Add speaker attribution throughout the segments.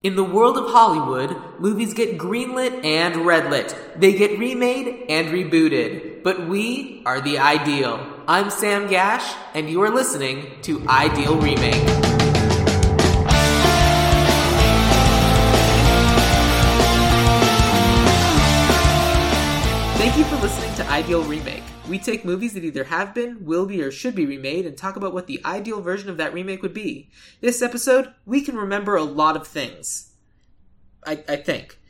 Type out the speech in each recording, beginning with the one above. Speaker 1: In the world of Hollywood, movies get greenlit and redlit. They get remade and rebooted. But we are the ideal. I'm Sam Gash, and you are listening to Ideal Remake. Thank you for listening to Ideal Remake. We take movies that either have been, will be, or should be remade and talk about what the ideal version of that remake would be. This episode, we can remember a lot of things. I, I think.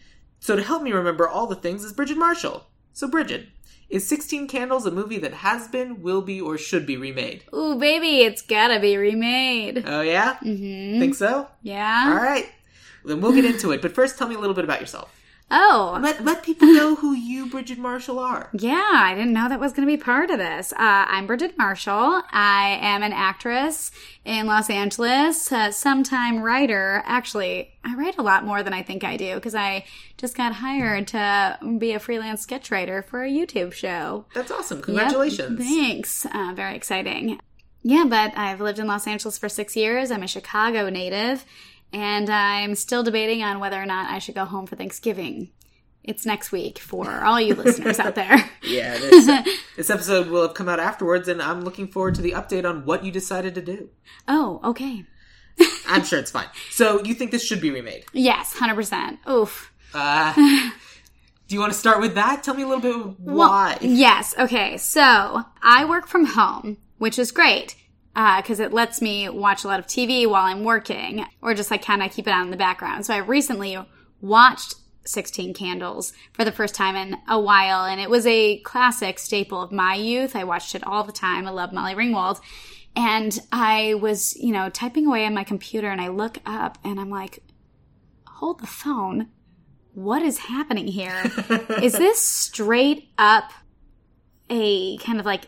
Speaker 1: So to help me remember all the things is Bridget Marshall. So Bridget, is 16 Candles a movie that has been, will be, or should be remade?
Speaker 2: Ooh, baby, it's gotta be remade.
Speaker 1: Oh yeah?
Speaker 2: Mm-hmm.
Speaker 1: Think so?
Speaker 2: yeah.
Speaker 1: Alright. Then we'll get into it, but first tell me a little bit about yourself.
Speaker 2: Oh,
Speaker 1: Let, let people know who you, Bridget Marshall, are.
Speaker 2: yeah. I didn't know that was gonna be part of this. Uh, I'm Bridget Marshall. I am an actress in Los Angeles. Uh, sometime writer. Actually, I write a lot more than I think I do because I just got hired to be a freelance sketch writer for a YouTube show.
Speaker 1: That's awesome.
Speaker 2: Yep,
Speaker 1: Congratulations.
Speaker 2: thanks. Uh, very exciting. Yeah, but I've lived in Los Angeles for six years. I'm a Chicago native, and I'm still debating on whether or not I should go home for Thanksgiving. It's next week for all you listeners out there.
Speaker 1: Yeah, it is. this episode will have come out afterwards, and I'm looking forward to the update on what you decided to do.
Speaker 2: Oh, okay.
Speaker 1: I'm sure it's fine. So you think this should be remade?
Speaker 2: Yes, 100%. Oof.
Speaker 1: Uh, do you want to start with that? Tell me a little bit
Speaker 2: Well,
Speaker 1: why.
Speaker 2: yes. Okay. So I work from home, which is great because it lets me watch a lot of TV while I'm working or just like kind of keep it on in the background. So I recently watched 16 Candles for the first time in a while, and it was a classic staple of my youth. I watched it all the time. I love Molly Ringwald. And I was, you know, typing away on my computer, and I look up and I'm like, hold the phone. What is happening here? is this straight up a kind of like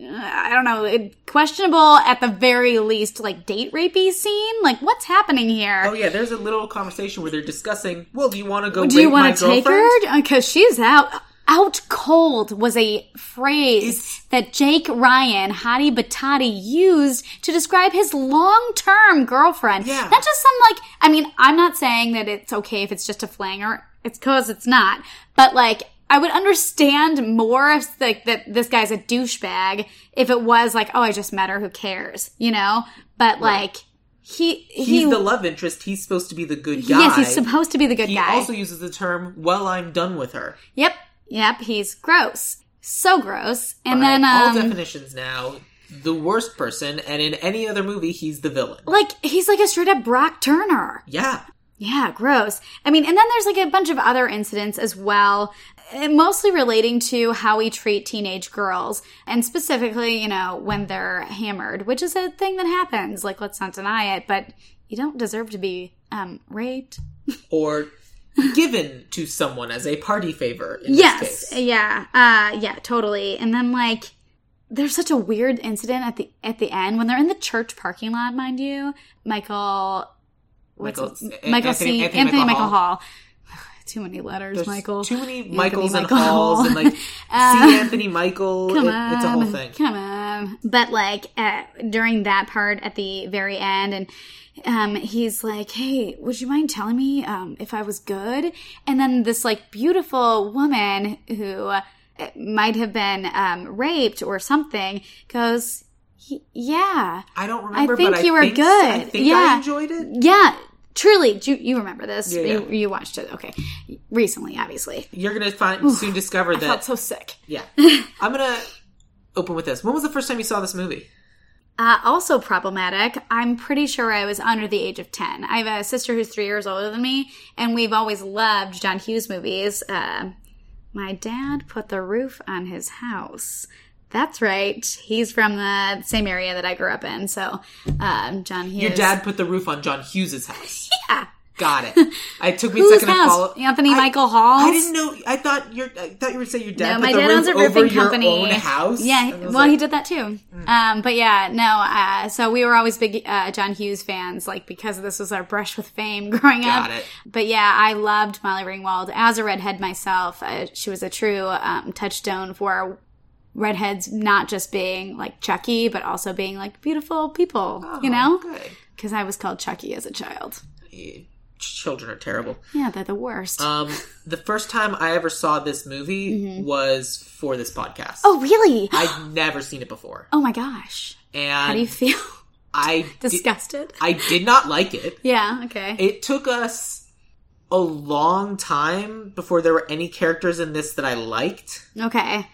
Speaker 2: uh, I don't know, it- questionable at the very least, like date rapey scene? Like, what's happening
Speaker 1: Oh
Speaker 2: here?
Speaker 1: yeah, there's a little conversation where they're discussing. Well, do you want to go?
Speaker 2: Do you
Speaker 1: want to
Speaker 2: take her? Because she's out. Out cold was a phrase
Speaker 1: It's-
Speaker 2: that Jake Ryan, Hottie Batati, used to describe his long term girlfriend.
Speaker 1: Yeah.
Speaker 2: That's just some, like, I mean, I'm not saying that it's okay if it's just a flanger. It's cause it's not. But, like, I would understand more if, like, that this guy's a douchebag if it was like, oh, I just met her. Who cares? You know? But, like, he,
Speaker 1: He's
Speaker 2: he,
Speaker 1: the love interest. He's supposed to be the good guy.
Speaker 2: yes, he's supposed to be the good
Speaker 1: He
Speaker 2: guy.
Speaker 1: also uses the term "Well, I'm done with her."
Speaker 2: Yep, yep, he's gross. So gross. And
Speaker 1: All right,
Speaker 2: then
Speaker 1: all
Speaker 2: um
Speaker 1: definitions now. The worst person, and in any other movie, he's the villain.
Speaker 2: like he's like a straight up Brock Turner.
Speaker 1: Yeah,
Speaker 2: Yeah, gross. I mean, and then there's like a bunch of other incidents as well, eh, mostly relating to how we treat teenage girls, and specifically, you know, when they're hammered, which is a thing that happens. Like, let's not deny it, but you don't deserve to be um raped.
Speaker 1: or given to someone as a party favor. In
Speaker 2: Yes.
Speaker 1: This case.
Speaker 2: Yeah. Uh yeah, totally. And then like there's such a weird incident at the at the end when they're in the church parking lot, mind you. Michael what's
Speaker 1: Michael-
Speaker 2: his-
Speaker 1: A-
Speaker 2: Michael
Speaker 1: Anthony-
Speaker 2: C.
Speaker 1: Anthony
Speaker 2: Anthony,
Speaker 1: Michael
Speaker 2: Michael, Hall. Too many letters,
Speaker 1: There's
Speaker 2: Michael.
Speaker 1: Too many
Speaker 2: Anthony
Speaker 1: Michaels and
Speaker 2: Michael
Speaker 1: Halls and
Speaker 2: Hall.
Speaker 1: like
Speaker 2: Uh,
Speaker 1: see Anthony Michael.
Speaker 2: Come
Speaker 1: it-
Speaker 2: on,
Speaker 1: it's a whole thing.
Speaker 2: Come on. But like uh, during that part at the very end, and um, he's like, "Hey, would you mind telling me um, if I was good?" And then this like beautiful woman who uh, might have been um, raped or something goes, "Y- "Yeah,
Speaker 1: I don't remember.
Speaker 2: think
Speaker 1: but
Speaker 2: you
Speaker 1: I
Speaker 2: were
Speaker 1: think,
Speaker 2: good.
Speaker 1: I think I
Speaker 2: Yeah.
Speaker 1: enjoyed it.
Speaker 2: yeah." Truly, do you, you remember this?
Speaker 1: Yeah, yeah.
Speaker 2: You, you watched it, okay? Recently, obviously.
Speaker 1: You're gonna find soon discover
Speaker 2: I felt
Speaker 1: that.
Speaker 2: so sick.
Speaker 1: yeah, I'm gonna open with this. When was the first time you saw this movie?
Speaker 2: Uh, also problematic. I'm pretty sure I was under the age of 10. I have a sister who's three years older than me, and we've always loved John Hughes movies. Uh, my dad put the roof on his house. That's right. He's from the same area that I grew up in. So, um, John Hughes.
Speaker 1: Your dad put the roof on John Hughes's house.
Speaker 2: Yeah.
Speaker 1: Got it. I took me a
Speaker 2: Whose
Speaker 1: second
Speaker 2: house?
Speaker 1: to follow.
Speaker 2: Anthony
Speaker 1: I-
Speaker 2: Michael Hall's?
Speaker 1: I didn't know. I thought your. I thought you were saying your dad.
Speaker 2: No,
Speaker 1: put
Speaker 2: my
Speaker 1: the
Speaker 2: dad
Speaker 1: roof
Speaker 2: owns a
Speaker 1: over
Speaker 2: roofing
Speaker 1: your
Speaker 2: company.
Speaker 1: own house.
Speaker 2: Yeah,
Speaker 1: And I
Speaker 2: well,
Speaker 1: was
Speaker 2: he
Speaker 1: like, hmm.
Speaker 2: did that too. Um, but yeah, no. Uh, so we were always big uh, John Hughes fans, like because this was our brush with fame growing
Speaker 1: Got
Speaker 2: up.
Speaker 1: it.
Speaker 2: But yeah, I loved Molly Ringwald as a redhead myself. Uh, she was a true um, touchstone for redheads, not just being like Chucky, but also being like beautiful people. you
Speaker 1: "Oh,
Speaker 2: know,
Speaker 1: good."
Speaker 2: because I was called Chucky as a child.
Speaker 1: Children are terrible.
Speaker 2: Yeah, they're the worst.
Speaker 1: Um, the first time I ever saw this movie was for this podcast.
Speaker 2: Mm-hmm. oh, really?
Speaker 1: I'd never seen it before,
Speaker 2: Oh my gosh. How do you
Speaker 1: and
Speaker 2: feel?
Speaker 1: I did,
Speaker 2: Disgusted?
Speaker 1: I did not like it.
Speaker 2: Yeah, okay.
Speaker 1: It took us a long time before there were any characters in this that I liked.
Speaker 2: okay.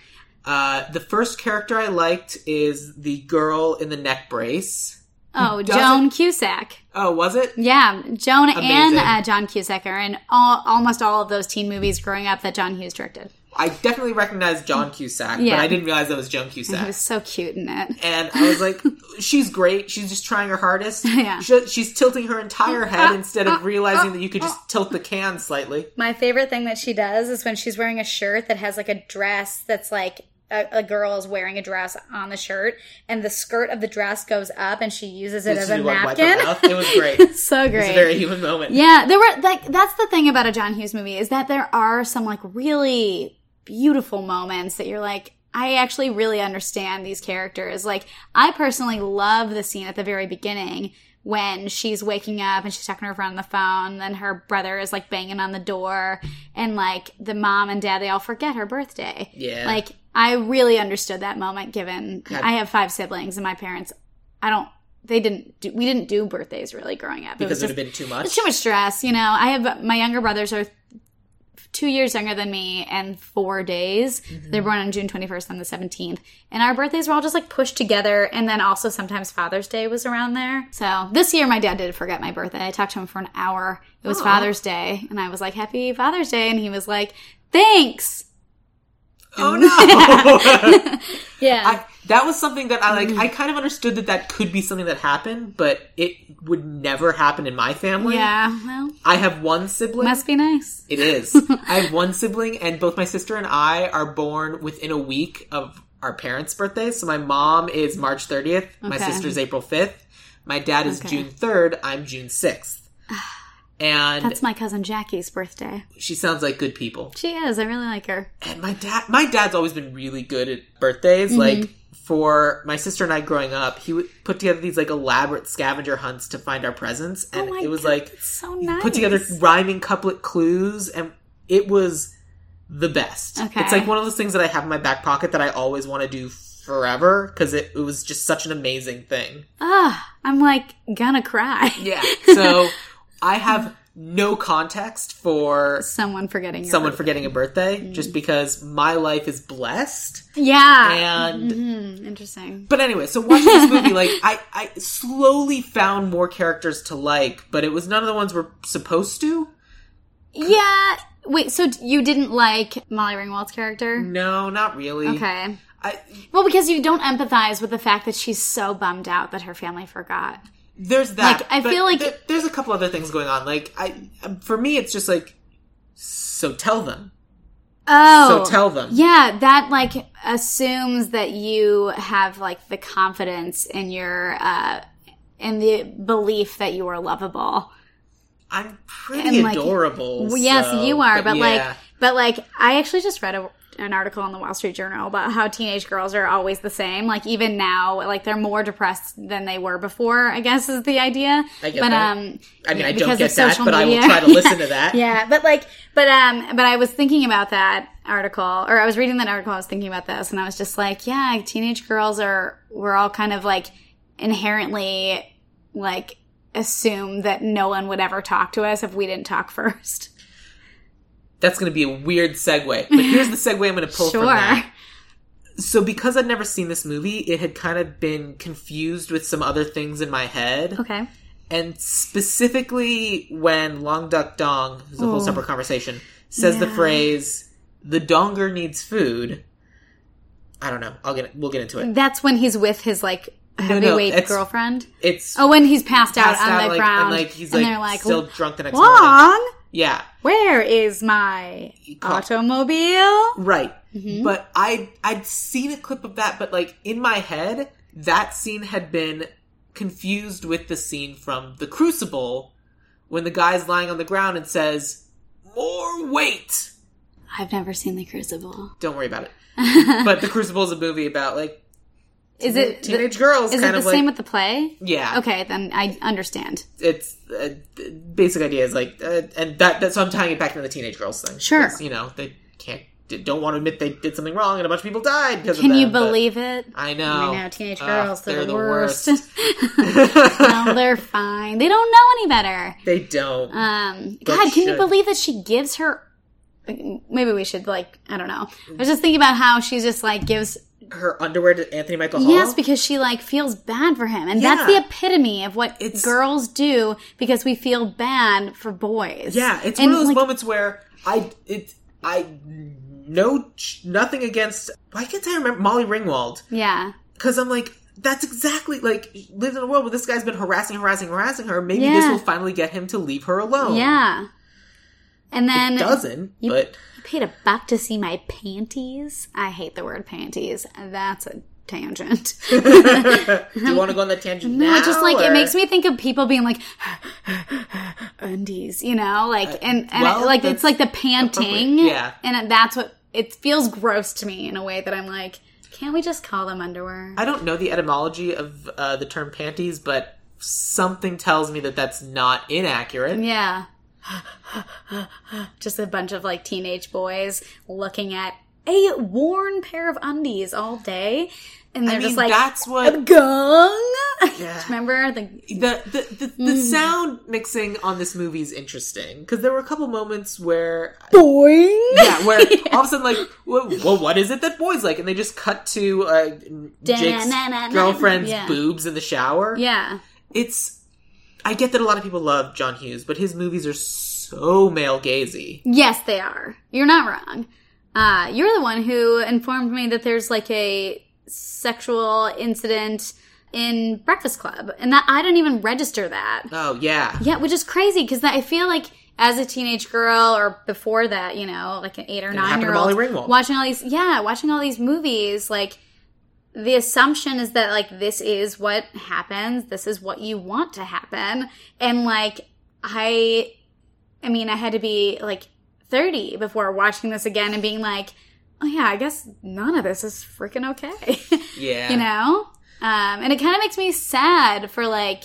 Speaker 1: Uh, the first character I liked is the girl in the neck brace.
Speaker 2: Oh,
Speaker 1: doesn't-
Speaker 2: Joan Cusack.
Speaker 1: Oh, was it?
Speaker 2: Yeah, Joan and
Speaker 1: Amazing.
Speaker 2: uh, John Cusack are in all, almost all of those teen movies growing up that John Hughes directed.
Speaker 1: I definitely recognized John Cusack,
Speaker 2: Yeah.
Speaker 1: but I didn't realize that was Joan
Speaker 2: He
Speaker 1: Cusack.
Speaker 2: was so cute in it.
Speaker 1: and I was like, she's great. She's just trying her hardest.
Speaker 2: Yeah.
Speaker 1: She- she's tilting her entire head instead of realizing that you could just tilt the can slightly.
Speaker 2: My favorite thing that she does is when she's wearing a shirt that has like a dress that's like a, a girl is wearing a dress on the shirt, and the skirt of the dress goes up, and she uses it as
Speaker 1: She
Speaker 2: a
Speaker 1: did, like, wipe her
Speaker 2: napkin.
Speaker 1: mouth. It was great. It
Speaker 2: It's so great.
Speaker 1: was a very human moment.
Speaker 2: Yeah, there were like that's the thing about a John Hughes movie is that there are some like really beautiful moments that you're like I actually really understand these characters. Like I personally love the scene at the very beginning when she's waking up and she's talking to her friend on the phone, then her brother is like banging on the door and like the mom and dad they all forget her birthday.
Speaker 1: Yeah.
Speaker 2: Like I really understood that moment given
Speaker 1: God.
Speaker 2: I have five siblings and my parents I don't they didn't do, we didn't do birthdays really growing up. It was
Speaker 1: because it would
Speaker 2: just-
Speaker 1: have been too
Speaker 2: it's
Speaker 1: much.
Speaker 2: too much stress, you know. I have my younger brothers are two years younger than me and four days. They're born on June 21st on the 17th. And our birthdays were all just like pushed together. And then also sometimes Father's Day was around there. So this year my dad did forget my birthday. I talked to him for an hour. It was Father's Day. And I was like, Happy Father's Day. And he was like, Thanks.
Speaker 1: Oh no!
Speaker 2: Yeah.
Speaker 1: I, that was something that I like. I kind of understood that that could be something that happened, but it would never happen in my family.
Speaker 2: yeah. Well,
Speaker 1: I have one sibling.
Speaker 2: must be nice.
Speaker 1: It is. I have one sibling, and both my sister and I are born within a week of our parents' birthdays. So my mom is March 30th, my
Speaker 2: Okay.
Speaker 1: sister's April 5th, my dad is
Speaker 2: Okay.
Speaker 1: June 3rd, I'm June 6th. And
Speaker 2: That's my cousin Jackie's birthday.
Speaker 1: she sounds like good people.
Speaker 2: She is. I really like her.
Speaker 1: And my dad, my dad's always been really good at birthdays.
Speaker 2: Mm-hmm.
Speaker 1: Like for my sister and I growing up, he would put together these like elaborate scavenger hunts to find our presents, and
Speaker 2: oh my
Speaker 1: it was
Speaker 2: God,
Speaker 1: like
Speaker 2: that's so nice.
Speaker 1: put together rhyming couplet clues and it was the best
Speaker 2: Okay.
Speaker 1: it's like one of those things that i have in my back pocket that i always want to do forever because it, it was just such an amazing thing
Speaker 2: Ah, I'm like gonna cry.
Speaker 1: yeah so i have no context for
Speaker 2: Someone forgetting your
Speaker 1: someone forgetting a birthday
Speaker 2: Mm-hmm.
Speaker 1: just because my life is blessed
Speaker 2: Yeah.
Speaker 1: and
Speaker 2: Mhm, Interesting.
Speaker 1: But anyway, so watching this movie, like I, I slowly found more characters to like, but it was none of the ones we're supposed to.
Speaker 2: Yeah. Wait. So d- you didn't like Molly Ringwald's character?
Speaker 1: No, not really.
Speaker 2: Okay.
Speaker 1: I,
Speaker 2: Well, because you don't empathize with the fact that she's so bummed out that her family forgot.
Speaker 1: there's that.
Speaker 2: Like, I
Speaker 1: but
Speaker 2: feel like-
Speaker 1: there- there's a couple other things going on. Like I, for me, it's just like, so tell them.
Speaker 2: Oh.
Speaker 1: So tell them.
Speaker 2: Yeah, that like assumes that you have like the confidence in your uh in the belief that you are lovable.
Speaker 1: I'm pretty
Speaker 2: And, like,
Speaker 1: adorable.
Speaker 2: Well, yes,
Speaker 1: so-
Speaker 2: you are, but
Speaker 1: yeah.
Speaker 2: like, but like, I actually just read a, an article in the Wall Street Journal about how teenage girls are always the same. Like even now, like they're more depressed than they were before. I guess is the idea.
Speaker 1: I get
Speaker 2: but
Speaker 1: that.
Speaker 2: um,
Speaker 1: I mean, I
Speaker 2: because
Speaker 1: don't
Speaker 2: of
Speaker 1: get that,
Speaker 2: social
Speaker 1: but I will
Speaker 2: media.
Speaker 1: try to listen to that.
Speaker 2: yeah, but like, but um, but I was thinking about that article, or I was reading that article. I was thinking about this, and I was just like, yeah, teenage girls are we're all kind of like inherently like assume that no one would ever talk to us if we didn't talk first.
Speaker 1: That's going to be a weird segue, but here's the segue I'm going to pull from that. So, because I'd never seen this movie, it had kind of been confused with some other things in my head.
Speaker 2: Okay.
Speaker 1: And specifically when Long Duck Dong, who's a whole
Speaker 2: Oh.
Speaker 1: separate conversation, says the
Speaker 2: Yeah.
Speaker 1: phrase, the donger needs food. I don't know. I'll get we'll get into it.
Speaker 2: That's when he's with his like
Speaker 1: no,
Speaker 2: heavyweight
Speaker 1: it's-
Speaker 2: girlfriend.
Speaker 1: It's
Speaker 2: Oh, when he's passed,
Speaker 1: passed
Speaker 2: out on the
Speaker 1: like,
Speaker 2: ground,
Speaker 1: and like he's
Speaker 2: and
Speaker 1: like,
Speaker 2: they're like,
Speaker 1: still drunk the next morning.
Speaker 2: "Long,
Speaker 1: Yeah.
Speaker 2: where is my
Speaker 1: Call-
Speaker 2: automobile?"
Speaker 1: Right.
Speaker 2: Mhm.
Speaker 1: But I I'd seen a clip of that, but like in my head, that scene had been confused with the scene from The Crucible when the guy's lying on the ground and says, More weight.
Speaker 2: I've never seen the Crucible.
Speaker 1: Don't worry about it. but the Crucible is a movie about like
Speaker 2: Is it the-
Speaker 1: teenage girls
Speaker 2: Is it
Speaker 1: kind
Speaker 2: the
Speaker 1: of like
Speaker 2: same with the play?
Speaker 1: yeah
Speaker 2: Okay, then I understand.
Speaker 1: it's uh, the basic idea is like uh, and that that's so I'm tying it back into the teenage girls thing.
Speaker 2: Sure.
Speaker 1: 'Cause, you know they can't they don't want to admit they did something wrong and a bunch of people died because
Speaker 2: Can
Speaker 1: of
Speaker 2: you
Speaker 1: them, but Oh, uh,
Speaker 2: believe it?
Speaker 1: I know.
Speaker 2: I know teenage
Speaker 1: Ugh,
Speaker 2: girls, they're, the, worst. no,
Speaker 1: worst.
Speaker 2: they're fine. They don't know any better.
Speaker 1: they don't.
Speaker 2: Um,
Speaker 1: But
Speaker 2: God, can you
Speaker 1: should.
Speaker 2: believe that she gives her? Maybe we should like I don't know. I was just thinking about how she just like gives
Speaker 1: Her underwear to Anthony Michael Hall.
Speaker 2: yes because she like feels bad for him, and that's the
Speaker 1: Yeah.
Speaker 2: epitome of what
Speaker 1: It's-
Speaker 2: girls do because we feel bad for boys.
Speaker 1: Yeah, it's
Speaker 2: And,
Speaker 1: one of those
Speaker 2: like,
Speaker 1: moments where I it I no nothing against. Why can't I remember Molly Ringwald?
Speaker 2: Yeah,
Speaker 1: Because I'm like. That's exactly like she lives in a world where this guy's been harassing, harassing, harassing her. Maybe this
Speaker 2: Yeah.
Speaker 1: will finally get him to leave her alone.
Speaker 2: yeah. And then
Speaker 1: it doesn't.
Speaker 2: you-
Speaker 1: but
Speaker 2: I paid a buck to see my panties. I hate the word panties. That's a tangent.
Speaker 1: do you want to go on that tangent
Speaker 2: No,
Speaker 1: now?
Speaker 2: just like it
Speaker 1: or-
Speaker 2: makes me think of people being like undies, you know, like and and
Speaker 1: well,
Speaker 2: it- like
Speaker 1: that's
Speaker 2: it's like the panting,
Speaker 1: appropriate, yeah.
Speaker 2: and it- that's what it feels gross to me in a way that I'm like, can't we just call them underwear?
Speaker 1: I don't know the etymology of uh, the term panties, but something tells me that that's not inaccurate.
Speaker 2: yeah, just a bunch of like teenage boys looking at a worn pair of undies all day, and they're
Speaker 1: I mean,
Speaker 2: just like
Speaker 1: that's what
Speaker 2: gung.
Speaker 1: Yeah.
Speaker 2: Remember the
Speaker 1: the the, the, the
Speaker 2: Mm-hmm.
Speaker 1: sound mixing on this movie is interesting because there were a couple moments where
Speaker 2: boing?
Speaker 1: yeah, where all of a sudden like, well, well, what is it that boys like? And they just cut to uh, Jake's
Speaker 2: Da-na-na-na-na.
Speaker 1: girlfriend's
Speaker 2: Yeah.
Speaker 1: boobs in the shower.
Speaker 2: yeah.
Speaker 1: it's I get that a lot of people love John Hughes, but his movies are so male gazy.
Speaker 2: Yes, they are. You're not wrong. Uh, you're the one who informed me that there's like a sexual incident in Breakfast Club, and that I didn't even register that.
Speaker 1: Oh yeah.
Speaker 2: Yeah, which is crazy because I feel like as a teenage girl or before that, you know, like an eight or nine
Speaker 1: happened to
Speaker 2: year old,
Speaker 1: Molly Ringwald.
Speaker 2: watching all these, yeah, watching all these movies, like the assumption is that like this is what happens, this is what you want to happen, and like I, I mean, I had to be like thirty before watching this again and being like, oh yeah, I guess none of this is freaking okay.
Speaker 1: Yeah.
Speaker 2: you know um, and it kind of makes me sad for like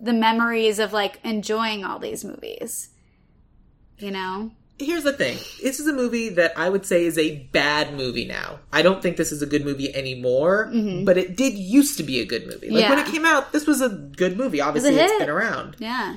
Speaker 2: the memories of like enjoying all these movies you know
Speaker 1: Here's the thing. This is a movie that I would say is a bad movie now. I don't think this is a good movie anymore, but it did used to be a good movie. Like when
Speaker 2: Mm-hmm. Yeah.
Speaker 1: it came out, this was a good movie. Obviously,
Speaker 2: hit.
Speaker 1: it's been around.
Speaker 2: yeah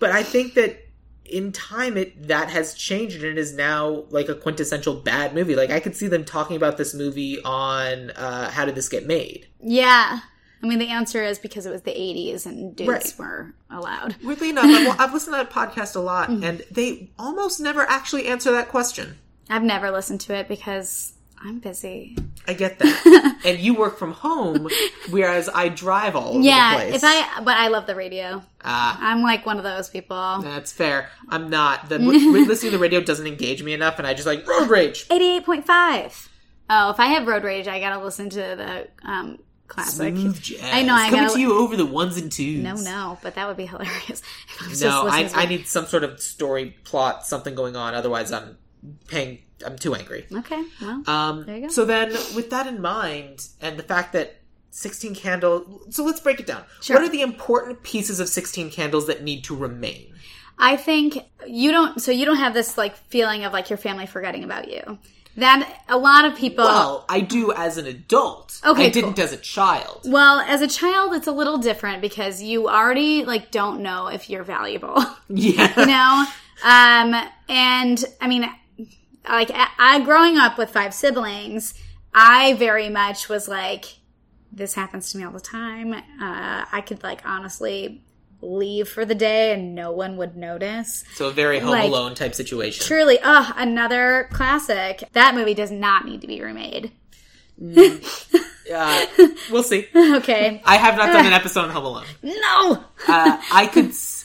Speaker 1: But I think that in time it that has changed and it is now like a quintessential bad movie. Like I could see them talking about this movie on uh, How Did This Get Made?
Speaker 2: yeah i mean the answer is because it was the 80s and dudes
Speaker 1: Right.
Speaker 2: were allowed
Speaker 1: Weirdly enough, I've, I've listened to that podcast a lot,
Speaker 2: Mm-hmm.
Speaker 1: and they almost never actually answer that question.
Speaker 2: i've never listened to it because i'm busy
Speaker 1: I get that. and you work from home, whereas I drive all over the
Speaker 2: yeah
Speaker 1: place.
Speaker 2: if i but i love the radio
Speaker 1: Ah,
Speaker 2: i'm like one of those people
Speaker 1: that's fair. I'm not. The, re- listening to the radio doesn't engage me enough, and I just like, "Oh, road rage.
Speaker 2: 88.5 oh if i have road rage i gotta listen to the um classic
Speaker 1: Smooth jazz.
Speaker 2: I know, I
Speaker 1: Coming
Speaker 2: gotta-
Speaker 1: to you over the ones and twos.
Speaker 2: No, no, but that would be hilarious. If I was
Speaker 1: No, I,
Speaker 2: listening
Speaker 1: I
Speaker 2: to-
Speaker 1: need some sort of story plot, something going on. Otherwise, I'm paying. I'm too angry.
Speaker 2: Okay, well,
Speaker 1: Um,
Speaker 2: There you go.
Speaker 1: So then, with that in mind, and the fact that 16 candle. So let's break it down.
Speaker 2: Sure.
Speaker 1: What are the important pieces of 16 candles that need to remain?
Speaker 2: I think you don't. So you don't have this like feeling of like your family forgetting about you. That a lot of people. Well,
Speaker 1: Well, I do as an adult. I
Speaker 2: Okay,
Speaker 1: didn't as a child.
Speaker 2: as a child, it's a little different because you already like don't know if you're valuable.
Speaker 1: Yeah.
Speaker 2: you know um and i mean like I, I growing up with five siblings i very much was like this happens to me all the time uh, i could like honestly leave for the day and no one would notice
Speaker 1: So a very home
Speaker 2: Like,
Speaker 1: alone type situation.
Speaker 2: truly ugh another classic that movie does not need to be remade
Speaker 1: Uh, we'll see.
Speaker 2: okay
Speaker 1: I have not done an episode on Home Alone.
Speaker 2: no
Speaker 1: Uh, I could. s-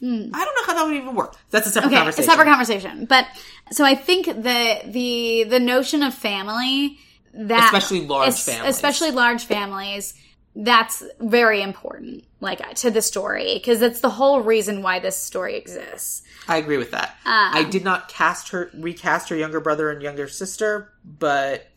Speaker 1: I don't know how that would even work. That's a separate
Speaker 2: Hmm. okay,
Speaker 1: conversation.
Speaker 2: a separate conversation but so i think the the the notion of family that
Speaker 1: Especially large families.
Speaker 2: especially large families that's very important like to the story because that's the whole reason why this story exists
Speaker 1: I agree with that.
Speaker 2: Uh,
Speaker 1: I did not cast her, recast her younger brother and younger sister, but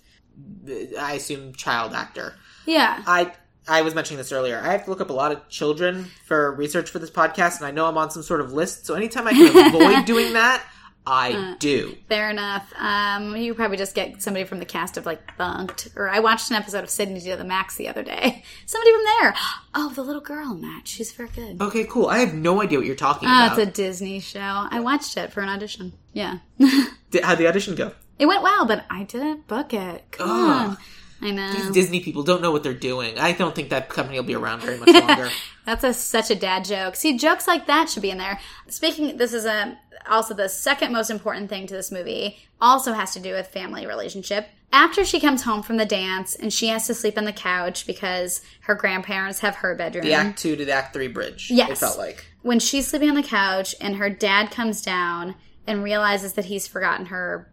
Speaker 1: I assume child actor.
Speaker 2: Yeah.
Speaker 1: I I was mentioning this earlier. I have to look up a lot of children for research for this podcast, and I know I'm on some sort of list. So anytime I can avoid doing that,
Speaker 2: Uh.
Speaker 1: I do.
Speaker 2: Fair enough. Um, you could probably just get somebody from the cast of like Bunked, or I watched an episode of Sydney to the Max the other day. Somebody from there. Oh, the little girl in that. She's very good.
Speaker 1: Okay, cool. I have no idea what you're talking
Speaker 2: Oh,
Speaker 1: about.
Speaker 2: it's a Disney show. I watched it for an audition. Yeah.
Speaker 1: Di- How'd the audition go?
Speaker 2: it went well, but I didn't book it. Come
Speaker 1: Ugh.
Speaker 2: on. I know.
Speaker 1: Disney people don't know what they're doing. I don't think that company will be around very much longer.
Speaker 2: That's a, such a dad joke. See, jokes like that should be in there. Speaking, this is a, also the second most important thing to this movie, also has to do with family relationship. After she comes home from the dance and she has to sleep on the couch because her grandparents have her bedroom.
Speaker 1: the Act Two to the Act Three bridge. it
Speaker 2: Yes.
Speaker 1: felt like.
Speaker 2: When she's sleeping on the couch and her dad comes down and realizes that he's forgotten her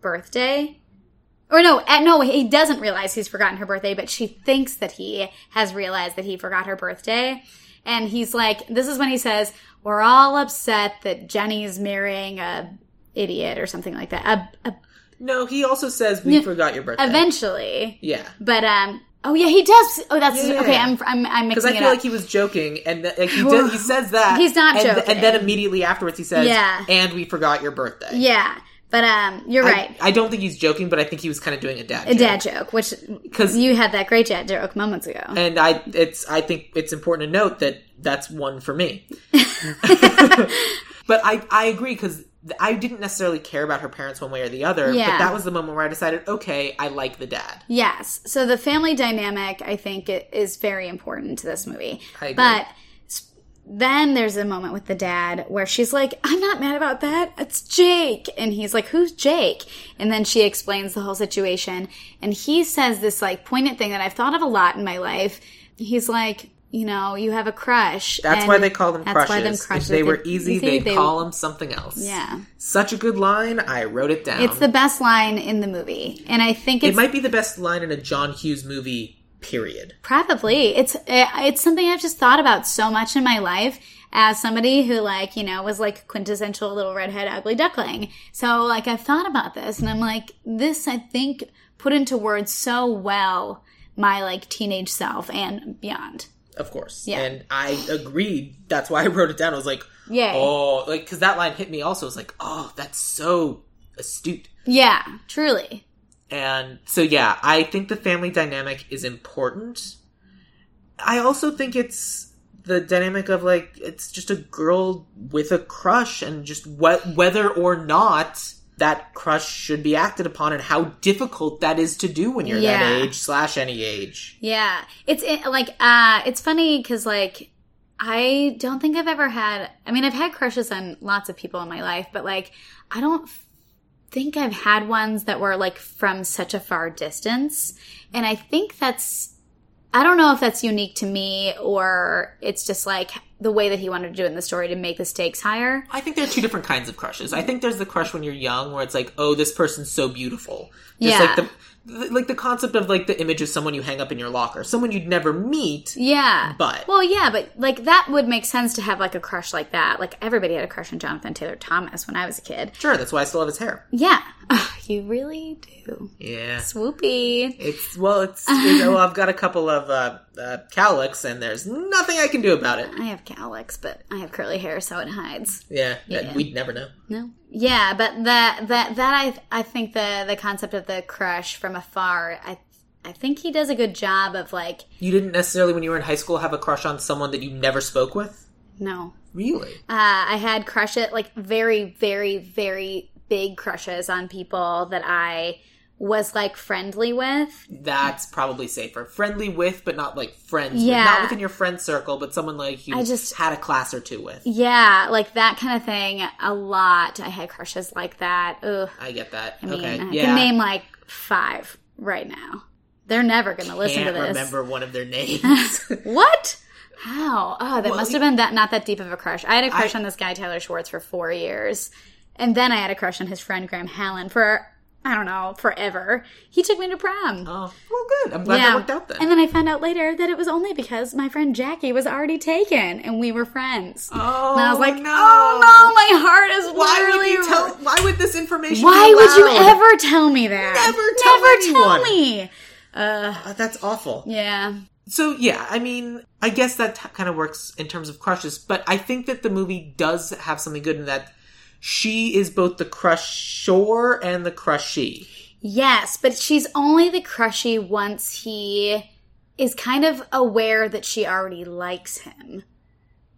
Speaker 2: birthday. Or no, eh, no, he doesn't realize he's forgotten her birthday, but she thinks that he has realized that he forgot her birthday. And he's like, this is when he says, "We're all upset that Jenny's marrying a idiot or something like that." A, a,
Speaker 1: No, he also says we forgot your birthday.
Speaker 2: eventually,
Speaker 1: yeah,
Speaker 2: but um, oh yeah, he does. Oh, that's
Speaker 1: Yeah.
Speaker 2: okay. I'm I'm I'm
Speaker 1: because I
Speaker 2: mixing it
Speaker 1: feel
Speaker 2: up.
Speaker 1: like he was joking, and th- like he, does, he says that
Speaker 2: He's not
Speaker 1: and th-
Speaker 2: joking.
Speaker 1: and then immediately afterwards he says,
Speaker 2: Yeah.
Speaker 1: and we forgot your birthday."
Speaker 2: yeah, but um, you're
Speaker 1: I-
Speaker 2: right.
Speaker 1: I, don't think he's joking, but I think he was kind of doing a dad.
Speaker 2: a dad joke, which
Speaker 1: 'Cause-
Speaker 2: you had that great dad joke moments ago.
Speaker 1: And I, it's I think it's important to note that that's one for me. but I I agree because I didn't necessarily care about her parents one way or the other. But
Speaker 2: Yeah.
Speaker 1: that was the moment where I decided, okay, I like the dad.
Speaker 2: yes, so the family dynamic I think i- is very important to this movie.
Speaker 1: I agree.
Speaker 2: But s- then there's a moment with the dad where she's like, "I'm not mad about that. It's Jake," and he's like, "Who's Jake?" And then she explains the whole situation, and he says this like poignant thing that I've thought of a lot in my life. He's like. You know, you have a crush.
Speaker 1: That's
Speaker 2: and
Speaker 1: why they call them
Speaker 2: that's
Speaker 1: crushes.
Speaker 2: why them
Speaker 1: If they were
Speaker 2: If
Speaker 1: easy,
Speaker 2: you
Speaker 1: they
Speaker 2: think
Speaker 1: would call them something else.
Speaker 2: Yeah.
Speaker 1: Such a good line. I wrote it down.
Speaker 2: It's the best line in the movie, and I think
Speaker 1: it
Speaker 2: it's
Speaker 1: might be the best line in a John Hughes movie. Period.
Speaker 2: Probably. It's it's something I've just thought about so much in my life as somebody who like, you know, was like quintessential little redhead ugly duckling. So like I've thought about this and I'm like this I think put into words so well my like teenage self and beyond.
Speaker 1: Of course.
Speaker 2: Yeah.
Speaker 1: And I agreed. That's why I wrote it down. I was like,
Speaker 2: Yay.
Speaker 1: oh, like because that line hit me. Also, it's like, oh, that's so astute.
Speaker 2: Yeah, truly.
Speaker 1: And so, yeah, I think the family dynamic is important. I also think it's the dynamic of like it's just a girl with a crush, and just wh- whether or not that crush should be acted upon, and how difficult that is to do when you're
Speaker 2: Yeah.
Speaker 1: that age slash any age.
Speaker 2: Yeah, it's it, like uh, it's funny because like I don't think I've ever had. I mean, I've had crushes on lots of people in my life, but like I don't f- think I've had ones that were like from such a far distance. And I think that's I don't know if that's unique to me or it's just like the way that he wanted to do it in the story to make the stakes higher.
Speaker 1: I think there are two different kinds of crushes. I think there's the crush when you're young, where it's like, oh, this person's so beautiful. Just
Speaker 2: Yeah.
Speaker 1: like the th- like the concept of like the image of someone you hang up in your locker, someone you'd never meet,
Speaker 2: Yeah.
Speaker 1: but
Speaker 2: Well, yeah, but like that would make sense to have like a crush like that. Like everybody had a crush on Jonathan Taylor Thomas when I was a kid.
Speaker 1: sure, that's why I still have his hair.
Speaker 2: Yeah, Ugh, you really do.
Speaker 1: Yeah.
Speaker 2: Swoopy.
Speaker 1: It's well, it's you know, I've got a couple of uh, uh, cowlicks, and there's nothing I can do about it.
Speaker 2: I have cowlicks, but I have curly hair, so it hides.
Speaker 1: Yeah, that- we'd never know.
Speaker 2: No. Yeah, but that that that I I think the the concept of the crush from afar. I I think he does a good job of like
Speaker 1: You didn't necessarily, when you were in high school, have a crush on someone that you never spoke with.
Speaker 2: no.
Speaker 1: Really?
Speaker 2: Uh, I had crush it like very very very big crushes on people that I was like friendly with.
Speaker 1: That's probably safer. Friendly with, but not like friends. with.
Speaker 2: Yeah.
Speaker 1: Not within your friend circle, but someone like you
Speaker 2: I just-
Speaker 1: had a class or two with.
Speaker 2: Yeah, like that kind of thing. A lot. I had crushes like that. Ugh.
Speaker 1: I get that.
Speaker 2: I mean,
Speaker 1: okay.
Speaker 2: I
Speaker 1: yeah.
Speaker 2: can name like five right now. They're never going to listen to
Speaker 1: Can't
Speaker 2: this.
Speaker 1: remember one of their names.
Speaker 2: What? How? Oh, that
Speaker 1: Well,
Speaker 2: must have been that not that deep of a crush. I had a crush
Speaker 1: I-
Speaker 2: on this guy Tyler Schwartz for four years, and then I had a crush on his friend Graham Hallen for I don't know forever. He took me to prom.
Speaker 1: oh, well, good. I'm glad that worked out then.
Speaker 2: And then I found out later that it was only because my friend Jackie was already taken and we were friends.
Speaker 1: oh,
Speaker 2: and I was like,
Speaker 1: no.
Speaker 2: oh no, my heart is
Speaker 1: Why would you
Speaker 2: literally
Speaker 1: tell? Why would this information?
Speaker 2: why
Speaker 1: be
Speaker 2: would you
Speaker 1: allowed?
Speaker 2: ever tell me that?
Speaker 1: Never tell
Speaker 2: Never tell
Speaker 1: anyone.
Speaker 2: me. Uh,
Speaker 1: Uh, that's awful.
Speaker 2: yeah.
Speaker 1: So yeah, I mean, I guess that t- kind of works in terms of crushes, but I think that the movie does have something good in that she is both the crusher and the crushee.
Speaker 2: Yes, but she's only the crushy once he is kind of aware that she already likes him.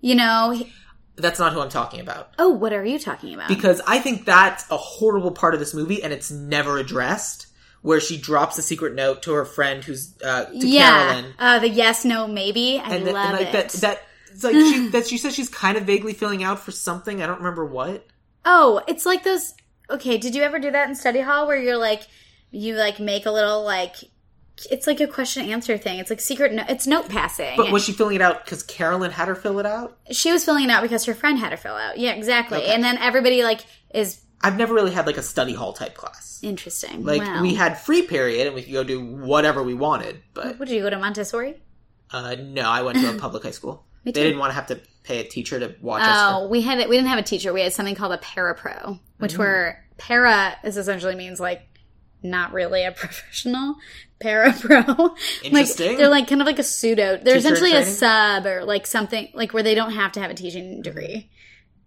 Speaker 2: You know? he-
Speaker 1: That's not who I'm talking about.
Speaker 2: oh, what are you talking about?
Speaker 1: Because I think that's a horrible part of this movie and it's never addressed where she drops a secret note to her friend who's uh to
Speaker 2: yeah,
Speaker 1: Carolyn.
Speaker 2: uh, the yes, no, maybe. I
Speaker 1: And, th-
Speaker 2: love
Speaker 1: and like
Speaker 2: it.
Speaker 1: that that it's like she that she says she's kind of vaguely filling out for something, I don't remember what.
Speaker 2: Oh, it's like those. Okay, did you ever do that in study hall where you're like, you like make a little like, it's like a question and answer thing. It's like secret. No, it's note passing.
Speaker 1: But was she filling it out cuz Carolyn had her fill it out?
Speaker 2: she was filling it out because her friend had her fill out. Yeah, exactly.
Speaker 1: Okay.
Speaker 2: And then everybody like is
Speaker 1: I've never really had like a study hall type class.
Speaker 2: interesting.
Speaker 1: Like
Speaker 2: wow.
Speaker 1: we had free period and we could go do whatever we wanted, but
Speaker 2: What did you go to Montessori?
Speaker 1: uh, no, I went to a public high school. They
Speaker 2: Me too.
Speaker 1: didn't want to have to pay a teacher to watch us.
Speaker 2: Oh, we had it. We didn't have a teacher. We had something called a parapro, which
Speaker 1: Mm.
Speaker 2: were para is essentially means like not really a professional parapro.
Speaker 1: Interesting.
Speaker 2: Like, they're like kind of like a pseudo. They're
Speaker 1: Teacher in
Speaker 2: essentially a
Speaker 1: training? Mm-hmm.
Speaker 2: sub or like something like where they don't have to have a teaching degree.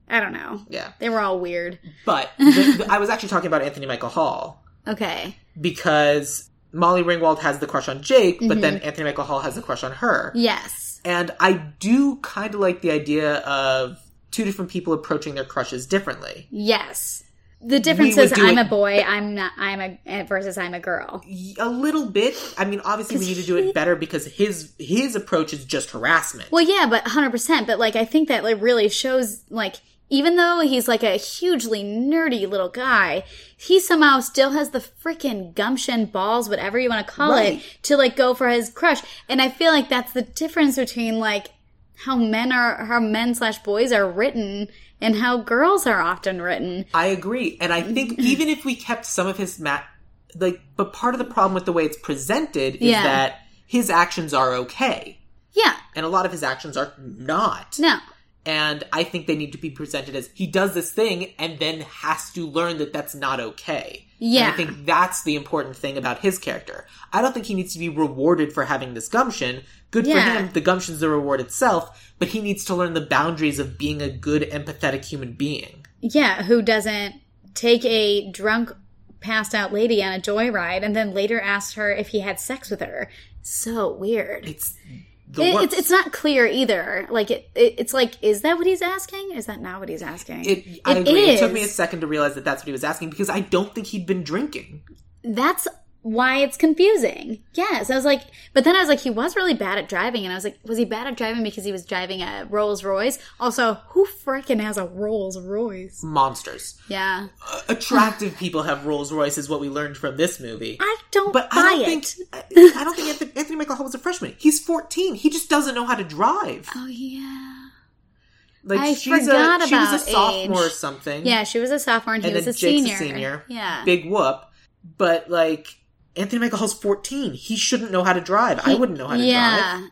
Speaker 2: I don't know.
Speaker 1: Yeah,
Speaker 2: They were all weird.
Speaker 1: but the, the- I was actually talking about Anthony Michael Hall
Speaker 2: Okay.
Speaker 1: because Molly Ringwald has the crush on Jake, but then Anthony Michael Hall has the crush on her.
Speaker 2: Yes.
Speaker 1: And I do kind of like the idea of two different people approaching their crushes differently.
Speaker 2: Yes. The difference
Speaker 1: would
Speaker 2: is
Speaker 1: do
Speaker 2: I'm
Speaker 1: it-
Speaker 2: a boy. I'm not. I'm a versus I'm a girl.
Speaker 1: A little bit. I mean, obviously we need to do it better because his his approach is just harassment.
Speaker 2: Well, yeah, but 100%. But, like, I think that, like, really shows, like, even though he's, like, a hugely nerdy little guy, he somehow still has the freaking gumption, balls, whatever you want to call
Speaker 1: Right.
Speaker 2: it, to, like, go for his crush. And I feel like that's the difference between, like, how men are, how men slash boys are written and how girls are often written.
Speaker 1: I agree, and I think even if we kept some of his ma- like, but part of the problem with the way it's presented is
Speaker 2: Yeah.
Speaker 1: that his actions are okay,
Speaker 2: Yeah.
Speaker 1: and a lot of his actions are not.
Speaker 2: No.
Speaker 1: And I think they need to be presented as he does this thing and then has to learn that that's not okay. And
Speaker 2: Yeah.
Speaker 1: I think that's the important thing about his character. I don't think he needs to be rewarded for having this gumption. Good
Speaker 2: Yeah.
Speaker 1: for him, the gumption's the reward itself, but he needs to learn the boundaries of being a good, empathetic human being.
Speaker 2: Yeah, who doesn't take a drunk, passed out lady on a joyride and then later asked her if he had sex with her? So weird.
Speaker 1: It's the
Speaker 2: It-
Speaker 1: worst.
Speaker 2: it's, it's not clear either. Like it, it, it's like, is that what he's asking? Is that not what he's asking?
Speaker 1: It, I agree. It took me a second to realize that that's what he was asking because I don't think he'd been drinking.
Speaker 2: That's why it's confusing. Yes, I was like, but then I was like, he was really bad at driving, and I was like, was he bad at driving because he was driving a Rolls Royce? Also, who freaking has a Rolls Royce?
Speaker 1: Monsters.
Speaker 2: Yeah,
Speaker 1: Attractive people have Rolls Royce, is what we learned from this movie.
Speaker 2: I don't
Speaker 1: But
Speaker 2: buy
Speaker 1: I don't
Speaker 2: it.
Speaker 1: think I, I don't think Anthony, Anthony Michael Hall was a freshman. He's fourteen. He just doesn't know how to drive.
Speaker 2: oh yeah,
Speaker 1: Like
Speaker 2: I
Speaker 1: she's
Speaker 2: forgot
Speaker 1: a, she was a
Speaker 2: about
Speaker 1: sophomore or
Speaker 2: age.
Speaker 1: something.
Speaker 2: yeah. She was a sophomore, and, he
Speaker 1: and then
Speaker 2: was a
Speaker 1: Jake's
Speaker 2: senior.
Speaker 1: a senior.
Speaker 2: Yeah,
Speaker 1: big whoop. But like Anthony Michael Hall's fourteen. He shouldn't know how to drive. I wouldn't know how to drive.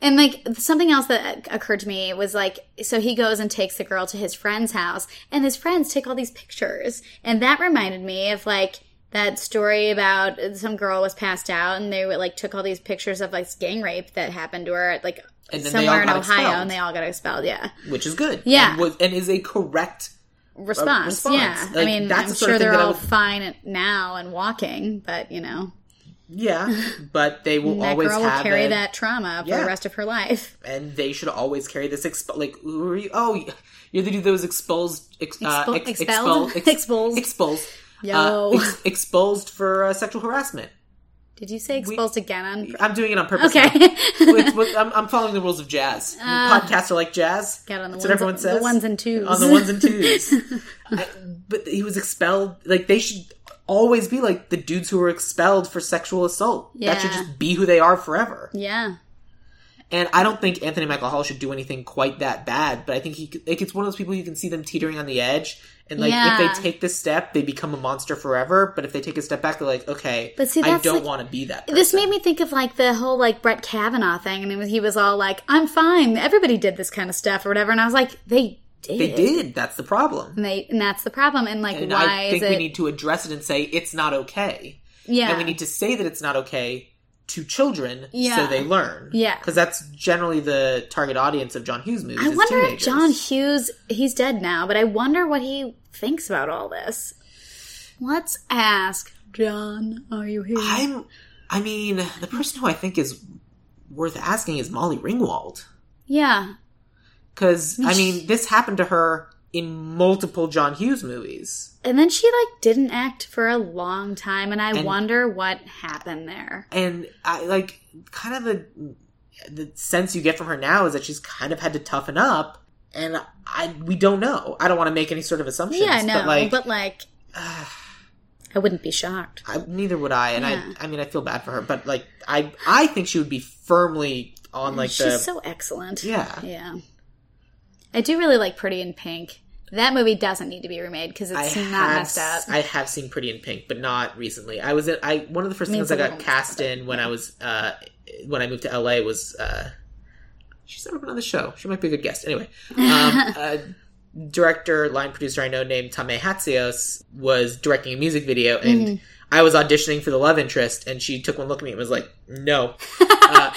Speaker 2: And like something else that occurred to me was like, so he goes and takes the girl to his friend's house, and his friends take all these pictures, and that reminded me of like that story about some girl was passed out, and they were, like took all these pictures of like this gang rape that happened to her at like
Speaker 1: And then they all
Speaker 2: somewhere in
Speaker 1: got
Speaker 2: Ohio,
Speaker 1: expelled.
Speaker 2: and they all got expelled. Yeah,
Speaker 1: Which is good.
Speaker 2: Yeah.
Speaker 1: And, was, and is a correct
Speaker 2: response.
Speaker 1: response.
Speaker 2: Yeah, I
Speaker 1: Like,
Speaker 2: mean,
Speaker 1: that's
Speaker 2: I'm
Speaker 1: the sort of
Speaker 2: sure
Speaker 1: thing
Speaker 2: they're
Speaker 1: that I
Speaker 2: all
Speaker 1: would-
Speaker 2: fine at now and walking, but you know,
Speaker 1: Yeah, but they will
Speaker 2: that
Speaker 1: always
Speaker 2: girl will
Speaker 1: have
Speaker 2: carry
Speaker 1: it,
Speaker 2: that trauma for
Speaker 1: Yeah.
Speaker 2: the rest of her life.
Speaker 1: and they should always carry this. Expo- like, who are you? oh, you're the dude that was exposed, ex- uh,
Speaker 2: Expo-
Speaker 1: ex- expelled,
Speaker 2: expelled?
Speaker 1: ex-
Speaker 2: Exposed.
Speaker 1: exposed,
Speaker 2: Yo.
Speaker 1: uh, ex- exposed for uh, sexual harassment.
Speaker 2: Did you say exposed again on?
Speaker 1: I'm doing it on purpose.
Speaker 2: Okay.
Speaker 1: now. It's what- I'm, I'm following the rules of jazz. Podcasts are like jazz.
Speaker 2: Got on the
Speaker 1: That's
Speaker 2: ones-
Speaker 1: what everyone says.
Speaker 2: the ones and twos.
Speaker 1: On the ones and twos. I- but he was expelled. Like they should always be like the dudes who were expelled for sexual assault. That should
Speaker 2: Yeah.
Speaker 1: just be who they are forever.
Speaker 2: yeah.
Speaker 1: And I don't think Anthony Michael Hall should do anything quite that bad, but I think he could- like it's one of those people you can see them teetering on the edge, and like
Speaker 2: Yeah.
Speaker 1: if they take this step, they become a monster forever. But if they take a step back, they're like, okay,
Speaker 2: But see,
Speaker 1: I
Speaker 2: that's,
Speaker 1: don't
Speaker 2: like-
Speaker 1: want to be that.
Speaker 2: This made me think of like the whole like Brett Kavanaugh thing, and it was, he was all like, "I'm fine. Everybody did this kind of stuff or whatever," and I was like, "They did.
Speaker 1: they did. That's the problem.
Speaker 2: And they and that's the problem. And like,
Speaker 1: And
Speaker 2: why
Speaker 1: I think
Speaker 2: is it?
Speaker 1: we need to address it and say it's not okay.
Speaker 2: Yeah.
Speaker 1: And we need to say that it's not okay to children so
Speaker 2: Yeah.
Speaker 1: they learn.
Speaker 2: Yeah.
Speaker 1: Because that's generally the target audience of John Hughes movies.
Speaker 2: I
Speaker 1: is
Speaker 2: wonder if
Speaker 1: teenagers.
Speaker 2: John Hughes, he's dead now, but I wonder what he thinks about all this. Let's ask John, are you here?
Speaker 1: I'm. I mean, the person who I think is worth asking is Molly Ringwald.
Speaker 2: yeah.
Speaker 1: Because, I
Speaker 2: she-
Speaker 1: mean, this happened to her in multiple John Hughes movies.
Speaker 2: And then she like didn't act for a long time and I
Speaker 1: And-
Speaker 2: wonder what happened there.
Speaker 1: And, I like, kind of the, the sense you get from her now is that she's kind of had to toughen up. And I we don't know. I don't want to make any sort of assumptions.
Speaker 2: Yeah, no,
Speaker 1: But, like,
Speaker 2: I wouldn't be shocked.
Speaker 1: I, neither would I. And
Speaker 2: Yeah.
Speaker 1: I, I mean, I feel bad for her. But, like, I, I think she would be firmly on, like,
Speaker 2: She's
Speaker 1: the.
Speaker 2: so excellent.
Speaker 1: yeah.
Speaker 2: Yeah. I do really like Pretty in Pink. That movie doesn't need to be remade because it's not
Speaker 1: have,
Speaker 2: messed up.
Speaker 1: s- I have seen Pretty in Pink, but not recently. I was at I one of the first
Speaker 2: Me
Speaker 1: things I
Speaker 2: too.
Speaker 1: got cast in when I was uh when I moved to LA was uh she's never been on the show. She might be a good guest. Anyway, um, uh, director line producer I know named Tame Hatzios was directing a music video and.
Speaker 2: Mm.
Speaker 1: I was auditioning for the love interest, and she took one look at me and was like, "No." uh,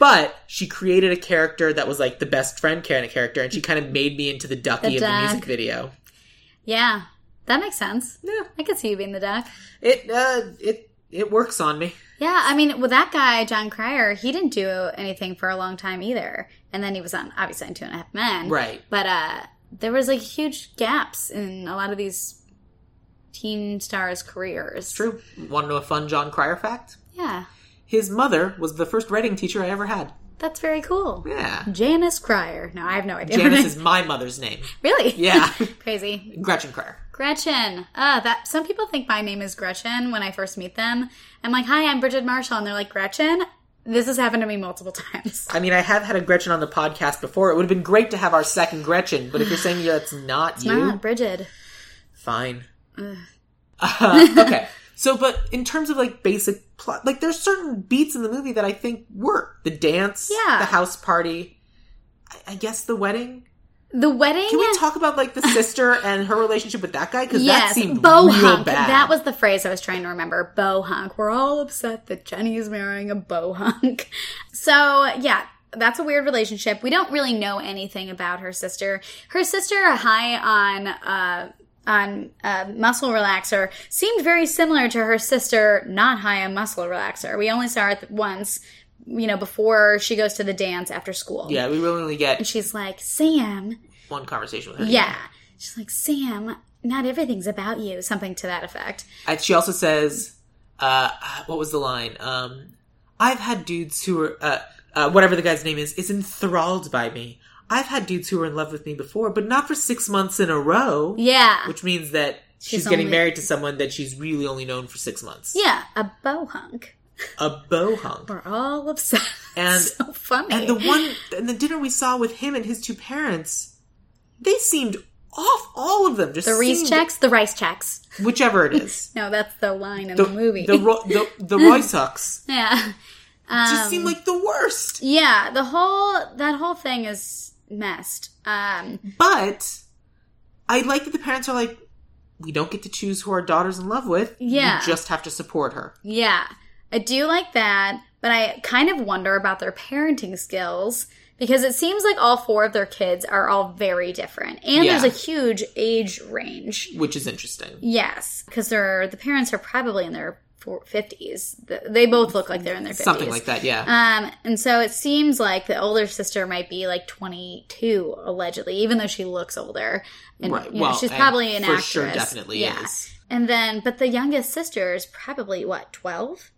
Speaker 1: but she created a character that was like the best friend kind of character, and she kind of made me into the ducky
Speaker 2: The
Speaker 1: of the music
Speaker 2: duck.
Speaker 1: video.
Speaker 2: yeah. That makes sense.
Speaker 1: Yeah,
Speaker 2: I could see you being the duck.
Speaker 1: it uh, it it works on me.
Speaker 2: Yeah, I mean, well, that guy John Cryer, he didn't do anything for a long time either, and then he was on obviously on Two and a Half Men,
Speaker 1: Right.
Speaker 2: But uh, there was like huge gaps in a lot of these teen stars' careers.
Speaker 1: True. Want to know a fun John Cryer fact?
Speaker 2: Yeah,
Speaker 1: His mother was the first writing teacher I ever had.
Speaker 2: that's very cool.
Speaker 1: Yeah.
Speaker 2: Janice Cryer. No, I have no idea.
Speaker 1: Janice is my mother's name.
Speaker 2: really
Speaker 1: Yeah.
Speaker 2: crazy.
Speaker 1: Gretchen Cryer.
Speaker 2: Gretchen. Uh, that some people think my name is Gretchen when I first meet them. I'm like, hi, I'm Bridget Marshall, and they're like, Gretchen. This has happened to me multiple times.
Speaker 1: I mean, I have had a Gretchen on the podcast before. It would have been great to have our second Gretchen, but if you're saying that's not you,
Speaker 2: Ah, Bridget.
Speaker 1: fine. Uh, okay. So, but in terms of like basic plot, like there's certain beats in the movie that I think work. The dance,
Speaker 2: Yeah.
Speaker 1: the house party, I, I guess the wedding.
Speaker 2: The wedding.
Speaker 1: Can we talk about like the sister and her relationship with that guy? Because that
Speaker 2: Yes,
Speaker 1: seemed
Speaker 2: bohunk.
Speaker 1: real bad.
Speaker 2: That was the phrase I was trying to remember. Bohunk. We're all upset that Jenny is marrying a bohunk. So yeah, that's a weird relationship. We don't really know anything about her sister. Her sister, high on uh, on uh, muscle relaxer, seemed very similar to her sister, not high on muscle relaxer. We only saw her th- once. You know, before she goes to the dance after school.
Speaker 1: yeah. We really only get
Speaker 2: She's like, Sam,
Speaker 1: one conversation with her.
Speaker 2: yeah. She's like, Sam, not everything's about you. Something to that effect.
Speaker 1: And she also says, uh, what was the line? Um, I've had dudes who are, uh, uh, whatever the guy's name is, is enthralled by me. I've had dudes who were in love with me before, but not for six months in a row.
Speaker 2: Yeah.
Speaker 1: Which means that she's,
Speaker 2: She's
Speaker 1: getting
Speaker 2: only-
Speaker 1: married to someone that she's really only known for six months.
Speaker 2: yeah. A bohunk.
Speaker 1: A bohunk.
Speaker 2: We're all upset.
Speaker 1: And-
Speaker 2: so funny.
Speaker 1: And the one, and the dinner we saw with him and his two parents, they seemed off, all of them. Just
Speaker 2: the Reese
Speaker 1: seemed-
Speaker 2: checks, the rice checks.
Speaker 1: Whichever it is.
Speaker 2: No, that's the line in the, movie.
Speaker 1: The, Ro- the, the Royce Hucks
Speaker 2: yeah. Um,
Speaker 1: just seem like the worst.
Speaker 2: Yeah. The whole, that whole thing is messed. Um,
Speaker 1: But I like that the parents are like, we don't get to choose who our daughter's in love with.
Speaker 2: Yeah.
Speaker 1: We just have to support her.
Speaker 2: yeah. I do like that, but I kind of wonder about their parenting skills because it seems like all four of their kids are all very different. And
Speaker 1: Yeah.
Speaker 2: there's a huge age range.
Speaker 1: Which is interesting.
Speaker 2: Yes, because they're the parents are probably in their fifties. They both look like they're in their fifties.
Speaker 1: Something like that, yeah.
Speaker 2: Um, and so it seems like the older sister might be like twenty two allegedly, even though she looks older. And
Speaker 1: right.
Speaker 2: you know,
Speaker 1: well,
Speaker 2: she's
Speaker 1: and
Speaker 2: probably an
Speaker 1: for
Speaker 2: actress.
Speaker 1: sure definitely
Speaker 2: yeah.
Speaker 1: is.
Speaker 2: And then, but the youngest sister is probably what twelve.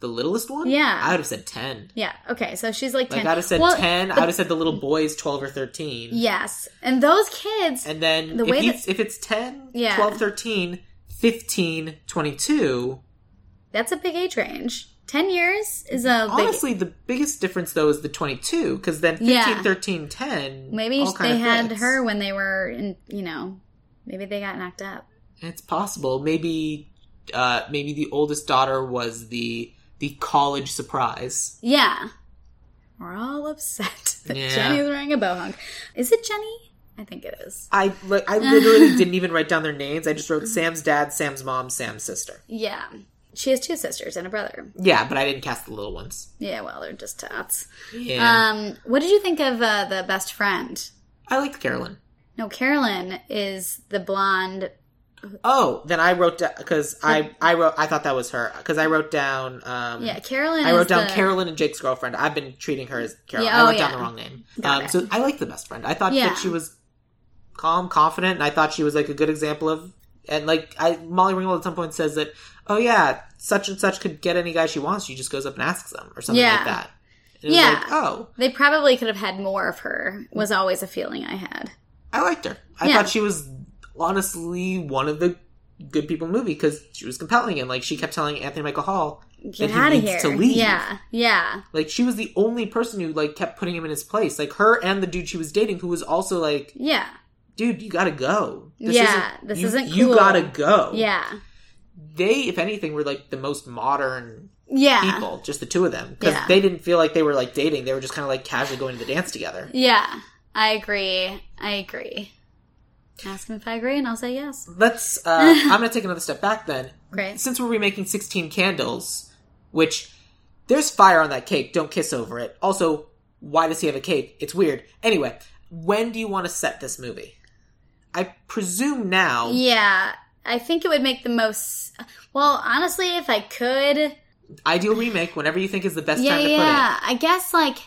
Speaker 1: The littlest one?
Speaker 2: Yeah.
Speaker 1: I would have said 10.
Speaker 2: Yeah. Okay. So she's like ten.
Speaker 1: Like, I would have said
Speaker 2: Well,
Speaker 1: 10. I would have said the little boy is 12 or 13.
Speaker 2: Yes, and those kids.
Speaker 1: And then
Speaker 2: The
Speaker 1: if,
Speaker 2: way
Speaker 1: he's, if it's 10,
Speaker 2: Yeah.
Speaker 1: 12, 13, 15, 22,
Speaker 2: that's a big age range. Ten years is a big
Speaker 1: honestly, the biggest difference though is the 22, because then 15,
Speaker 2: Yeah.
Speaker 1: 13, 10.
Speaker 2: Maybe
Speaker 1: all
Speaker 2: sh-
Speaker 1: kind
Speaker 2: they
Speaker 1: of
Speaker 2: had
Speaker 1: fits.
Speaker 2: her when they were in, you know, maybe they got knocked up.
Speaker 1: It's possible. Maybe, uh, maybe the oldest daughter was the the college surprise.
Speaker 2: Yeah. We're all upset that
Speaker 1: Yeah.
Speaker 2: Jenny's wearing a bohunk. Is it Jenny? I think it is.
Speaker 1: I li- I literally didn't even write down their names. I just wrote Sam's dad, Sam's mom, Sam's sister.
Speaker 2: Yeah. She has two sisters and a brother.
Speaker 1: Yeah, but I didn't cast the little ones.
Speaker 2: Yeah, well, they're just tots.
Speaker 1: Yeah.
Speaker 2: Um, what did you think of uh, the best friend?
Speaker 1: I liked Carolyn.
Speaker 2: No, Carolyn is the blonde.
Speaker 1: Oh, then I wrote down because I I wrote I thought that was her because I wrote down um
Speaker 2: Yeah, Carolyn.
Speaker 1: I
Speaker 2: is
Speaker 1: wrote down
Speaker 2: the-
Speaker 1: Carolyn and Jake's girlfriend. I've been treating her as Carolyn.
Speaker 2: Yeah,
Speaker 1: I
Speaker 2: oh,
Speaker 1: wrote down
Speaker 2: yeah.
Speaker 1: the wrong name.
Speaker 2: Got
Speaker 1: Um,
Speaker 2: it.
Speaker 1: so I like the best friend. I thought
Speaker 2: Yeah.
Speaker 1: that she was calm, confident, and I thought she was like a good example of and like I Molly Ringwald at some point says that oh yeah such and such could get any guy she wants. She just goes up and asks them or something
Speaker 2: Yeah.
Speaker 1: like that. And it was
Speaker 2: Yeah.
Speaker 1: like, oh,
Speaker 2: They probably could have had more of her. Was always a feeling I had.
Speaker 1: I liked her. I
Speaker 2: Yeah.
Speaker 1: thought she was honestly one of the good people in the movie because she was compelling and like she kept telling Anthony Michael Hall
Speaker 2: Get
Speaker 1: he
Speaker 2: out of here.
Speaker 1: needs to leave.
Speaker 2: Yeah, yeah,
Speaker 1: like she was the only person who like kept putting him in his place. Like her and the dude she was dating who was also like,
Speaker 2: yeah,
Speaker 1: dude, you gotta go.
Speaker 2: Yeah, this
Speaker 1: you,
Speaker 2: isn't
Speaker 1: You
Speaker 2: cool."
Speaker 1: gotta go.
Speaker 2: yeah,
Speaker 1: They, if anything, were like the most modern
Speaker 2: yeah,
Speaker 1: people, just the two of them, because
Speaker 2: Yeah.
Speaker 1: they didn't feel like they were like dating. They were just kind of like casually going to the dance together.
Speaker 2: yeah. I agree. I agree. Ask him if I agree, and I'll say yes.
Speaker 1: Let's. Uh, I'm gonna take another step back then.
Speaker 2: Great.
Speaker 1: since we're remaking 16 candles which there's fire on that cake don't kiss over it also why does he have a cake it's weird anyway when do you want to set this movie i presume now
Speaker 2: Yeah, I think it would make the most. Well, honestly, if I could,
Speaker 1: ideal remake whenever you think is the best
Speaker 2: yeah,
Speaker 1: time to
Speaker 2: yeah. I guess like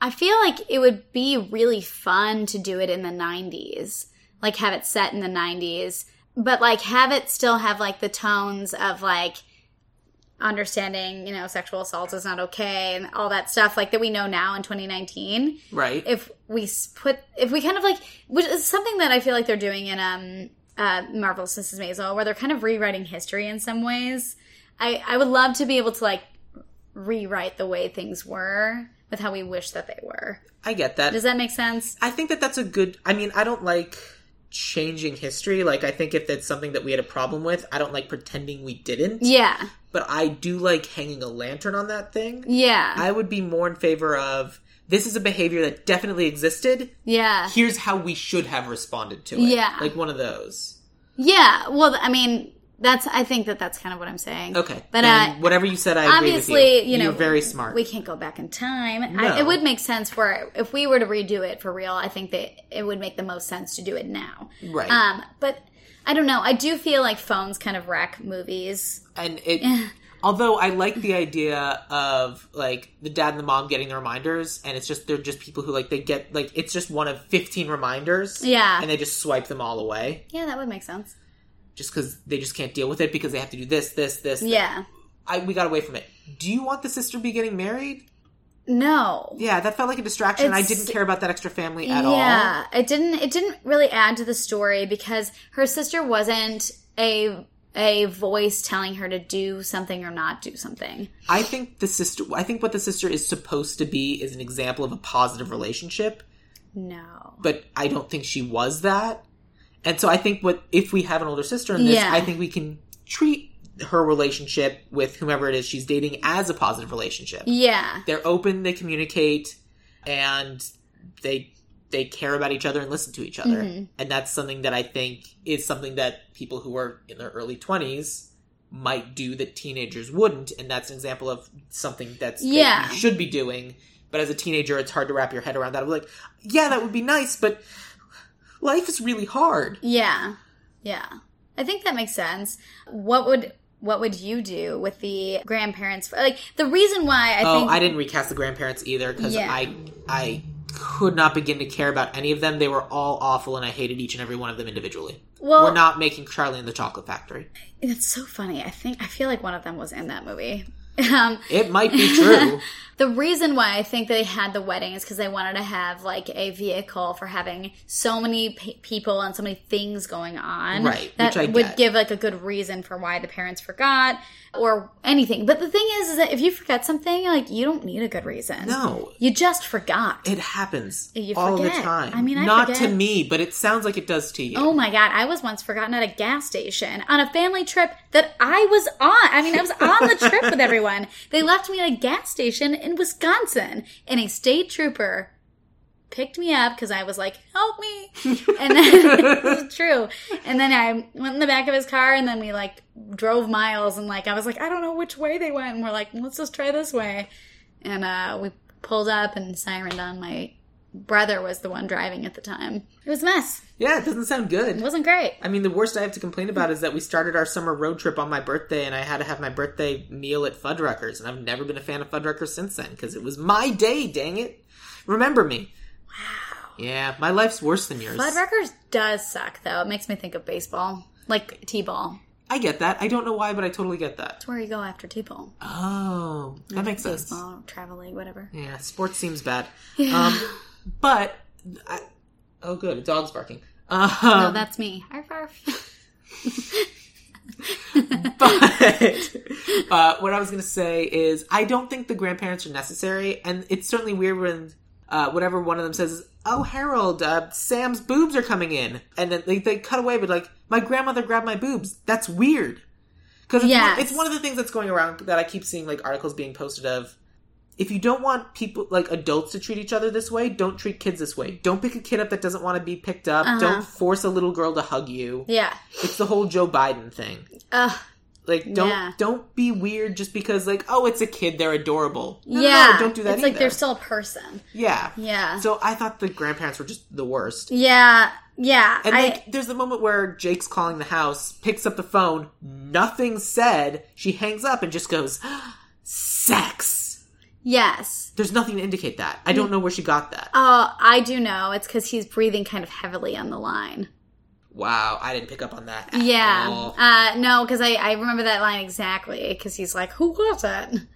Speaker 2: I feel like it would be really fun to do it in the '90s, like have it set in the '90s, but like have it still have like the tones of like understanding, you know, sexual assault is not okay and all that stuff like that we know now in 2019.
Speaker 1: put it right
Speaker 2: If we s- put, if we kind of like, which is something that I feel like they're doing in um uh Marvelous Mrs. Maisel, where they're kind of rewriting history in some ways. I I would love to be able to like rewrite the way things were with how we wish that they were.
Speaker 1: i get that
Speaker 2: Does that make sense?
Speaker 1: i think that that's a good i mean i don't like changing history like i think if that's something that we had a problem with i don't like pretending we didn't
Speaker 2: Yeah,
Speaker 1: but i do like hanging a lantern on that thing
Speaker 2: yeah,
Speaker 1: I would be more in favor of this is a behavior that definitely existed.
Speaker 2: yeah,
Speaker 1: Here's how we should have responded to it.
Speaker 2: Yeah.
Speaker 1: Like one of those.
Speaker 2: yeah. Well, I mean, that's I think that that's kind of what I'm saying.
Speaker 1: Okay.
Speaker 2: but uh,
Speaker 1: Then whatever you said, I agree with
Speaker 2: obviously,
Speaker 1: you.
Speaker 2: you know,
Speaker 1: You're very smart.
Speaker 2: we can't go back in time.
Speaker 1: No.
Speaker 2: I, it would make sense for if we were to redo it for real. I think that it would make the most sense to do it now.
Speaker 1: Right.
Speaker 2: Um, but I don't know. I do feel like phones kind of wreck movies.
Speaker 1: and it. although I like the idea of like the dad and the mom getting the reminders, and it's just they're just people who like they get like it's just one of fifteen reminders.
Speaker 2: Yeah.
Speaker 1: And they just swipe them all away
Speaker 2: Yeah, that would make sense.
Speaker 1: just because they just can't deal with it because they have to do this, this, this.
Speaker 2: Yeah.
Speaker 1: I, we got away from it. Do you want the sister to be getting married?
Speaker 2: No.
Speaker 1: Yeah, that felt like a distraction. and I
Speaker 2: It's-
Speaker 1: didn't care about that extra family at all.
Speaker 2: yeah, it didn't. It didn't really add to the story because her sister wasn't a a voice telling her to do something or not do something.
Speaker 1: I think the sister. I think what the sister is supposed to be is an example of a positive relationship,
Speaker 2: No.
Speaker 1: but I don't think she was that. And so I think what if we have an older sister in this,
Speaker 2: Yeah.
Speaker 1: I think we can treat her relationship with whomever it is she's dating as a positive relationship.
Speaker 2: Yeah.
Speaker 1: They're open, they communicate, and they they care about each other and listen to each other.
Speaker 2: Mhm.
Speaker 1: And that's something that I think is something that people who are in their early 20s might do that teenagers wouldn't. And that's an example of something that's that
Speaker 2: Yeah.
Speaker 1: you should be doing. But as a teenager, it's hard to wrap your head around that. I'm like, yeah, that would be nice, but life is really hard.
Speaker 2: Yeah. Yeah. I think that makes sense. What would what would you do with the grandparents? Like the reason why I
Speaker 1: oh,
Speaker 2: think
Speaker 1: I didn't recast the grandparents either because
Speaker 2: Yeah.
Speaker 1: I I could not begin to care about any of them. They were all awful, and I hated each and every one of them individually.
Speaker 2: well,
Speaker 1: we're not making Charlie and the Chocolate Factory.
Speaker 2: it's so funny. I think I feel like one of them was in that movie. Um,
Speaker 1: It might be true.
Speaker 2: the reason why I think they had the wedding is because they wanted to have like a vehicle for having so many p- people and so many things going on.
Speaker 1: Right,
Speaker 2: that
Speaker 1: which I
Speaker 2: would
Speaker 1: get.
Speaker 2: give like a good reason for why the parents forgot or anything. But the thing is, is that if you forget something, like you don't need a good reason.
Speaker 1: no,
Speaker 2: you just forgot.
Speaker 1: it happens
Speaker 2: You
Speaker 1: all the
Speaker 2: forget.
Speaker 1: time.
Speaker 2: I mean, I
Speaker 1: not to
Speaker 2: forget.
Speaker 1: me, but it sounds like it does to you.
Speaker 2: Oh my god, I was once forgotten at a gas station on a family trip that I was on. I mean, I was on the trip with everyone. They left me at a gas station in Wisconsin, and a state trooper picked me up because I was like, help me. And then, this is true. And then I went in the back of his car and then we like drove miles and like, I was like, I don't know which way they went. And we're like, let's just try this way. And uh, we pulled up and sirened on. My brother was the one driving at the time. It was a mess.
Speaker 1: Yeah, it doesn't sound good.
Speaker 2: It wasn't great.
Speaker 1: I mean, the worst I have to complain about is that we started our summer road trip on my birthday, and I had to have my birthday meal at Fuddruckers, and I've never been a fan of Fuddruckers since then because it was my day. Dang it! Remember me? Wow. Yeah, my life's worse than yours.
Speaker 2: Fuddruckers does suck though. It makes me think of baseball, like t-ball.
Speaker 1: I get that. I don't know why, but I totally get that.
Speaker 2: It's where you go after t-ball.
Speaker 1: Oh, that makes sense.
Speaker 2: Baseball, travel league, whatever.
Speaker 1: Yeah, sports seems bad. Um, but I, oh, good, a dog's barking. Um,
Speaker 2: No, that's me. Arf, arf.
Speaker 1: but uh, what I was going to say is, I don't think the grandparents are necessary, and it's certainly weird when uh, whatever one of them says, is, "Oh, Harold, uh, Sam's boobs are coming in," and then they, they cut away, but like, "My grandmother grabbed my boobs." That's weird because it's,
Speaker 2: Yes.
Speaker 1: one- it's one of the things that's going around that I keep seeing like articles being posted of. If you don't want people like adults to treat each other this way, don't treat kids this way. Don't pick a kid up that doesn't want to be picked up. Don't force a little girl to hug you.
Speaker 2: Yeah. Uh,
Speaker 1: It's the whole Joe Biden thing.
Speaker 2: Ugh.
Speaker 1: Like don't
Speaker 2: Yeah.
Speaker 1: don't be weird just because like oh it's a kid they're adorable. No, no,
Speaker 2: yeah.
Speaker 1: no, don't do that.
Speaker 2: It's
Speaker 1: either.
Speaker 2: like they're still a person.
Speaker 1: yeah
Speaker 2: Yeah.
Speaker 1: So I thought the grandparents were just the worst.
Speaker 2: yeah. Yeah.
Speaker 1: And
Speaker 2: I,
Speaker 1: like there's the moment where Jake's calling the house, picks up the phone, nothing said. She hangs up and just goes sex.
Speaker 2: yes.
Speaker 1: There's nothing to indicate that. I
Speaker 2: Mm.
Speaker 1: don't know where she got that.
Speaker 2: Oh, I do know. It's because he's breathing kind of heavily on the line.
Speaker 1: Wow, I didn't pick up on that. at
Speaker 2: Yeah.
Speaker 1: all.
Speaker 2: Uh, no, because I, I remember that line exactly because he's like, who was it?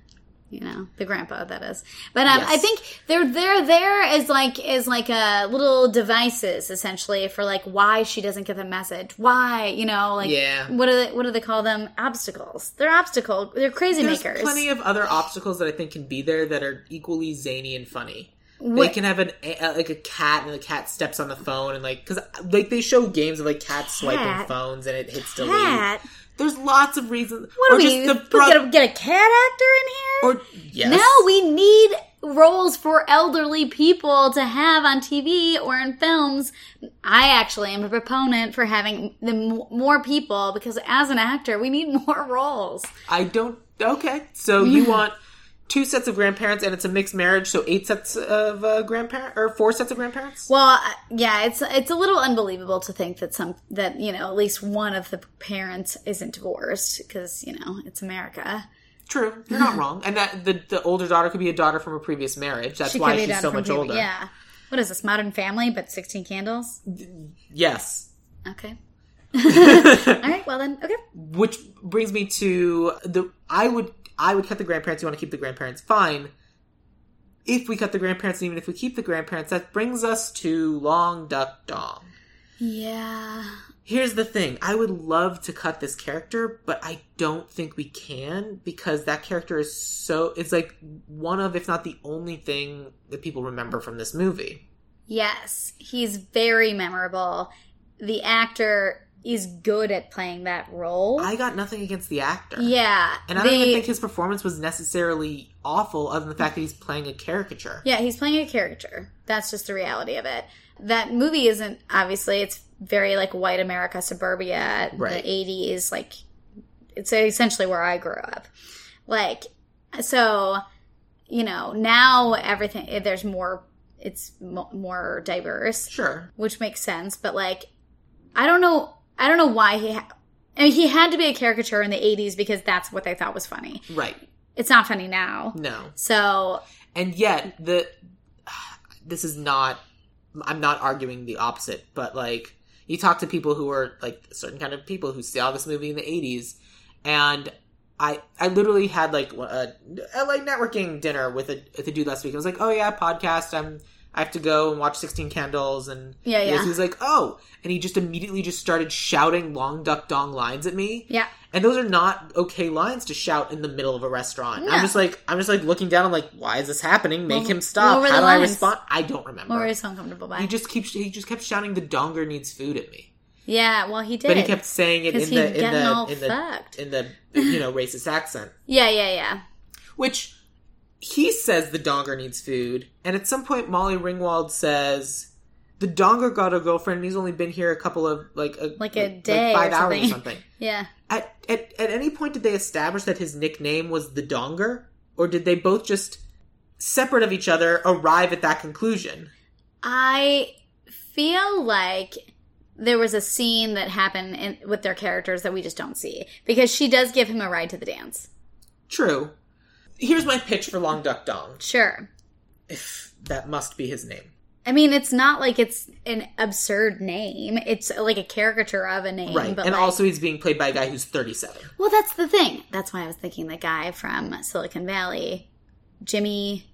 Speaker 2: You know, the grandpa that is. But um, I
Speaker 1: Yes.
Speaker 2: think they're they're there as like as like a little devices essentially for like why she doesn't get the message. Why you know like
Speaker 1: Yeah.
Speaker 2: what do they, what do they call them obstacles? They're obstacle. They're crazy
Speaker 1: There's
Speaker 2: makers.
Speaker 1: plenty of other obstacles that I think can be there that are equally zany and funny. They
Speaker 2: What-
Speaker 1: can have an a, like a cat, and the cat steps on the phone, and like because like they show games of like cats swiping
Speaker 2: Cat?
Speaker 1: phones, and it hits delete.
Speaker 2: Cat.
Speaker 1: There's lots of reasons.
Speaker 2: What
Speaker 1: or
Speaker 2: do
Speaker 1: just
Speaker 2: we
Speaker 1: the
Speaker 2: get,
Speaker 1: brother?
Speaker 2: a, get a cat actor in here?
Speaker 1: Or yes,
Speaker 2: No, we need roles for elderly people to have on TV or in films. I actually am a proponent for having the m- more people because as an actor, we need more roles.
Speaker 1: I don't. Okay, so you want two sets of grandparents, and it's a mixed marriage, so eight sets of uh, grandparent or four sets of grandparents.
Speaker 2: Well, I- yeah, it's it's a little unbelievable to think that some that you know at least one of the parents isn't divorced because you know it's America.
Speaker 1: True, you're not wrong, and that the the older daughter could be a daughter from a previous marriage. That's
Speaker 2: She
Speaker 1: why
Speaker 2: could be
Speaker 1: she's
Speaker 2: done
Speaker 1: so
Speaker 2: from
Speaker 1: much
Speaker 2: people-
Speaker 1: older.
Speaker 2: Yeah. What is this Modern Family? But sixteen candles.
Speaker 1: Yes.
Speaker 2: Okay. All right. Well then. Okay.
Speaker 1: which brings me to the i would i would cut the grandparents you want to keep the grandparents fine if we cut the grandparents and even if we keep the grandparents that brings us to long duck dong
Speaker 2: Yeah.
Speaker 1: here's the thing i would love to cut this character but i don't think we can because that character is so it's like one of if not the only thing that people remember from this movie
Speaker 2: Yes, he's very memorable. The actor is good at playing that role.
Speaker 1: i got nothing against the actor
Speaker 2: yeah,
Speaker 1: and i don't even think his performance was necessarily awful other than the fact that he's playing a caricature
Speaker 2: yeah, he's playing a character. That's just the reality of it. That movie isn't obviously it's very like white America suburbia,
Speaker 1: Right.
Speaker 2: the eighties, like it's essentially where I grew up. Like so, you know, now everything there's more. It's mo- more diverse.
Speaker 1: sure
Speaker 2: which makes sense. But like, I don't know. I don't know why he. Ha- I mean, he had to be a caricature in the '80s because that's what they thought was funny.
Speaker 1: right
Speaker 2: It's not funny now.
Speaker 1: No.
Speaker 2: So
Speaker 1: And yet the this is not I'm not arguing the opposite, but like you talk to people who are like certain kind of people who saw this movie in the 80s and I I literally had like a LA networking dinner with a with a dude last week. I was like, "Oh yeah, podcast. I'm I have to go and watch 16 Candles and
Speaker 2: Yeah, yeah.
Speaker 1: He was like, "Oh." And he just immediately just started shouting long duck dong lines at me.
Speaker 2: yeah,
Speaker 1: And those are not okay lines to shout in the middle of a restaurant.
Speaker 2: No.
Speaker 1: I'm just like I'm just like looking down. I'm like, why is this happening? Make
Speaker 2: What-
Speaker 1: him stop.
Speaker 2: what were
Speaker 1: How
Speaker 2: the
Speaker 1: do I
Speaker 2: lines?
Speaker 1: respond? I don't remember.
Speaker 2: or is uncomfortable by.
Speaker 1: he just keeps he just kept shouting the donger needs food at me,
Speaker 2: yeah, well, he did.
Speaker 1: but he kept saying it
Speaker 2: 'Cause
Speaker 1: in
Speaker 2: he'd
Speaker 1: the in
Speaker 2: gotten
Speaker 1: the
Speaker 2: all
Speaker 1: in the
Speaker 2: fucked.
Speaker 1: in the you know racist accent,
Speaker 2: yeah, yeah, yeah.
Speaker 1: which he says the donger needs food, and at some point Molly Ringwald says the donger got a girlfriend and he's only been here a couple of like a,
Speaker 2: Like a day
Speaker 1: five
Speaker 2: or
Speaker 1: hours or
Speaker 2: something.
Speaker 1: something.
Speaker 2: Yeah.
Speaker 1: At, at at any point did they establish that his nickname was the donger, or did they both just separate of each other arrive at that conclusion?
Speaker 2: I feel like there was a scene that happened in, with their characters that we just don't see because she does give him a ride to the dance.
Speaker 1: True. Here's my pitch for Long Duck Dong,
Speaker 2: Sure.
Speaker 1: if that must be his name.
Speaker 2: I mean, it's not like it's an absurd name. It's like a caricature of a name,
Speaker 1: Right.
Speaker 2: but
Speaker 1: and
Speaker 2: like,
Speaker 1: also he's being played by a guy who's 37.
Speaker 2: well, that's the thing. That's why I was thinking the guy from Silicon Valley, Jimmy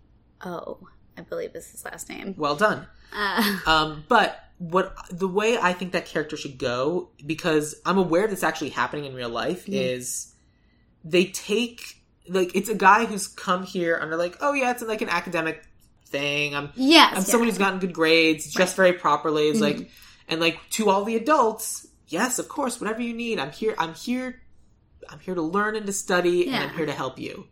Speaker 2: O, I believe is his last name.
Speaker 1: Well done.
Speaker 2: Uh,
Speaker 1: Um, but what the way I think that character should go, because I'm aware that's actually happening in real life, is they take like it's a guy who's come here and they're like, oh yeah, it's like an academic thing. I'm
Speaker 2: yes,
Speaker 1: I'm
Speaker 2: yeah. Mm-hmm.
Speaker 1: someone who's gotten good grades, dressed very properly. It's like and like to all the adults, yes, of course, whatever you need. I'm here. I'm here. I'm here to learn and to study, and I'm
Speaker 2: Yeah.
Speaker 1: here to help you.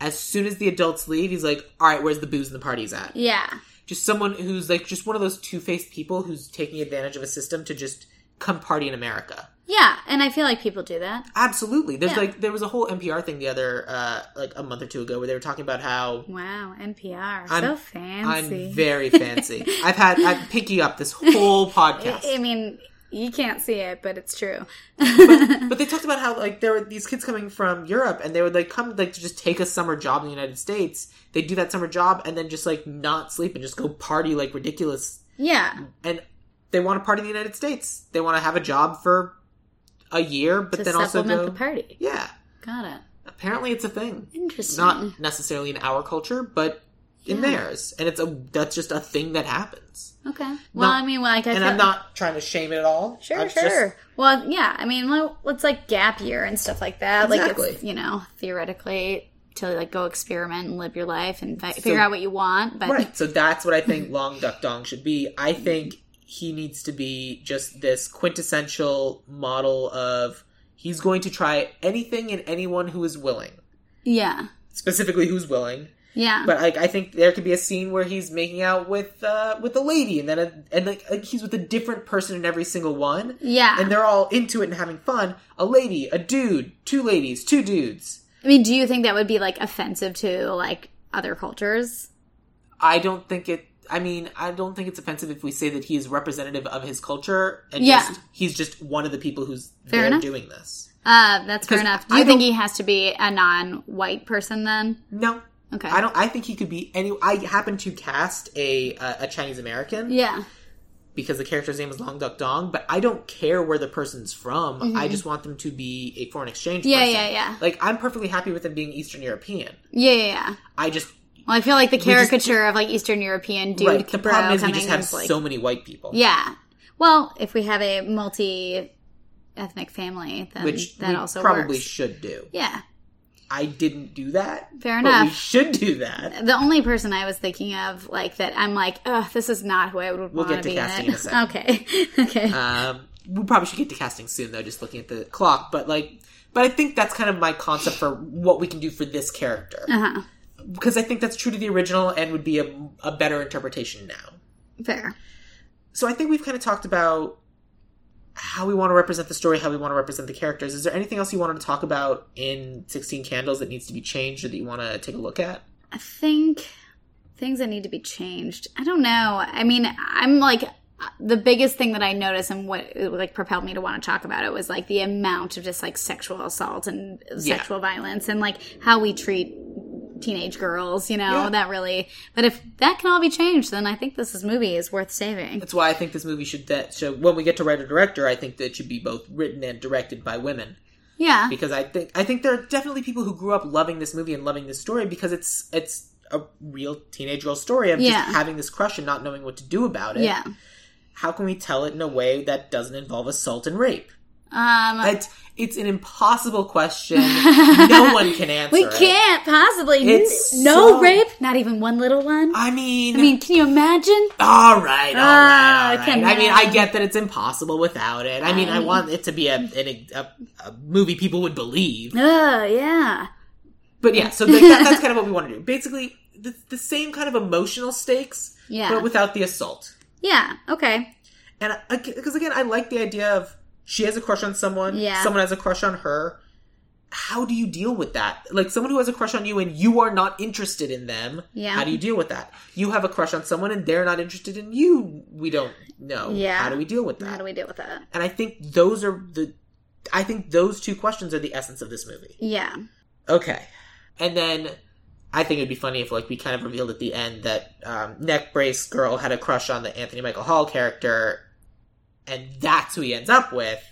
Speaker 1: As soon as the adults leave, he's like, all right, where's the booze and the parties at?
Speaker 2: yeah,
Speaker 1: just someone who's like just one of those two-faced people who's taking advantage of a system to just come party in america
Speaker 2: yeah, and I feel like people do that.
Speaker 1: absolutely there's
Speaker 2: Yeah.
Speaker 1: like there was a whole npr thing the other uh like a month or two ago where they were talking about how
Speaker 2: Wow, NPR,
Speaker 1: I'm-
Speaker 2: so fancy.
Speaker 1: i'm very fancy i've had i'm pinky up this whole
Speaker 2: I-
Speaker 1: podcast
Speaker 2: I mean, you can't see it, but it's true.
Speaker 1: but they talked about how like there were these kids coming from europe and they would like come like to just take a summer job in the united states they do that summer job and then just like not sleep and just go party like ridiculous
Speaker 2: yeah,
Speaker 1: and they want to party in the United States. They want to have a job for a year, but
Speaker 2: to
Speaker 1: then also
Speaker 2: supplement
Speaker 1: go.
Speaker 2: the party.
Speaker 1: yeah,
Speaker 2: Got it.
Speaker 1: apparently it's a thing.
Speaker 2: Interesting.
Speaker 1: Not necessarily in our culture, but in
Speaker 2: Yeah.
Speaker 1: theirs, and it's a that's just a thing that happens.
Speaker 2: okay. Well,
Speaker 1: not-
Speaker 2: I mean, like, I
Speaker 1: and
Speaker 2: feel,
Speaker 1: I'm not trying to shame it at all.
Speaker 2: Sure,
Speaker 1: I'm just-
Speaker 2: sure. Well, yeah. I mean, well, it's like gap year and stuff like that. Like, it's,
Speaker 1: Exactly.
Speaker 2: you know, theoretically, to like go experiment and live your life and fi-
Speaker 1: So-
Speaker 2: figure out what you want. But
Speaker 1: Right. So that's what I think Long Duck Dong should be. I think he needs to be just this quintessential model of he's going to try anything and anyone who is willing.
Speaker 2: yeah,
Speaker 1: Specifically who's willing.
Speaker 2: yeah,
Speaker 1: But like, I think there could be a scene where he's making out with uh, with a lady, and then a, and like, like he's with a different person in every single one,
Speaker 2: yeah.
Speaker 1: and they're all into it and having fun. A lady, a dude, two ladies, two dudes.
Speaker 2: I mean, do you think that would be like offensive to like other cultures?
Speaker 1: I don't think it. I mean, I don't think it's offensive if we say that he is representative of his culture, and
Speaker 2: Yeah.
Speaker 1: just, he's just one of the people who's
Speaker 2: Fair
Speaker 1: there
Speaker 2: enough.
Speaker 1: doing this.
Speaker 2: Uh, that's fair
Speaker 1: 'Cause
Speaker 2: enough. Do
Speaker 1: I
Speaker 2: you
Speaker 1: don't-
Speaker 2: think he has to be a non-white person then?
Speaker 1: No,
Speaker 2: Okay.
Speaker 1: I don't. I think he could be any. I happen to cast a uh, a Chinese American.
Speaker 2: Yeah.
Speaker 1: because the character's name is Long Duck Dong, but I don't care where the person's from. I just want them to be a foreign exchange
Speaker 2: Mm-hmm. Yeah,
Speaker 1: person.
Speaker 2: yeah, yeah.
Speaker 1: Like, I'm perfectly happy with them being Eastern European.
Speaker 2: Yeah, yeah, yeah.
Speaker 1: I just,
Speaker 2: Well, I feel like the
Speaker 1: just-
Speaker 2: caricature of like Eastern European dude
Speaker 1: right, the
Speaker 2: bro
Speaker 1: problem is we
Speaker 2: coming
Speaker 1: just have
Speaker 2: is like
Speaker 1: so many white people.
Speaker 2: yeah. Well, if we have a multi ethnic family, then
Speaker 1: Which
Speaker 2: that
Speaker 1: we
Speaker 2: also
Speaker 1: probably
Speaker 2: works.
Speaker 1: should do.
Speaker 2: yeah.
Speaker 1: I didn't do that.
Speaker 2: Fair
Speaker 1: but We
Speaker 2: enough.
Speaker 1: should do that.
Speaker 2: The only person I was thinking of, like that, I'm like, oh, this is not who I would
Speaker 1: We'll
Speaker 2: want
Speaker 1: get to
Speaker 2: be
Speaker 1: casting in a second.
Speaker 2: okay, okay,
Speaker 1: Um, we probably should get to casting soon, though, just looking at the clock. But, like, but I think that's kind of my concept for what we can do for this character.
Speaker 2: uh-huh.
Speaker 1: Because I think that's true to the original and would be a, a better interpretation now.
Speaker 2: fair.
Speaker 1: So I think we've kind of talked about how we want to represent the story, how we want to represent the characters. Is there anything else you wanted to talk about in 16 Candles that needs to be changed or that you want to take a look at?
Speaker 2: I think things that need to be changed. I don't know. I mean, I'm like the biggest thing that I noticed and what like propelled me to want to talk about it was like the amount of just like sexual assault and sexual violence and like how we treat teenage girls, you know,
Speaker 1: Yeah.
Speaker 2: that really but if that can all be changed, then I think this is movie is worth saving.
Speaker 1: That's why I think this movie should that so when we get to writer director, I think that it should be both written and directed by women
Speaker 2: yeah.
Speaker 1: because I think I think there are definitely people who grew up loving this movie and loving this story because it's it's a real teenage girl story of
Speaker 2: Yeah.
Speaker 1: just having this crush and not knowing what to do about it.
Speaker 2: Yeah.
Speaker 1: How can we tell it in a way that doesn't involve assault and rape?
Speaker 2: Um
Speaker 1: It's it's an impossible question. no one can answer.
Speaker 2: we
Speaker 1: it.
Speaker 2: can't possibly
Speaker 1: It's
Speaker 2: no
Speaker 1: so-
Speaker 2: rape, not even one little one. I,
Speaker 1: I mean,
Speaker 2: mean, can you imagine?
Speaker 1: all right, all
Speaker 2: Ah,
Speaker 1: right, all right.
Speaker 2: come
Speaker 1: I mean, I
Speaker 2: on.
Speaker 1: get that it's impossible without it. I mean,
Speaker 2: Uh,
Speaker 1: I want it to be a, an, a, a movie people would believe.
Speaker 2: Oh, yeah.
Speaker 1: But yeah, so like that, that's kind of what we want to do. Basically, the, the same kind of emotional stakes,
Speaker 2: Yeah.
Speaker 1: but without the assault.
Speaker 2: Yeah. Okay.
Speaker 1: And because again, I like the idea of she has a crush on someone,
Speaker 2: Yeah.
Speaker 1: someone has a crush on her. How do you deal with that? Like someone who has a crush on you and you are not interested in them.
Speaker 2: Yeah.
Speaker 1: How do you deal with that? You have a crush on someone and they're not interested in you. We don't know.
Speaker 2: Yeah.
Speaker 1: How do we deal with that?
Speaker 2: How do we deal with that?
Speaker 1: and I think those are the. I think those two questions are the essence of this movie.
Speaker 2: Yeah.
Speaker 1: Okay. And then I think it'd be funny if like we kind of revealed at the end that um, neck brace girl had a crush on the Anthony Michael Hall character, and that's who he ends up with.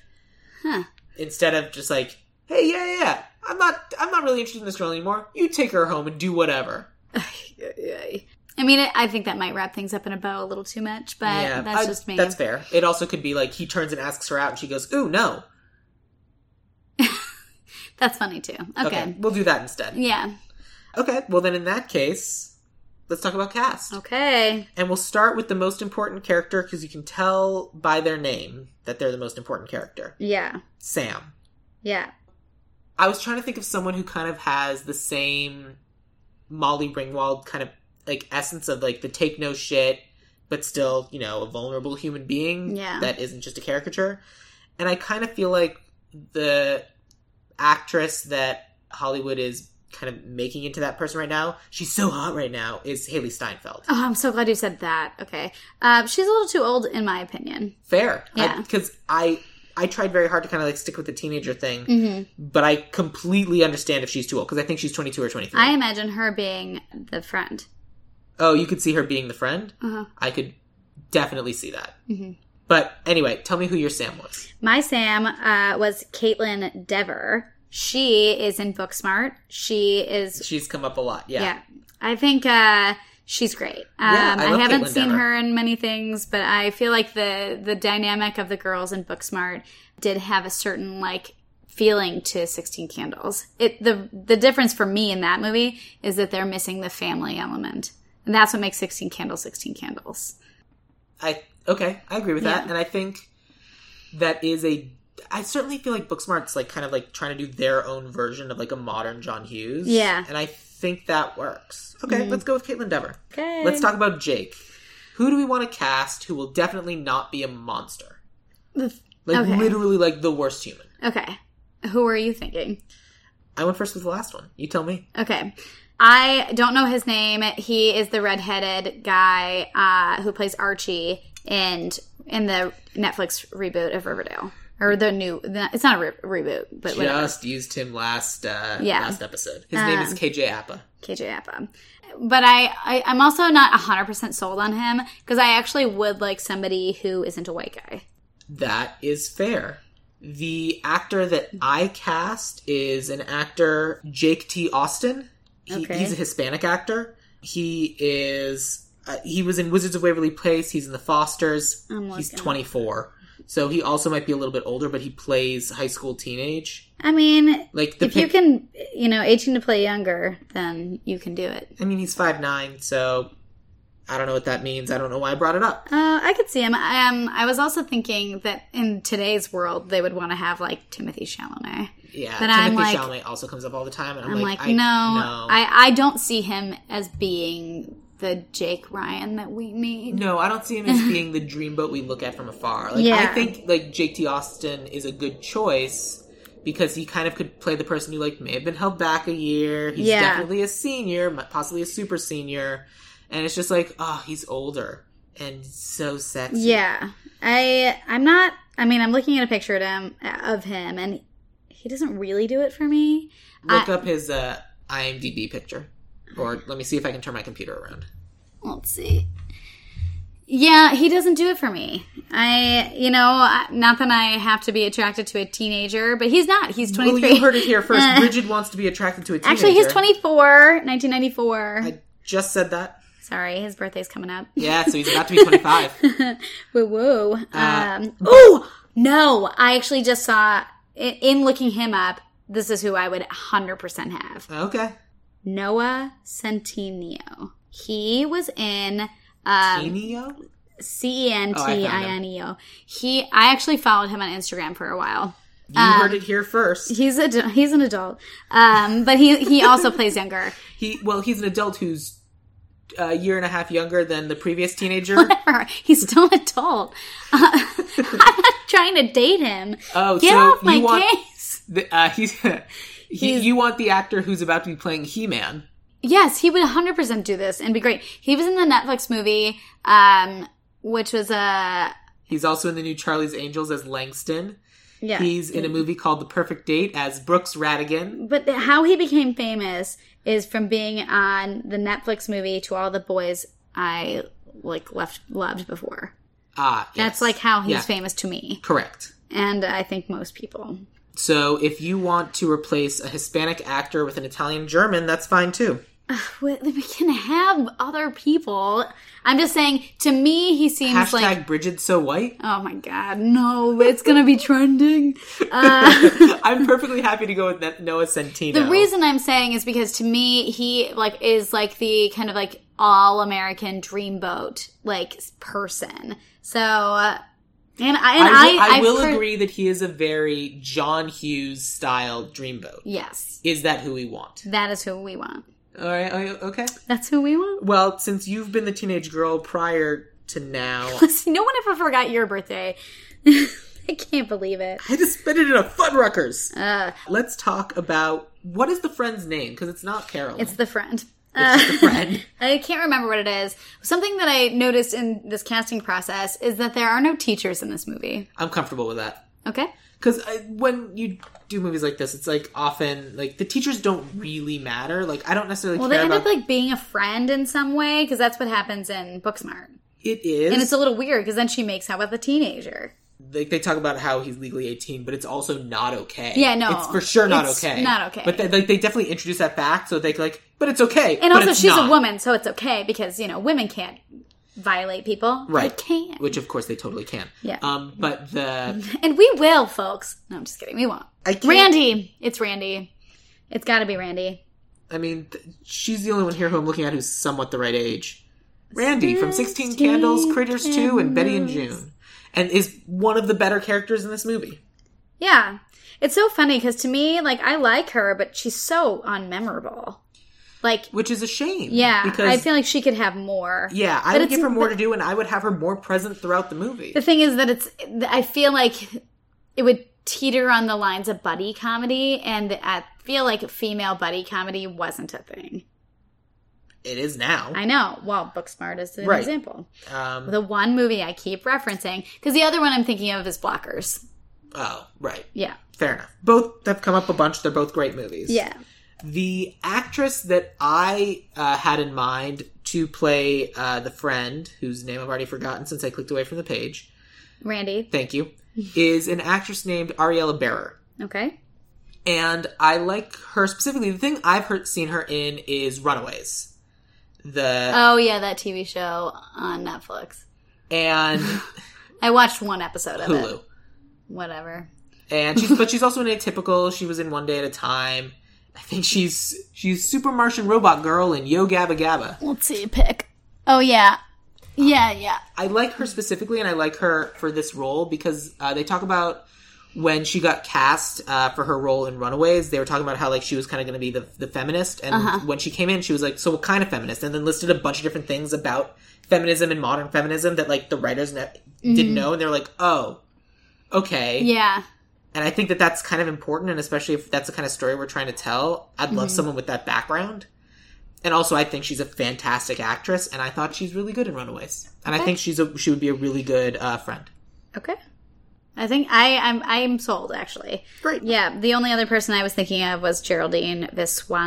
Speaker 2: Huh.
Speaker 1: Instead of just like, hey, yeah, yeah, yeah, I'm not, I'm not really interested in this girl anymore. You take her home and do whatever.
Speaker 2: I mean, I think that might wrap things up in a bow a little too much, but that's
Speaker 1: I-
Speaker 2: just me.
Speaker 1: That's fair. It also could be like he turns and asks her out, and she goes, "Ooh, no."
Speaker 2: That's funny too. Okay.
Speaker 1: we'll do that instead.
Speaker 2: Yeah.
Speaker 1: Okay, well then in that case, let's talk about cast.
Speaker 2: Okay.
Speaker 1: And we'll start with the most important character because you can tell by their name that they're the most important character.
Speaker 2: Yeah.
Speaker 1: Sam.
Speaker 2: Yeah.
Speaker 1: I was trying to think of someone who kind of has the same Molly Ringwald kind of like essence of like the take no shit, but still, you know, a vulnerable human being
Speaker 2: Yeah.
Speaker 1: that isn't just a caricature. And I kind of feel like the actress that Hollywood is kind of making into that person right now, she's so hot right now, is Haley Steinfeld.
Speaker 2: Oh, I'm so glad you said that. Okay. Uh, she's a little too old, in my opinion.
Speaker 1: Fair.
Speaker 2: Yeah.
Speaker 1: Because I, I tried very hard to kind of like stick with the teenager thing,
Speaker 2: Mm-hmm.
Speaker 1: but I completely understand if she's too old because I think she's 22 or 23.
Speaker 2: I imagine her being the friend.
Speaker 1: oh, you could see her being the friend?
Speaker 2: Uh-huh.
Speaker 1: I could definitely see that.
Speaker 2: Mhm.
Speaker 1: But anyway, tell me who your Sam was.
Speaker 2: My Sam uh, was Caitlin Dever. She is in Booksmart. She is.
Speaker 1: She's come up a lot. Yeah.
Speaker 2: Yeah. I think uh, she's great. Um,
Speaker 1: Yeah, I
Speaker 2: I,
Speaker 1: love
Speaker 2: haven't
Speaker 1: Caitlin
Speaker 2: seen
Speaker 1: Dever.
Speaker 2: her in many things, but I feel like the the dynamic of the girls in Booksmart did have a certain like feeling to 16 candles it the the difference for me in that movie is that they're missing the family element and that's what makes 16 candles 16 candles
Speaker 1: I okay, I agree with that,
Speaker 2: Yeah.
Speaker 1: and I think that is a. I certainly feel like Booksmart's like kind of like trying to do their own version of like a modern John Hughes.
Speaker 2: Yeah. Mm-hmm.
Speaker 1: and I think that works. Okay, let's go with Caitlin Dever.
Speaker 2: okay
Speaker 1: Let's talk about Jake. Who do we want to cast who will definitely not be a monster? Like
Speaker 2: Okay.
Speaker 1: literally like the worst human.
Speaker 2: okay who are you thinking
Speaker 1: I went first with the last one. You tell me.
Speaker 2: Okay. I don't know his name. He is the redheaded guy uh, who plays Archie and in the Netflix reboot of Riverdale or the new. The, it's not a re- reboot, but whatever.
Speaker 1: Just used him last uh
Speaker 2: Yeah. Um,
Speaker 1: last episode. His name is KJ Appa.
Speaker 2: KJ Appa. But I, I I'm also not 100% sold on him because I actually would like somebody who isn't a white guy.
Speaker 1: That is fair. The actor that I cast is an actor, Jake T. Austin. He,
Speaker 2: Okay.
Speaker 1: He's a Hispanic actor. He is. Uh, he was in Wizards of Waverly Place. He's in The Fosters.
Speaker 2: I'm
Speaker 1: He's
Speaker 2: looking.
Speaker 1: 24. So he also might be a little bit older, but he plays high school teenage.
Speaker 2: I mean,
Speaker 1: Like the
Speaker 2: if you
Speaker 1: pic-
Speaker 2: can, you know, 18 to play younger, then you can do it.
Speaker 1: I mean, he's five nine, so I don't know what that means. I don't know why I brought it up.
Speaker 2: Uh, I could see him. Um, I was also thinking that in today's world, they would want to have like Timothy Chalamet.
Speaker 1: Yeah,
Speaker 2: But I'm
Speaker 1: Timothy
Speaker 2: like-
Speaker 1: Chalamet also comes up all the time, and I'm,
Speaker 2: I'm like,
Speaker 1: I,
Speaker 2: no,
Speaker 1: no,
Speaker 2: I, I don't see him as being the Jake Ryan that we need.
Speaker 1: No, I don't see him as being the dreamboat we look at from afar. Like I
Speaker 2: Yeah.
Speaker 1: think like Jake T. Austin is a good choice because he kind of could play the person who like may have been held back a year. He's
Speaker 2: Yeah.
Speaker 1: definitely a senior, m- possibly a super senior, and it's just like oh, he's older and so sexy.
Speaker 2: Yeah, I I'm not. I mean, I'm looking at a picture of him, of him, and he doesn't really do it for me.
Speaker 1: Look up his uh, IMDb picture, or let me see if I can turn my computer around.
Speaker 2: Let's see. Yeah, he doesn't do it for me. I, you know, I- not that I have to be attracted to a teenager, but he's not. He's 23.
Speaker 1: Well, you heard it here first. Bridget wants to be attracted to a teenager.
Speaker 2: Actually, he's 24, 1994.
Speaker 1: I just said that.
Speaker 2: Sorry, his birthday's coming up.
Speaker 1: Yeah, so he's about to be twenty-five.
Speaker 2: Woo woo.
Speaker 1: Uh,
Speaker 2: Um, oh, no. I actually just saw, in, in looking him up, this is who I would 100% have
Speaker 1: okay.
Speaker 2: Noah Centineo. He was in.
Speaker 1: Oh,
Speaker 2: Um,
Speaker 1: Genio?
Speaker 2: C E N T
Speaker 1: Oh, I found him.
Speaker 2: I N E O. He, I actually followed him on Instagram for a while.
Speaker 1: You
Speaker 2: Um,
Speaker 1: heard it here first.
Speaker 2: He's a, he's an adult, um, but he he also plays younger.
Speaker 1: He well, he's an adult who's a year and a half younger than the previous teenager.
Speaker 2: Whatever. He's still an adult. Uh, I'm not trying to date him.
Speaker 1: Oh,
Speaker 2: Get
Speaker 1: so
Speaker 2: off
Speaker 1: you
Speaker 2: my
Speaker 1: want-
Speaker 2: case.
Speaker 1: The- uh, he's, he,
Speaker 2: He's-
Speaker 1: you want the actor who's about to be playing He Man.
Speaker 2: Yes, he would 100% do this and be great. He was in the Netflix movie, um, which was uh, a.
Speaker 1: He's also in the new Charlie's Angels as Langston.
Speaker 2: Yeah.
Speaker 1: He's in a movie called The Perfect Date as Brooks Radigan.
Speaker 2: But the- how he became famous is from being on the Netflix movie to all the boys I like left loved before.
Speaker 1: Ah,
Speaker 2: That's
Speaker 1: yes.
Speaker 2: like how he's
Speaker 1: Yeah.
Speaker 2: famous to me,
Speaker 1: correct.
Speaker 2: and I think most people.
Speaker 1: So if you want to replace a Hispanic actor with an Italian German, that's fine too.
Speaker 2: We we can have other people. I'm just saying. To me, he seems
Speaker 1: Hashtag
Speaker 2: like
Speaker 1: Bridget so white.
Speaker 2: oh my god, no, it's gonna be trending. Uh,
Speaker 1: I'm perfectly happy to go with that Noah Centino.
Speaker 2: The reason I'm saying is because to me he like is like the kind of like all American dreamboat like s- person. So uh, and I and
Speaker 1: I,
Speaker 2: I,
Speaker 1: will- I
Speaker 2: I've
Speaker 1: will
Speaker 2: heard-
Speaker 1: agree that he is a very John Hughes style dreamboat.
Speaker 2: Yes,
Speaker 1: Is that who we want?
Speaker 2: that is who we want.
Speaker 1: All right. o- Okay.
Speaker 2: That's who we want.
Speaker 1: Well, since you've been the teenage girl prior to now,
Speaker 2: no one ever forgot your birthday. I can't believe it.
Speaker 1: I just spit it in a Fuddruckers.
Speaker 2: Uh,
Speaker 1: Let's talk about what is the friend's name because it's not Carolyn.
Speaker 2: it's the friend. Uh,
Speaker 1: It's the friend.
Speaker 2: I can't remember what it is. Something that I noticed in this casting process is that there are no teachers in this movie.
Speaker 1: I'm comfortable with that.
Speaker 2: Okay.
Speaker 1: because when you do movies like this, it's like often like the teachers don't really matter. Like I don't necessarily
Speaker 2: Well, they
Speaker 1: care
Speaker 2: end
Speaker 1: about
Speaker 2: up like being a friend in some way because that's what happens in Booksmart,
Speaker 1: it is.
Speaker 2: and it's a little weird because then she makes out with a teenager.
Speaker 1: like they talk about how he's legally 18, but it's also not okay.
Speaker 2: Yeah, no.
Speaker 1: it's for sure not
Speaker 2: It's
Speaker 1: okay.
Speaker 2: not okay.
Speaker 1: But they, like they definitely introduce that fact, so they like, but it's okay.
Speaker 2: And
Speaker 1: but
Speaker 2: also,
Speaker 1: it's
Speaker 2: she's
Speaker 1: not.
Speaker 2: a woman, so it's okay because you know women can't violate people. They
Speaker 1: right?
Speaker 2: can't.
Speaker 1: Which of course they totally can.
Speaker 2: Yeah.
Speaker 1: Um, but the
Speaker 2: and we will, folks. No, I'm just kidding. We won't.
Speaker 1: I can't,
Speaker 2: Randy, it's Randy. It's got to be Randy.
Speaker 1: I mean, th- she's the only one here who I'm looking at who's somewhat the right age. Randy from 16
Speaker 2: 16
Speaker 1: Candles, Critters 2, and Betty and
Speaker 2: Candles.
Speaker 1: June. And is one of the better characters in this movie.
Speaker 2: Yeah, it's so funny because to me, like, I like her, but she's so unmemorable. Like,
Speaker 1: which is a shame.
Speaker 2: yeah,
Speaker 1: because
Speaker 2: I feel like she could have more.
Speaker 1: yeah, I
Speaker 2: but
Speaker 1: would
Speaker 2: it's-
Speaker 1: give her more to do, and I would have her more present throughout the movie.
Speaker 2: The thing is that it's. I feel like it would teeter on the lines of buddy comedy, and I feel like female buddy comedy wasn't a thing.
Speaker 1: It is now.
Speaker 2: I know. Well, Booksmart is an
Speaker 1: Right.
Speaker 2: example.
Speaker 1: Um,
Speaker 2: The one movie I keep referencing because the other one I'm thinking of is Blockers.
Speaker 1: oh, right,
Speaker 2: Yeah,
Speaker 1: fair enough. Both have come up a bunch. They're both great movies.
Speaker 2: yeah.
Speaker 1: The actress that I uh, had in mind to play uh, the friend, whose name I've already forgotten since I clicked away from the page.
Speaker 2: Randy.
Speaker 1: Thank you. is an actress named Ariella Bearer.
Speaker 2: Okay.
Speaker 1: and I like her specifically. The thing I've heard, seen her in is Runaways. The
Speaker 2: Oh yeah, that TV show on Netflix.
Speaker 1: and
Speaker 2: I watched one episode of it.
Speaker 1: Hulu.
Speaker 2: Whatever.
Speaker 1: and she's but she's also in Atypical. She was in One Day at a Time. I think she's she's Super Martian Robot Girl in Yo Gabba Gabba.
Speaker 2: Let's see. Pick. Oh yeah, yeah, yeah.
Speaker 1: I like her specifically, and I like her for this role because uh, they talk about when she got cast uh, for her role in Runaways. They were talking about how like she was kind of going to be the the feminist, and when she came in, she was like, "So what kind of feminist?" And then listed a bunch of different things about feminism and modern feminism that like the writers ne- didn't know, and they're like, "Oh, okay."
Speaker 2: Yeah.
Speaker 1: And I think that that's kind of important, and especially if that's the kind of story we're trying to tell, I'd love
Speaker 2: Mm-hmm.
Speaker 1: someone with that background. And also, I think she's a fantastic actress, and I thought she's really good in Runaways. And I think she's a, she would be a really good uh, friend.
Speaker 2: Okay. I think I I'm I'm sold actually.
Speaker 1: Great.
Speaker 2: Yeah, the only other person I was thinking of was Geraldine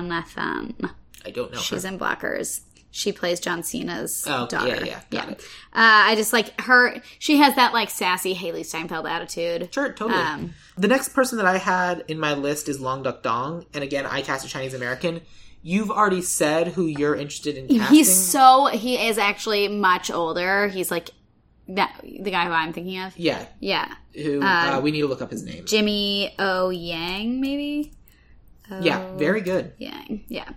Speaker 2: Viswanathan.
Speaker 1: I don't know
Speaker 2: She's
Speaker 1: her.
Speaker 2: in Blockers. She plays John Cena's
Speaker 1: Oh, yeah,
Speaker 2: daughter.
Speaker 1: yeah, got it.
Speaker 2: Uh, I just like her. She has that like sassy Haley Steinfeld attitude.
Speaker 1: Sure, totally.
Speaker 2: Um,
Speaker 1: the next person that I had in my list is Long Duck Dong, and again, I cast a Chinese American. You've already said who you're interested in casting.
Speaker 2: He's so he is actually much older. He's like that the guy who I'm thinking of.
Speaker 1: yeah,
Speaker 2: Yeah,
Speaker 1: who uh, we need to look up his name.
Speaker 2: Jimmy O Yang maybe.
Speaker 1: yeah, very good.
Speaker 2: Yang. Yeah.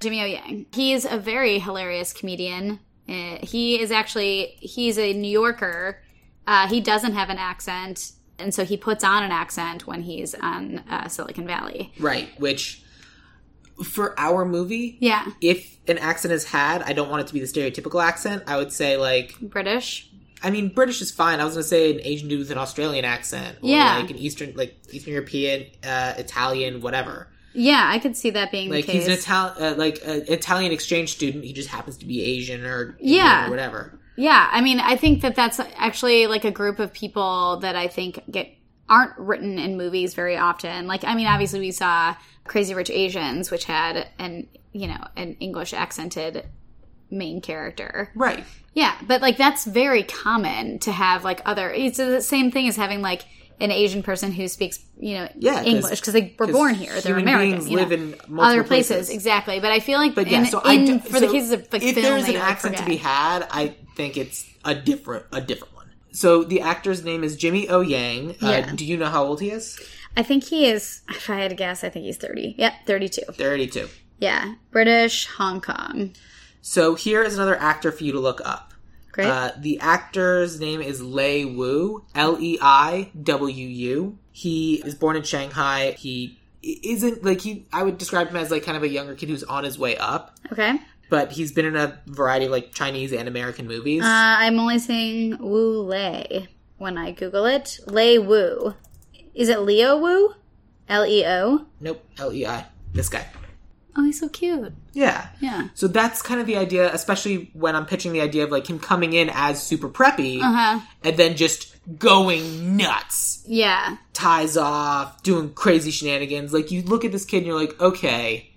Speaker 2: Jimmy O Yang. He is a very hilarious comedian. Uh, he is actually he's a New Yorker. Uh, he doesn't have an accent, and so he puts on an accent when he's on uh, Silicon Valley.
Speaker 1: Right, which for our movie,
Speaker 2: Yeah.
Speaker 1: if an accent is had, I don't want it to be the stereotypical accent. I would say like
Speaker 2: British.
Speaker 1: I mean British is fine. I was gonna say an Asian dude with an Australian accent. Or
Speaker 2: Yeah.
Speaker 1: like an Eastern like Eastern European, uh, Italian, whatever.
Speaker 2: Yeah, I could see that being
Speaker 1: Like
Speaker 2: the case.
Speaker 1: he's an Italian, uh, like an Italian exchange student. He just happens to be Asian or
Speaker 2: Yeah.
Speaker 1: Indian or whatever.
Speaker 2: Yeah, I mean, I think that that's actually like a group of people that I think get aren't written in movies very often. Like, I mean, obviously we saw Crazy Rich Asians, which had an you know an English accented main character.
Speaker 1: Right.
Speaker 2: Yeah, but like that's very common to have like other. It's the same thing as having like an Asian person who speaks you know
Speaker 1: Yeah, 'cause-
Speaker 2: English because they were
Speaker 1: 'cause
Speaker 2: born here. They're
Speaker 1: human
Speaker 2: Americans.
Speaker 1: beings
Speaker 2: you know.
Speaker 1: live in multiple
Speaker 2: other places.
Speaker 1: places.
Speaker 2: exactly. But I feel like
Speaker 1: But yeah,
Speaker 2: in,
Speaker 1: so I
Speaker 2: in-
Speaker 1: d-
Speaker 2: for the
Speaker 1: so
Speaker 2: cases of like
Speaker 1: if
Speaker 2: film,
Speaker 1: there's
Speaker 2: they,
Speaker 1: an
Speaker 2: like,
Speaker 1: accent to
Speaker 2: forget.
Speaker 1: be had, I think it's a different a different one. So the actor's name is Jimmy O Yang. Uh,
Speaker 2: Yeah.
Speaker 1: Do you know how old he is?
Speaker 2: I think he is. If I had to guess, I think he's thirty. Yep, thirty-two.
Speaker 1: Thirty-two.
Speaker 2: Yeah, British, Hong Kong.
Speaker 1: So here is another actor for you to look up.
Speaker 2: Great.
Speaker 1: Uh, the actor's name is Lei Wu, L E I W U. He is born in Shanghai. He i- isn't like he. I would describe him as like kind of a younger kid who's on his way up,
Speaker 2: okay. Uh,
Speaker 1: but he's been in a variety of like Chinese and American movies.
Speaker 2: I'm only seeing Wu Lei when I Google it. Lei Wu. Is it Leo Wu? L E O.
Speaker 1: nope, L E I. This guy.
Speaker 2: Oh, he's so cute.
Speaker 1: Yeah.
Speaker 2: Yeah.
Speaker 1: So that's kind of the idea, especially when I'm pitching the idea of like him coming in as super preppy
Speaker 2: Uh huh.
Speaker 1: and then just going nuts.
Speaker 2: Yeah.
Speaker 1: ties off, doing crazy shenanigans. Like you look at this kid and you're like, okay,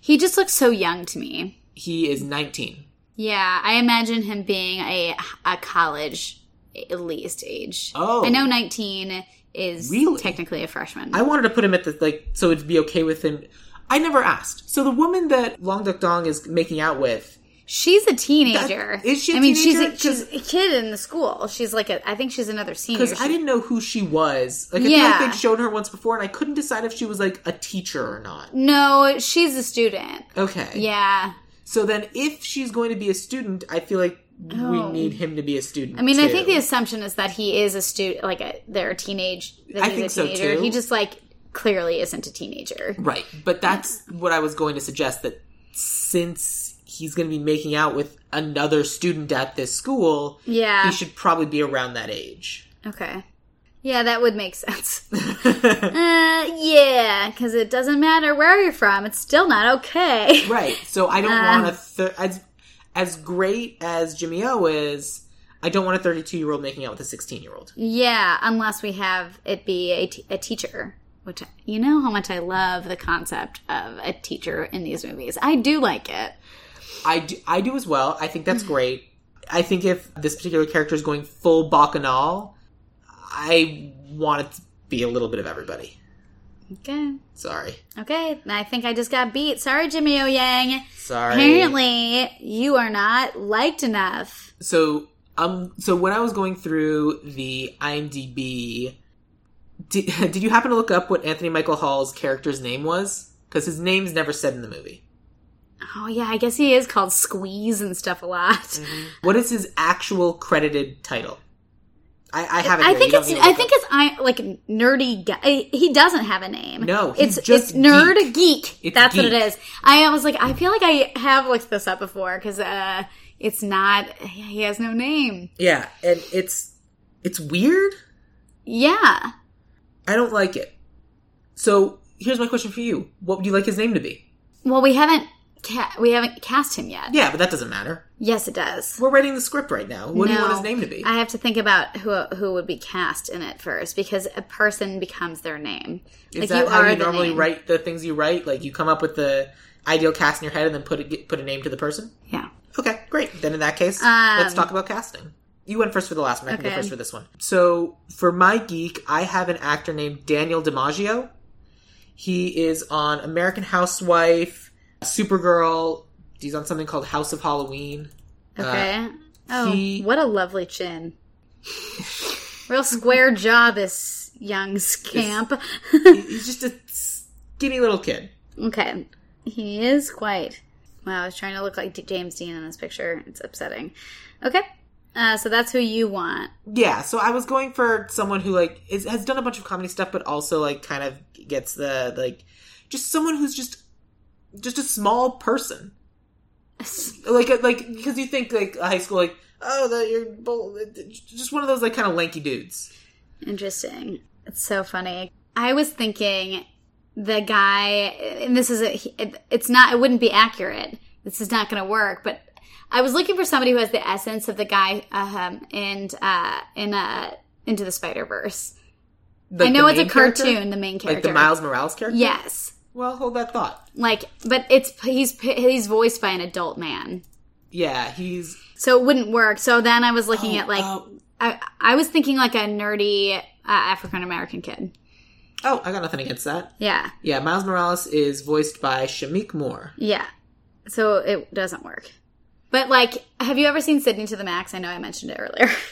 Speaker 2: He just looks so young to me.
Speaker 1: he is 19.
Speaker 2: Yeah, I imagine him being a a college at least age.
Speaker 1: Oh.
Speaker 2: I know nineteen is
Speaker 1: Really?
Speaker 2: technically a freshman.
Speaker 1: I wanted to put him at the like so it'd be okay with him. I never asked. So the woman that Long Duck Dong is making out with,
Speaker 2: She's a teenager.
Speaker 1: That- is she a
Speaker 2: I mean,
Speaker 1: teenager?
Speaker 2: she's a, she's a kid in the school. She's like a. I think she's another senior.
Speaker 1: because I didn't know who she was. Like I feel
Speaker 2: Yeah.
Speaker 1: like they'd shown her once before, and I couldn't decide if she was like a teacher or not.
Speaker 2: no, she's a student.
Speaker 1: Okay.
Speaker 2: Yeah.
Speaker 1: So then, if she's going to be a student, I feel like
Speaker 2: Oh.
Speaker 1: we need him to be a student.
Speaker 2: I mean, I
Speaker 1: too.
Speaker 2: think the assumption is that he is a student, like a they're a teenage. That
Speaker 1: I
Speaker 2: he's
Speaker 1: think
Speaker 2: a
Speaker 1: so,
Speaker 2: teenager.
Speaker 1: too.
Speaker 2: He just like clearly isn't a teenager.
Speaker 1: Right. But that's what I was going to suggest that since he's going to be making out with another student at this school,
Speaker 2: Yeah.
Speaker 1: he should probably be around that age.
Speaker 2: Okay. Yeah, that would make sense. uh, yeah, because it doesn't matter where you're from; it's still not okay.
Speaker 1: right. So I don't
Speaker 2: Uh.
Speaker 1: want a thir- as as great as Jimmy O is, I don't want a 32-year-old making out with a 16-year-old.
Speaker 2: Yeah, unless we have it be a, t- a teacher, which you know how much I love the concept of a teacher in these movies. I do like it.
Speaker 1: I do, I do as well. I think
Speaker 2: Mm.
Speaker 1: that's great. I think if this particular character is going full bacchanal, I want it to be a little bit of everybody.
Speaker 2: Okay.
Speaker 1: Sorry.
Speaker 2: Okay, I think I just got beat. Sorry, Jimmy O Yang.
Speaker 1: Sorry.
Speaker 2: Apparently, you are not liked enough.
Speaker 1: So um so when I was going through the IMDb did, did you happen to look up what Anthony Michael Hall's character's name was? Cuz his name's never said in the movie.
Speaker 2: Oh, yeah, I guess he is called Squeeze and stuff a lot.
Speaker 1: What is his actual credited title? I, I haven't.
Speaker 2: I
Speaker 1: here.
Speaker 2: think
Speaker 1: You don't
Speaker 2: it's
Speaker 1: need to
Speaker 2: I
Speaker 1: look
Speaker 2: think
Speaker 1: up.
Speaker 2: it's I like nerdy guy. He doesn't have a name.
Speaker 1: No, he's
Speaker 2: it's
Speaker 1: just
Speaker 2: it's nerd geek.
Speaker 1: It's
Speaker 2: That's what it
Speaker 1: geek.
Speaker 2: is. I was like, I feel like I have looked this up before because uh, it's not. He has no name.
Speaker 1: yeah, and it's it's weird.
Speaker 2: Yeah,
Speaker 1: I don't like it. So here's my question for you: What would you like his name to be?
Speaker 2: Well, we haven't ca- we haven't cast him yet.
Speaker 1: Yeah, but that doesn't matter.
Speaker 2: Yes, it does.
Speaker 1: We're writing the script right now. What do you want
Speaker 2: No.
Speaker 1: his name to be?
Speaker 2: I have to think about who who would be cast in it first because a person becomes their name.
Speaker 1: Is that how you
Speaker 2: the
Speaker 1: normally
Speaker 2: name.
Speaker 1: write the things you write? Like you come up with the ideal cast in your head and then put a, get- put a name to the person?
Speaker 2: Yeah.
Speaker 1: Okay, great. Then in that case, let's talk about casting. You went first for the last one. I can go
Speaker 2: Okay.
Speaker 1: first for this one. So for my geek, I have an actor named Daniel DiMaggio. He is on American Housewife, Supergirl. He's on something called House of Halloween.
Speaker 2: Okay. oh,
Speaker 1: Uh, he-
Speaker 2: what a lovely chin. Real square jaw, this young scamp.
Speaker 1: He- He's just a skinny little kid.
Speaker 2: okay. He is quite. Wow, I was trying to look like D- James Dean in this picture. It's upsetting. Okay. Uh, so that's who you want.
Speaker 1: Yeah, so I was going for someone who like is, has done a bunch of comedy stuff, but also like kind of gets the like just someone who's just just a small person.
Speaker 2: It's
Speaker 1: Like uh, like because you think like high school like oh that you're bull- just one of those like kind of lanky dudes.
Speaker 2: Interesting. It's so funny. I was thinking the guy, and this is a, it, it's not, it wouldn't be accurate. This is not going to work. But I was looking for somebody who has the essence of the guy um, and uh, in uh, into the Spider Verse.
Speaker 1: Like,
Speaker 2: I
Speaker 1: the
Speaker 2: know it's a
Speaker 1: main character?
Speaker 2: cartoon, the main
Speaker 1: like
Speaker 2: character,
Speaker 1: the Miles Morales character.
Speaker 2: Yes,
Speaker 1: Well, hold that thought.
Speaker 2: like, but it's he's he's voiced by an adult man,
Speaker 1: Yeah, he's
Speaker 2: so it wouldn't work. So then I was looking
Speaker 1: oh,
Speaker 2: at like
Speaker 1: oh,
Speaker 2: I, I was thinking like a nerdy uh, African American kid.
Speaker 1: oh, I got nothing against that.
Speaker 2: Yeah,
Speaker 1: Yeah, Miles Morales is voiced by Shamik Moore.
Speaker 2: yeah. So it doesn't work. But like, have you ever seen Sydney to the Max? I know I mentioned it earlier.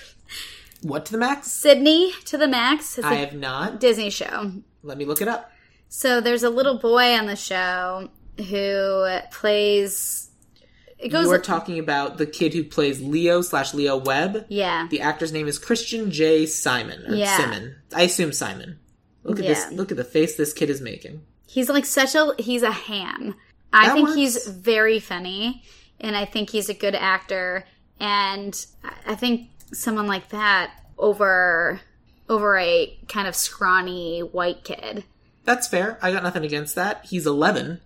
Speaker 1: What to the max?
Speaker 2: Sydney to the Max is
Speaker 1: I
Speaker 2: a
Speaker 1: have not.
Speaker 2: Disney show.
Speaker 1: Let me look it up.
Speaker 2: So there's a little boy on the show who plays. It goes.
Speaker 1: You are talking about the kid who plays Leo slash Leo Webb.
Speaker 2: yeah.
Speaker 1: The actor's name is Christian J. Simon or
Speaker 2: Yeah.
Speaker 1: Simon. I assume Simon. Look at
Speaker 2: Yeah.
Speaker 1: this. Look at the face this kid is making.
Speaker 2: He's like such a he's a ham. I
Speaker 1: That
Speaker 2: think
Speaker 1: works.
Speaker 2: he's very funny and I think he's a good actor and I- I think someone like that over over a kind of scrawny white kid.
Speaker 1: That's fair. I got nothing against that. He's 11.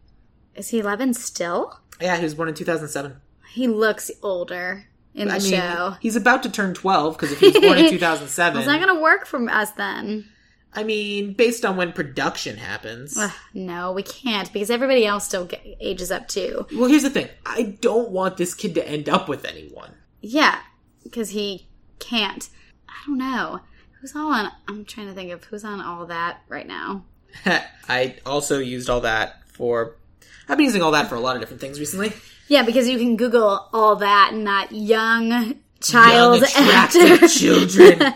Speaker 2: Is he 11 still?
Speaker 1: Yeah, he was born in 2007.
Speaker 2: He looks older in the
Speaker 1: I mean,
Speaker 2: show.
Speaker 1: he's about to turn 12 because if he was born in 2007,
Speaker 2: It's not going to work for us then.
Speaker 1: I mean, based on when production happens.
Speaker 2: Ugh, no, we can't because everybody else still get, ages up too.
Speaker 1: well, here's the thing. I don't want this kid to end up with anyone.
Speaker 2: Yeah, because he can't. I don't know. Who's all on? I'm trying to think of who's on all that right now.
Speaker 1: I also used all that for. I've been using all that for a lot of different things recently.
Speaker 2: Yeah, because you can Google all that and not young child
Speaker 1: Young,
Speaker 2: actor.
Speaker 1: attractive children.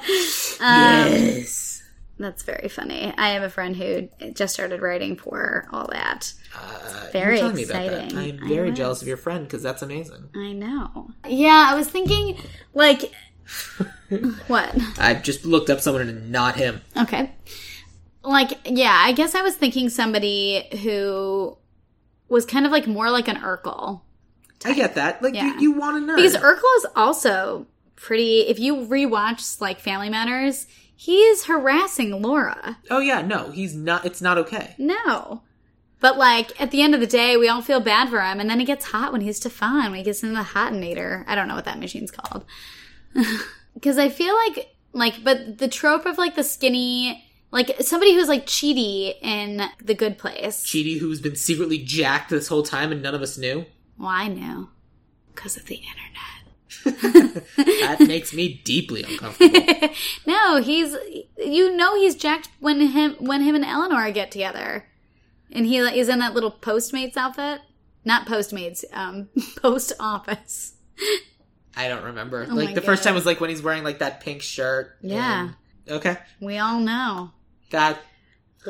Speaker 1: Um, yes.
Speaker 2: That's very funny. I have a friend who just started writing for all that.
Speaker 1: Uh,
Speaker 2: very
Speaker 1: you were telling Me about that. I
Speaker 2: exciting.
Speaker 1: am
Speaker 2: I
Speaker 1: very
Speaker 2: was.
Speaker 1: jealous of your friend because that's amazing.
Speaker 2: I know. Yeah, I was thinking, like, what?
Speaker 1: I just looked up someone and not him.
Speaker 2: Okay. Like, yeah, I guess I was thinking somebody who was kind of like more like an Urkel.
Speaker 1: I get that. Like
Speaker 2: Yeah.
Speaker 1: you, you want to nerd.
Speaker 2: Because Urkel is also pretty. If you rewatch like Family Matters, he is harassing Laura.
Speaker 1: oh yeah, no, he's not. It's not okay.
Speaker 2: No, but like at the end of the day, we all feel bad for him, and then he gets hot when he's Stefan. When he gets in the hotinator, I don't know what that machine's called. Because I feel like like, but the trope of like the skinny. Like somebody who's like cheaty in the good place.
Speaker 1: Cheaty, who's been secretly jacked this whole time and none of us knew.
Speaker 2: Well, I knew because of the internet.
Speaker 1: That makes me deeply uncomfortable.
Speaker 2: no, he's you know he's jacked when him when him and Eleanor get together, and he is in that little Postmates outfit. Not Postmates, um, Post Office.
Speaker 1: I don't remember.
Speaker 2: Oh my
Speaker 1: like the first
Speaker 2: God.
Speaker 1: time was like when he's wearing like that pink shirt.
Speaker 2: Yeah.
Speaker 1: and- okay.
Speaker 2: We all know.
Speaker 1: That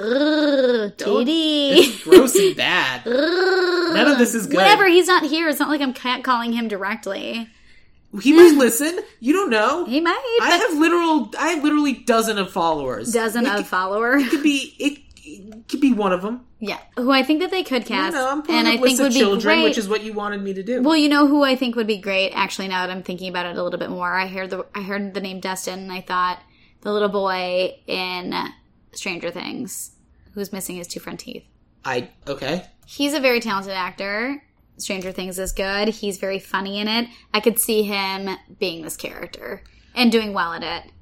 Speaker 2: Grrr,
Speaker 1: Don't-
Speaker 2: Dee
Speaker 1: it's gross and bad. None of this is good.
Speaker 2: Whatever. He's not here. It's not like I'm catcalling him directly.
Speaker 1: He might listen. You don't know.
Speaker 2: He might.
Speaker 1: I have literal. I have literally dozen of followers.
Speaker 2: dozen
Speaker 1: It
Speaker 2: of follower.
Speaker 1: could be. It, it could be one of them.
Speaker 2: Yeah, who I think that they could
Speaker 1: I
Speaker 2: cast,
Speaker 1: don't know. I'm pulling
Speaker 2: and
Speaker 1: up
Speaker 2: I think
Speaker 1: lists
Speaker 2: would
Speaker 1: of
Speaker 2: be
Speaker 1: children,
Speaker 2: great.
Speaker 1: which is what you wanted me to do.
Speaker 2: Well, you know who I think would be great. Actually, now that I'm thinking about it a little bit more, I heard the I heard the name Destin, and I thought the little boy in Stranger Things, who's missing his two front teeth.
Speaker 1: I okay.
Speaker 2: He's a very talented actor. Stranger Things is good. He's very funny in it. I could see him being this character and doing well at it.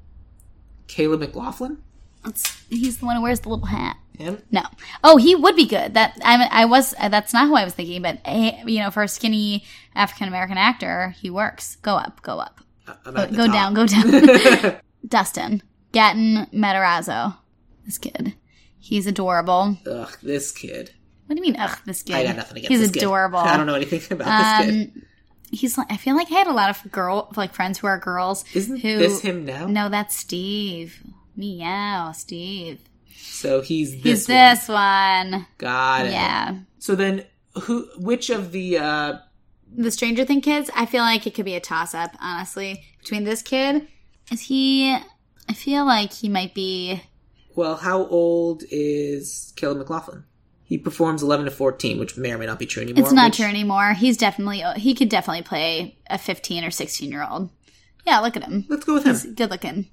Speaker 1: Caleb McLaughlin.
Speaker 2: It's, he's the one who wears the little hat.
Speaker 1: Him.
Speaker 2: No. Oh, he would be good. That I I was that's not who I was thinking, but eh, you know, for a skinny African American actor, he works. Go up, go up.
Speaker 1: Uh, I'm
Speaker 2: Go,
Speaker 1: at the
Speaker 2: go
Speaker 1: top.
Speaker 2: down, go down. Dustin Gatton Matarazzo. This kid. He's adorable.
Speaker 1: Ugh, this kid.
Speaker 2: What do you mean, ugh, this kid?
Speaker 1: I got nothing against
Speaker 2: He's
Speaker 1: this kid.
Speaker 2: adorable.
Speaker 1: I don't know anything about this kid.
Speaker 2: Um, he's like I feel like I had a lot of girl like friends who are girls
Speaker 1: Isn't
Speaker 2: who
Speaker 1: this him now?
Speaker 2: No, that's Steve. Meow, Steve.
Speaker 1: So he's this.
Speaker 2: He's
Speaker 1: one.
Speaker 2: this one.
Speaker 1: Got it.
Speaker 2: Yeah.
Speaker 1: So then, who? Which of the? uh
Speaker 2: the Stranger Thing kids, I feel like it could be a toss up, honestly, between this kid. Is he. I feel like he might be.
Speaker 1: Well, how old is Caleb McLaughlin? He performs 11 to 14, which may or may not be true anymore.
Speaker 2: It's not
Speaker 1: which-
Speaker 2: true anymore. He's definitely he could definitely play a 15 or 16 year old. Yeah, look at him.
Speaker 1: Let's go with him.
Speaker 2: He's good looking.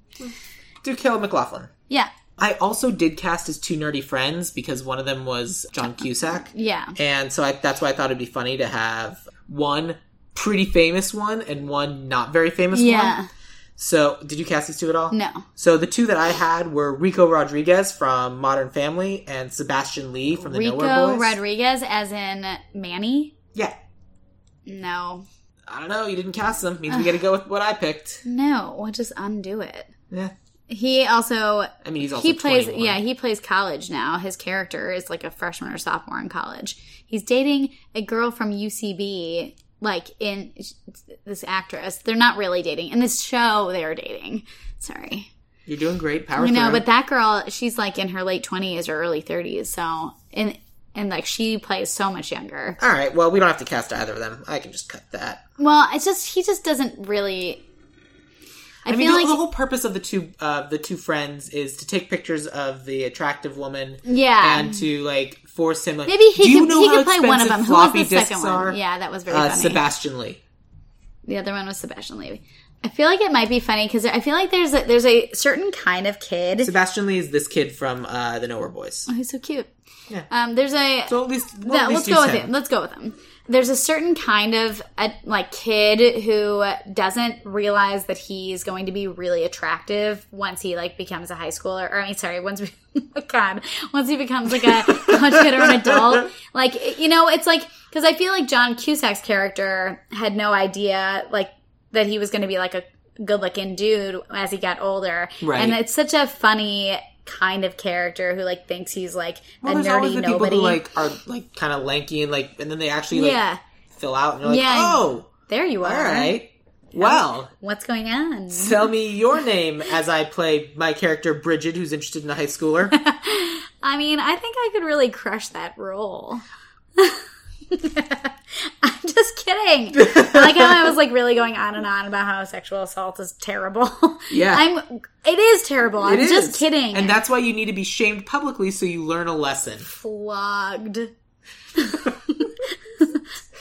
Speaker 1: Do Caleb McLaughlin.
Speaker 2: Yeah,
Speaker 1: I also did cast his two nerdy friends because one of them was John Cusack.
Speaker 2: yeah,
Speaker 1: And so I, that's why I thought it'd be funny to have one pretty famous one and one not very famous
Speaker 2: yeah.
Speaker 1: one. So, did you cast these two at all?
Speaker 2: No,
Speaker 1: So the two that I had were Rico Rodriguez from Modern Family and Sebastian Lee from the Nowhere
Speaker 2: Rico
Speaker 1: Boys.
Speaker 2: Rodriguez as in Manny.
Speaker 1: yeah.
Speaker 2: No,
Speaker 1: I don't know. You didn't cast them. Means we got to go with what I picked.
Speaker 2: no, just undo it.
Speaker 1: Yeah.
Speaker 2: He also
Speaker 1: I mean, he's also
Speaker 2: he plays
Speaker 1: 21.
Speaker 2: yeah he plays college now his character is like a freshman or sophomore in college he's dating a girl from ucb like in this actress they're not really dating in this show they are dating sorry
Speaker 1: You're doing great. Power
Speaker 2: you know
Speaker 1: through.
Speaker 2: but that girl she's like in her late 20s or early 30s so and and like she plays so much younger
Speaker 1: All right. Well, we don't have to cast either of them. I can just cut that.
Speaker 2: well it's just he just doesn't really i,
Speaker 1: I, mean,
Speaker 2: feel
Speaker 1: the, the
Speaker 2: like
Speaker 1: whole purpose of the two uh, the two friends is to take pictures of the attractive woman
Speaker 2: yeah
Speaker 1: and to like force him. Like,
Speaker 2: maybe
Speaker 1: "Do
Speaker 2: he
Speaker 1: you
Speaker 2: could,
Speaker 1: know
Speaker 2: he
Speaker 1: how
Speaker 2: could play one of them
Speaker 1: expensive
Speaker 2: who was
Speaker 1: floppy
Speaker 2: the second
Speaker 1: disks
Speaker 2: one
Speaker 1: are?"
Speaker 2: yeah that was very
Speaker 1: Uh,
Speaker 2: funny
Speaker 1: Sebastian Lee.
Speaker 2: The other one was Sebastian Levy. I feel like it might be funny because I feel like there's a, there's a certain kind of kid.
Speaker 1: Sebastian Lee is this kid from uh, the Nowhere Boys.
Speaker 2: Oh, he's so cute.
Speaker 1: Yeah.
Speaker 2: Um, there's a
Speaker 1: So at least, well,
Speaker 2: yeah,
Speaker 1: at least
Speaker 2: let's go
Speaker 1: use
Speaker 2: with
Speaker 1: him.
Speaker 2: him. Let's go with him. There's a certain kind of a, like kid who doesn't realize that he's going to be really attractive once he like becomes a high schooler. Or I mean, sorry, once oh, God, once he becomes like a college kid or an adult. Like you know, it's like because I feel like John Cusack's character had no idea like that he was going to be like a good looking dude as he got older.
Speaker 1: Right.
Speaker 2: And it's such a funny kind of character who like thinks he's like
Speaker 1: Well,
Speaker 2: a
Speaker 1: there's always
Speaker 2: nerdy
Speaker 1: the people
Speaker 2: nobody.
Speaker 1: who like are like kind of lanky and like, and then they actually like
Speaker 2: yeah.
Speaker 1: fill out, and you're like,
Speaker 2: Yeah.
Speaker 1: oh,
Speaker 2: There you are.
Speaker 1: all right. Well,
Speaker 2: What's going on?
Speaker 1: tell me your name as I play my character Bridget, who's interested in a high schooler.
Speaker 2: I mean, I think I could really crush that role. I'm just kidding. I like how I was like really going on and on about how sexual assault is terrible.
Speaker 1: Yeah.
Speaker 2: I'm it is terrible. I'm
Speaker 1: It
Speaker 2: just
Speaker 1: is.
Speaker 2: kidding.
Speaker 1: And that's why you need to be shamed publicly so you learn a lesson.
Speaker 2: flogged.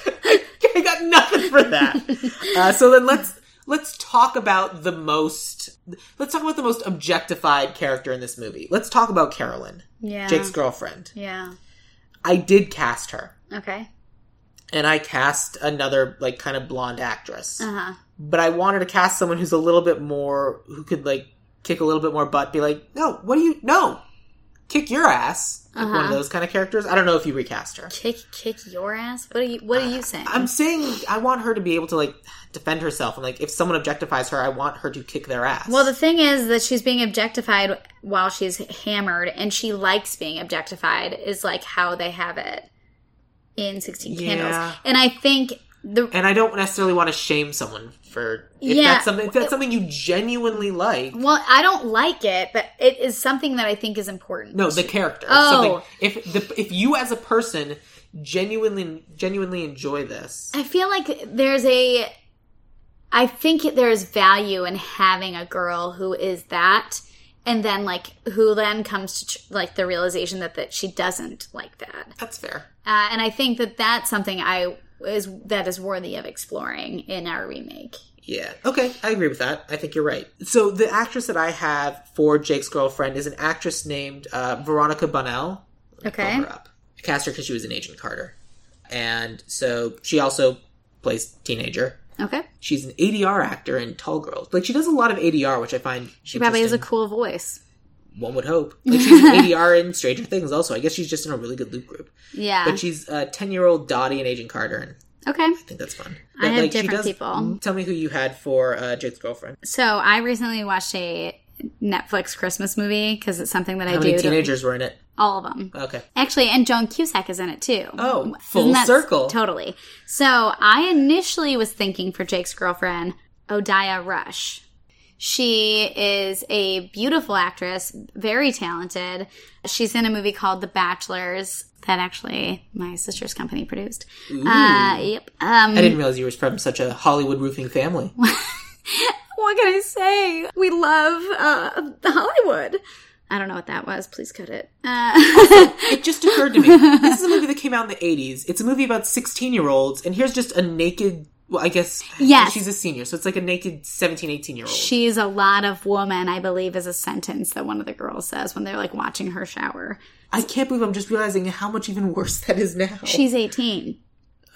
Speaker 1: I got nothing for that. uh, so then let's let's talk about the most let's talk about the most objectified character in this movie. Let's talk about Carolyn,
Speaker 2: Yeah.
Speaker 1: Jake's girlfriend.
Speaker 2: yeah.
Speaker 1: I did cast her.
Speaker 2: Okay.
Speaker 1: And I cast another like kind of blonde actress.
Speaker 2: Uh-huh.
Speaker 1: But I wanted to cast someone who's a little bit more who could like kick a little bit more butt, be like, No, what do you no? Kick your ass. Like one of
Speaker 2: Uh-huh.
Speaker 1: those kind of characters. I don't know if you recast her.
Speaker 2: Kick kick your ass. What are you what are you saying?
Speaker 1: I'm saying I want her to be able to like defend herself and like if someone objectifies her, I want her to kick their ass.
Speaker 2: Well, the thing is that she's being objectified while she's hammered, and she likes being objectified. Is like how they have it in Sixteen
Speaker 1: Yeah.
Speaker 2: Candles, and I think the
Speaker 1: and I don't necessarily want to shame someone for if
Speaker 2: Yeah.
Speaker 1: that's something if that's something you genuinely like.
Speaker 2: well, I don't like it, but it is something that I think is important.
Speaker 1: No, the character.
Speaker 2: Oh.
Speaker 1: Something, if the if you as a person genuinely genuinely enjoy this,
Speaker 2: I feel like there's a. I think there is value in having a girl who is that, and then like who then comes to tr- like the realization that that she doesn't like that.
Speaker 1: that's fair.
Speaker 2: uh, and I think that that's something I is that is worthy of exploring in our remake.
Speaker 1: Yeah. Okay, I agree with that. I think you're right. So the actress that I have for Jake's girlfriend is an actress named uh, Veronica Bunnell.
Speaker 2: Okay.
Speaker 1: Pull her up. I cast her because she was an Agent Carter, and so she also plays teenager.
Speaker 2: Okay,
Speaker 1: She's an ADR actor in Tall Girls. Like she does a lot of ADR, which I find
Speaker 2: she probably has a cool voice.
Speaker 1: one would hope. Like she's an ADR in Stranger Things. Also, I guess she's just in a really good loop group.
Speaker 2: Yeah.
Speaker 1: But she's a ten-year-old Dottie and Agent Carter, and
Speaker 2: okay.
Speaker 1: I think that's fun.
Speaker 2: I have
Speaker 1: she
Speaker 2: different people.
Speaker 1: Tell me who you had for uh, Jake's girlfriend.
Speaker 2: So I recently watched a Netflix Christmas movie because it's something that I
Speaker 1: How
Speaker 2: do.
Speaker 1: many
Speaker 2: to-
Speaker 1: teenagers were in it?
Speaker 2: all of them.
Speaker 1: Okay.
Speaker 2: Actually, and Joan Cusack is in it too.
Speaker 1: Oh,
Speaker 2: Isn't
Speaker 1: full
Speaker 2: that-
Speaker 1: circle.
Speaker 2: Totally. So I initially was thinking for Jake's girlfriend, Odia Rush. She is a beautiful actress, very talented. She's in a movie called The Bachelors that actually my sister's company produced. Uh, yep. Um,
Speaker 1: I didn't realize you were from such a Hollywood roofing family.
Speaker 2: what can I say? We love uh, Hollywood. I don't know what that was. Please cut it. Uh,
Speaker 1: it just occurred occurred to me. this is a movie that came out in the 80s. It's a movie about 16 year olds, and here's just a naked, well, I guess
Speaker 2: Yes.
Speaker 1: she's a senior, so it's like a naked 17, 18 year old.
Speaker 2: She's a lot of woman, I believe, is a sentence that one of the girls says when they're like watching her shower.
Speaker 1: I can't believe I'm just realizing how much even worse that is now.
Speaker 2: She's 18.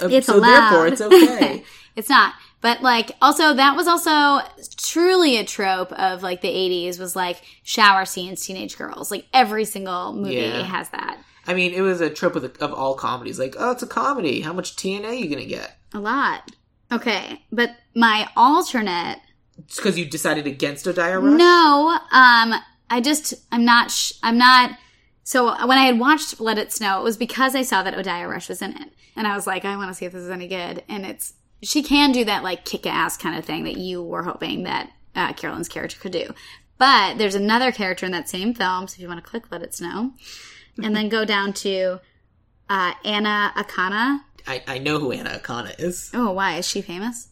Speaker 1: Uh,
Speaker 2: It's
Speaker 1: so
Speaker 2: allowed.
Speaker 1: therefore, it's okay.
Speaker 2: It's not. But like also that was also truly a trope of like the 80s was like shower scenes teenage girls. Like every single movie
Speaker 1: Yeah.
Speaker 2: has that.
Speaker 1: I mean, it was a trope of, the, of all comedies. Like, oh, it's a comedy. How much TNA you gonna get?
Speaker 2: A lot. Okay, but my alternate
Speaker 1: It's because you decided against Odire Rush.
Speaker 2: No, um, I just I'm not sh- I'm not. So when I had watched Let It Snow, it was because I saw that Odia Rush was in it, and I was like, I want to see if this is any good. And it's she can do that like kick ass kind of thing that you were hoping that uh, Carolyn's character could do. But there's another character in that same film, so if you want to click Let It Snow, and then go down to uh, Anna Akana.
Speaker 1: I, I know who Anna Akana is.
Speaker 2: Oh, why is she famous?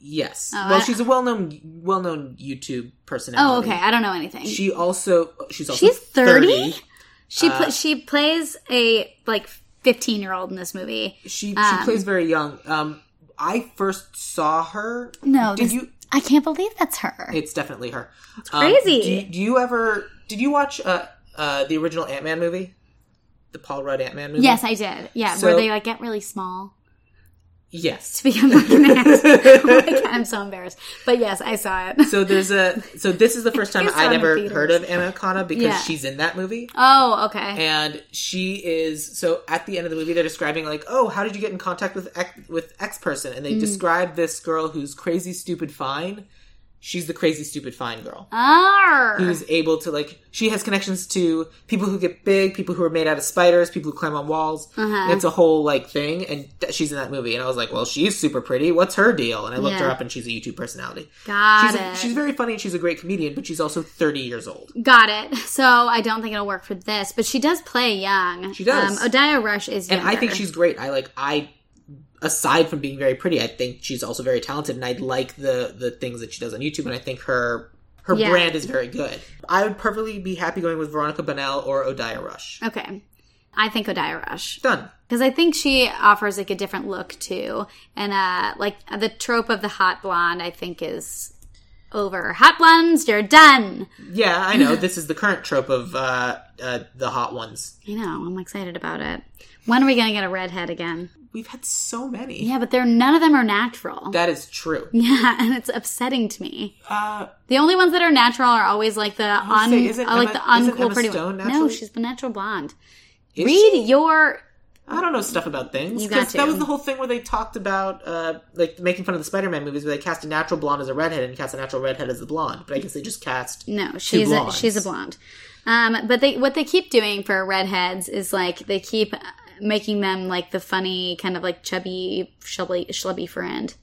Speaker 1: Yes.
Speaker 2: Oh,
Speaker 1: well,
Speaker 2: I-
Speaker 1: she's a well-known well-known YouTube
Speaker 2: Oh,
Speaker 1: personality.
Speaker 2: okay, I don't know anything.
Speaker 1: She also she's also
Speaker 2: She's 30?
Speaker 1: 30.
Speaker 2: She pla she plays a like 15 year old in this movie.
Speaker 1: She she plays very young. Um, I first saw her.
Speaker 2: No,
Speaker 1: did
Speaker 2: this-
Speaker 1: you?
Speaker 2: I can't believe that's her.
Speaker 1: It's definitely her. It's
Speaker 2: crazy.
Speaker 1: do, you, do you ever? Did you watch uh, uh, the original Ant Man movie? The Paul Rudd Ant Man movie.
Speaker 2: yes, I did. Yeah,
Speaker 1: So-
Speaker 2: where they like get really small
Speaker 1: Yes.
Speaker 2: to become like an ass. Oh my God, I'm so embarrassed. But yes, I saw it.
Speaker 1: So there's a. So this is the first time
Speaker 2: You saw it
Speaker 1: I'd
Speaker 2: in
Speaker 1: ever
Speaker 2: theaters.
Speaker 1: heard of Anna Akana because
Speaker 2: Yeah.
Speaker 1: she's in that movie.
Speaker 2: Oh, okay.
Speaker 1: and she is so at the end of the movie they're describing like oh how did you get in contact with X, with X person and they
Speaker 2: Mm.
Speaker 1: describe this girl who's crazy stupid fine she's the crazy stupid fine girl
Speaker 2: Arr.
Speaker 1: who's able to like she has connections to people who get big people who are made out of spiders people who climb on walls
Speaker 2: Uh-huh.
Speaker 1: And it's a whole like thing and th- she's in that movie and I was like well she's super pretty what's her deal and I looked her
Speaker 2: Yeah.
Speaker 1: up and she's a YouTube personality
Speaker 2: Got
Speaker 1: she's,
Speaker 2: it.
Speaker 1: she's very funny and she's a great comedian but she's also 30 years old
Speaker 2: Got it. So I don't think it'll work for this, but she does play young. She
Speaker 1: does.
Speaker 2: Um, Odia Rush is
Speaker 1: and
Speaker 2: younger.
Speaker 1: I think she's great. I like I aside from being very pretty, I think she's also very talented and I like the the things that she does on YouTube and I think her her
Speaker 2: Yeah.
Speaker 1: brand is very good. I would perfectly be happy going with Veronica Bonnell or Odia Rush.
Speaker 2: okay. I think Odia Rush.
Speaker 1: Done.
Speaker 2: because I think she offers like a different look too, and uh, like the trope of the hot blonde, I think is over. Hot blondes, you're done.
Speaker 1: Yeah, I know. this is the current trope of uh, uh, the hot ones.
Speaker 2: I know. I'm excited about it. When are we gonna get a redhead again?
Speaker 1: We've had so many.
Speaker 2: Yeah, but they're none of them are natural.
Speaker 1: That is true.
Speaker 2: yeah, and it's upsetting to me.
Speaker 1: Uh,
Speaker 2: The only ones that are natural are always like the
Speaker 1: Oh,
Speaker 2: un,
Speaker 1: say, isn't
Speaker 2: uh, like the
Speaker 1: Emma- isn't
Speaker 2: uncool
Speaker 1: Emma
Speaker 2: pretty
Speaker 1: Stone
Speaker 2: one. No,
Speaker 1: naturally-
Speaker 2: she's the natural blonde.
Speaker 1: is
Speaker 2: Read your
Speaker 1: I don't know stuff about things.
Speaker 2: You got
Speaker 1: 'cause That
Speaker 2: to.
Speaker 1: was the whole thing where they talked about uh, like making fun of the Spider-Man movies, where they cast a natural blonde as a redhead and cast a natural redhead as the blonde. But I guess they just cast
Speaker 2: No, she's a,
Speaker 1: blondes.
Speaker 2: she's a blonde. Um, but they what they keep doing for redheads is like they keep uh, making them like the funny kind of like chubby shlubby, schlubby friend.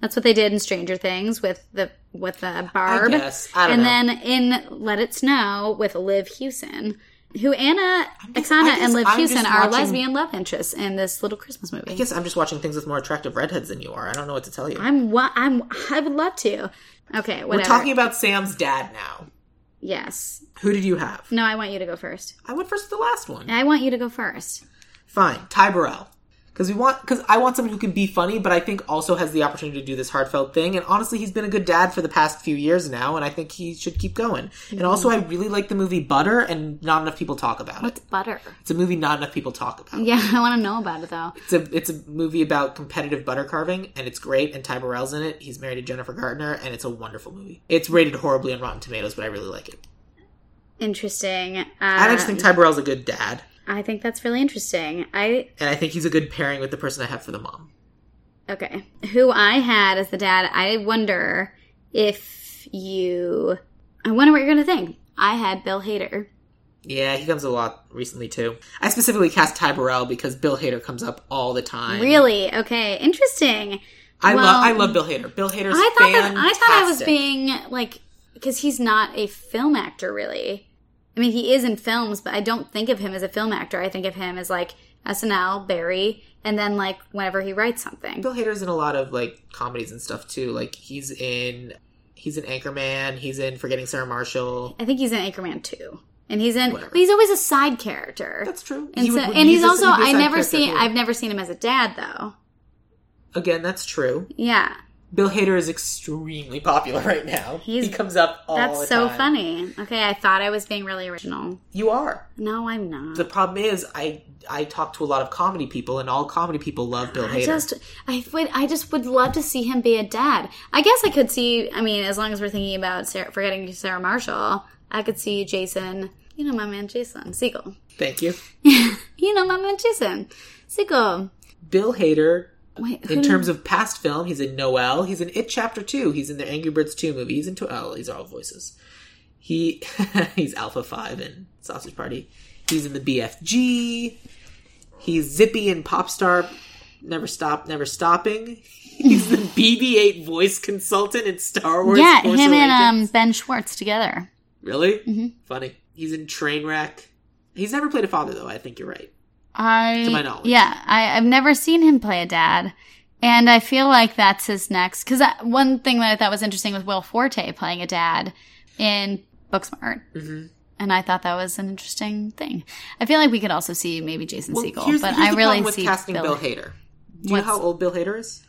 Speaker 2: That's what they did in Stranger Things with the with the Barb,
Speaker 1: guess. I don't
Speaker 2: and
Speaker 1: know.
Speaker 2: then in Let It Snow with Liv Hewson, who Anna
Speaker 1: just-
Speaker 2: Oksana
Speaker 1: I just-
Speaker 2: and Liv
Speaker 1: I'm just
Speaker 2: Hewson are
Speaker 1: watching-
Speaker 2: lesbian love interests in this little Christmas movie.
Speaker 1: I guess I'm just watching things with more attractive redheads than you are. I don't know what to tell you.
Speaker 2: I'm wa- I'm I would love to. Okay, whatever.
Speaker 1: We're talking about Sam's dad now.
Speaker 2: yes.
Speaker 1: Who did you have?
Speaker 2: No, I want you to go first.
Speaker 1: I went first with the last one.
Speaker 2: I want you to go first.
Speaker 1: Fine, Ty Burrell. Because we want, because I want someone who can be funny, but I think also has the opportunity to do this heartfelt thing. And honestly, he's been a good dad for the past few years now, and I think he should keep going. And
Speaker 2: Mm-hmm.
Speaker 1: also, I really like the movie Butter, and not enough people talk about it.
Speaker 2: What's butter?
Speaker 1: It's a movie not enough people talk about.
Speaker 2: Yeah, I want to know about it though.
Speaker 1: It's a it's a movie about competitive butter carving, and it's great. And Ty Burrell's in it. He's married to Jennifer Gardner, and it's a wonderful movie. It's rated horribly on Rotten Tomatoes, but I really like it.
Speaker 2: Interesting. Um,
Speaker 1: And I just think Ty Burrell's a good dad,
Speaker 2: I think that's really interesting. I
Speaker 1: and I think he's a good pairing with the person I have for the mom.
Speaker 2: okay. Who I had as the dad? I wonder if you. I wonder what you're gonna think. I had Bill Hader.
Speaker 1: Yeah, he comes a lot recently too. I specifically cast Ty Burrell because Bill Hader comes up all the time.
Speaker 2: Really? Okay. Interesting.
Speaker 1: I
Speaker 2: Well,
Speaker 1: love I love Bill Hader. Bill Hader's
Speaker 2: I thought that I
Speaker 1: fantastic.
Speaker 2: thought I was being like because he's not a film actor really. I mean, he is in films, but I don't think of him as a film actor. I think of him as like SNL, Barry, and then like whenever he writes something.
Speaker 1: Bill Hader's in a lot of like comedies and stuff too. Like he's in he's in Anchorman. He's in Forgetting Sarah Marshall.
Speaker 2: I think he's in Anchorman 2. and he's in.
Speaker 1: Whatever.
Speaker 2: He's always a side character.
Speaker 1: That's true.
Speaker 2: And,
Speaker 1: He
Speaker 2: so,
Speaker 1: would- would
Speaker 2: and
Speaker 1: use
Speaker 2: he's
Speaker 1: this-
Speaker 2: also
Speaker 1: he'd be a
Speaker 2: I
Speaker 1: side
Speaker 2: never
Speaker 1: character
Speaker 2: seen.
Speaker 1: here.
Speaker 2: I've never seen him as a dad though.
Speaker 1: Again, that's true.
Speaker 2: Yeah,
Speaker 1: Bill Hader is extremely popular right now.
Speaker 2: He's-
Speaker 1: he comes up all
Speaker 2: that's
Speaker 1: the
Speaker 2: so
Speaker 1: time.
Speaker 2: funny. Okay, I thought I was being really original.
Speaker 1: You are.
Speaker 2: No, I'm not.
Speaker 1: The problem is, I I talk to a lot of comedy people, and all comedy people love Bill
Speaker 2: I
Speaker 1: Hader.
Speaker 2: just, I would, I just would love to see him be a dad. I guess I could see. I mean, as long as we're thinking about Sarah, forgetting Sarah Marshall, I could see Jason. You know my man Jason Siegel.
Speaker 1: Thank you.
Speaker 2: You know my man Jason Siegel.
Speaker 1: Bill Hader,
Speaker 2: Wait, who
Speaker 1: in
Speaker 2: did-
Speaker 1: terms of past film, he's in Noel. He's in It Chapter Two. He's in the Angry Birds Two movie. He's in Two. Oh, these are all voices. He he's Alpha Five in Sausage Party. He's in the BFG. He's Zippy in Popstar. Never stop, never stopping. He's the BB-8 voice consultant in Star Wars.
Speaker 2: yeah,
Speaker 1: Force
Speaker 2: him and
Speaker 1: Awakens.
Speaker 2: um, Mm-hmm. Ben Schwartz together.
Speaker 1: Really? Funny. He's in Trainwreck. He's never played a father, though. I think you're right.
Speaker 2: I
Speaker 1: To my knowledge.
Speaker 2: yeah, I, I've never seen him play a dad, and I feel like that's his next. Because one thing that I thought was interesting was Will Forte playing a dad in Booksmart,
Speaker 1: Mhm.
Speaker 2: and I thought that was an interesting thing. I feel like we could also see maybe Jason
Speaker 1: Well,
Speaker 2: Segel,
Speaker 1: here's,
Speaker 2: but
Speaker 1: here's
Speaker 2: I
Speaker 1: the
Speaker 2: really
Speaker 1: problem with
Speaker 2: see
Speaker 1: casting
Speaker 2: Bill.
Speaker 1: Bill Hader. Do you know
Speaker 2: What's-
Speaker 1: how old Bill Hader is?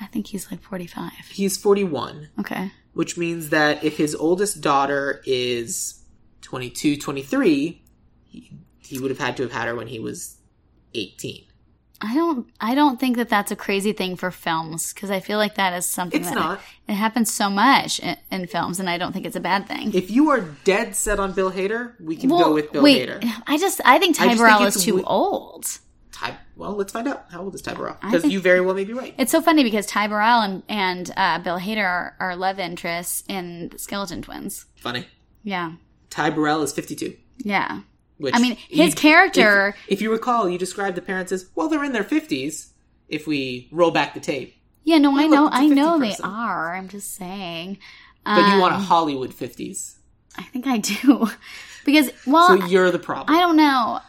Speaker 2: I think he's like forty-five.
Speaker 1: He's 41,
Speaker 2: Okay,
Speaker 1: which means that if his oldest daughter is 22, 23, he, he would have had to have had her when he was 18.
Speaker 2: I don't. I don't think that that's a crazy thing for films because I feel like that is something
Speaker 1: It's
Speaker 2: that
Speaker 1: not.
Speaker 2: it happens so much in, in films, and I don't think it's a bad thing.
Speaker 1: If you are dead set on Bill Hader, we can go with Bill
Speaker 2: wait,
Speaker 1: Hader.
Speaker 2: I just I think
Speaker 1: I
Speaker 2: Ty
Speaker 1: just
Speaker 2: Burrell
Speaker 1: think
Speaker 2: is
Speaker 1: it's
Speaker 2: too
Speaker 1: we-
Speaker 2: old.
Speaker 1: Ty, well, let's find out. How old is Ty Burrell?
Speaker 2: I
Speaker 1: Because
Speaker 2: think-
Speaker 1: you very well may be right.
Speaker 2: It's so funny because Ty Burrell and, and uh, Bill Hader are, are love interests in the Skeleton Twins.
Speaker 1: Funny.
Speaker 2: Yeah,
Speaker 1: Ty Burrell is 52.
Speaker 2: yeah.
Speaker 1: Which
Speaker 2: I mean,
Speaker 1: you-
Speaker 2: his character.
Speaker 1: If, if you recall, you described the parents as well. They're in their fifties. If we roll back the tape,
Speaker 2: yeah, no, I know,
Speaker 1: it's a
Speaker 2: I know
Speaker 1: 50
Speaker 2: they
Speaker 1: person.
Speaker 2: are. I'm just saying.
Speaker 1: but you want a
Speaker 2: Um,
Speaker 1: Hollywood fifties,
Speaker 2: I think I do because well,
Speaker 1: so you're the problem.
Speaker 2: I don't know.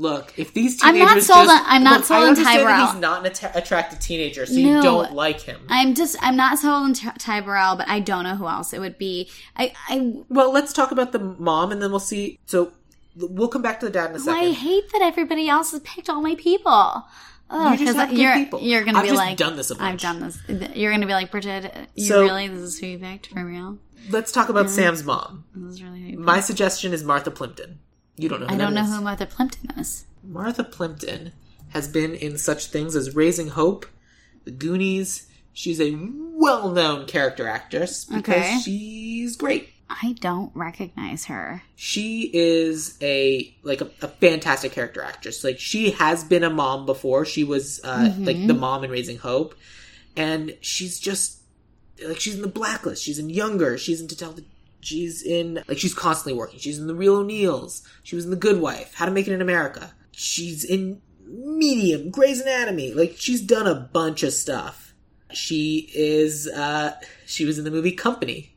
Speaker 1: Look, if these
Speaker 2: I'm
Speaker 1: teenagers,
Speaker 2: not sold
Speaker 1: just-
Speaker 2: on- I'm not
Speaker 1: Look,
Speaker 2: sold
Speaker 1: I
Speaker 2: on
Speaker 1: understand that
Speaker 2: Tyrell.
Speaker 1: He's not an att- attractive teenager, so
Speaker 2: No.
Speaker 1: you don't like him.
Speaker 2: I'm just I'm not sold on Ty- Ty Burrell, but I don't know who else it would be. I I
Speaker 1: well, let's talk about the mom, and then we'll see. So we'll come back to the dad in a
Speaker 2: Well,
Speaker 1: second.
Speaker 2: I hate that everybody else has picked all my people. Oh,
Speaker 1: You just have good
Speaker 2: you're,
Speaker 1: people.
Speaker 2: You're gonna
Speaker 1: I've
Speaker 2: be
Speaker 1: just
Speaker 2: like,
Speaker 1: done this a bunch.
Speaker 2: I've done this. You're gonna be like, Bridget, you
Speaker 1: So-
Speaker 2: really? This is who you picked for real?
Speaker 1: let's talk about Sam's mom.
Speaker 2: This is really. Who you picked?
Speaker 1: My suggestion is Martha Plimpton. You don't know. Who
Speaker 2: I
Speaker 1: that
Speaker 2: don't know
Speaker 1: is.
Speaker 2: who Mother Plimpton is.
Speaker 1: Martha Plimpton has been in such things as Raising Hope, The Goonies. She's a well known character actress because
Speaker 2: Okay.
Speaker 1: she's great.
Speaker 2: I don't recognize her.
Speaker 1: She is a like a, a fantastic character actress. Like she has been a mom before. She was uh, like the mom in Raising Hope, and she's just like she's in the Blacklist. She's in Younger. She's in To Tell the. She's in like she's constantly working. She's in the Real O'Neills. She was in The Good Wife. How to Make It in America. She's in Medium. Grey's Anatomy. Like she's done a bunch of stuff. She is. uh She was in the movie Company.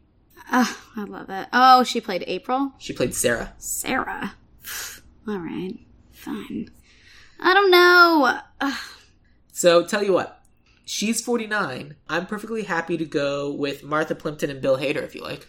Speaker 2: Oh, I love it. Oh, she played April
Speaker 1: She played Sarah.
Speaker 2: Sarah. All right, fine. I don't know. Ugh.
Speaker 1: So tell you what, she's 49. I'm perfectly happy to go with Martha Plimpton and Bill Hader if you like.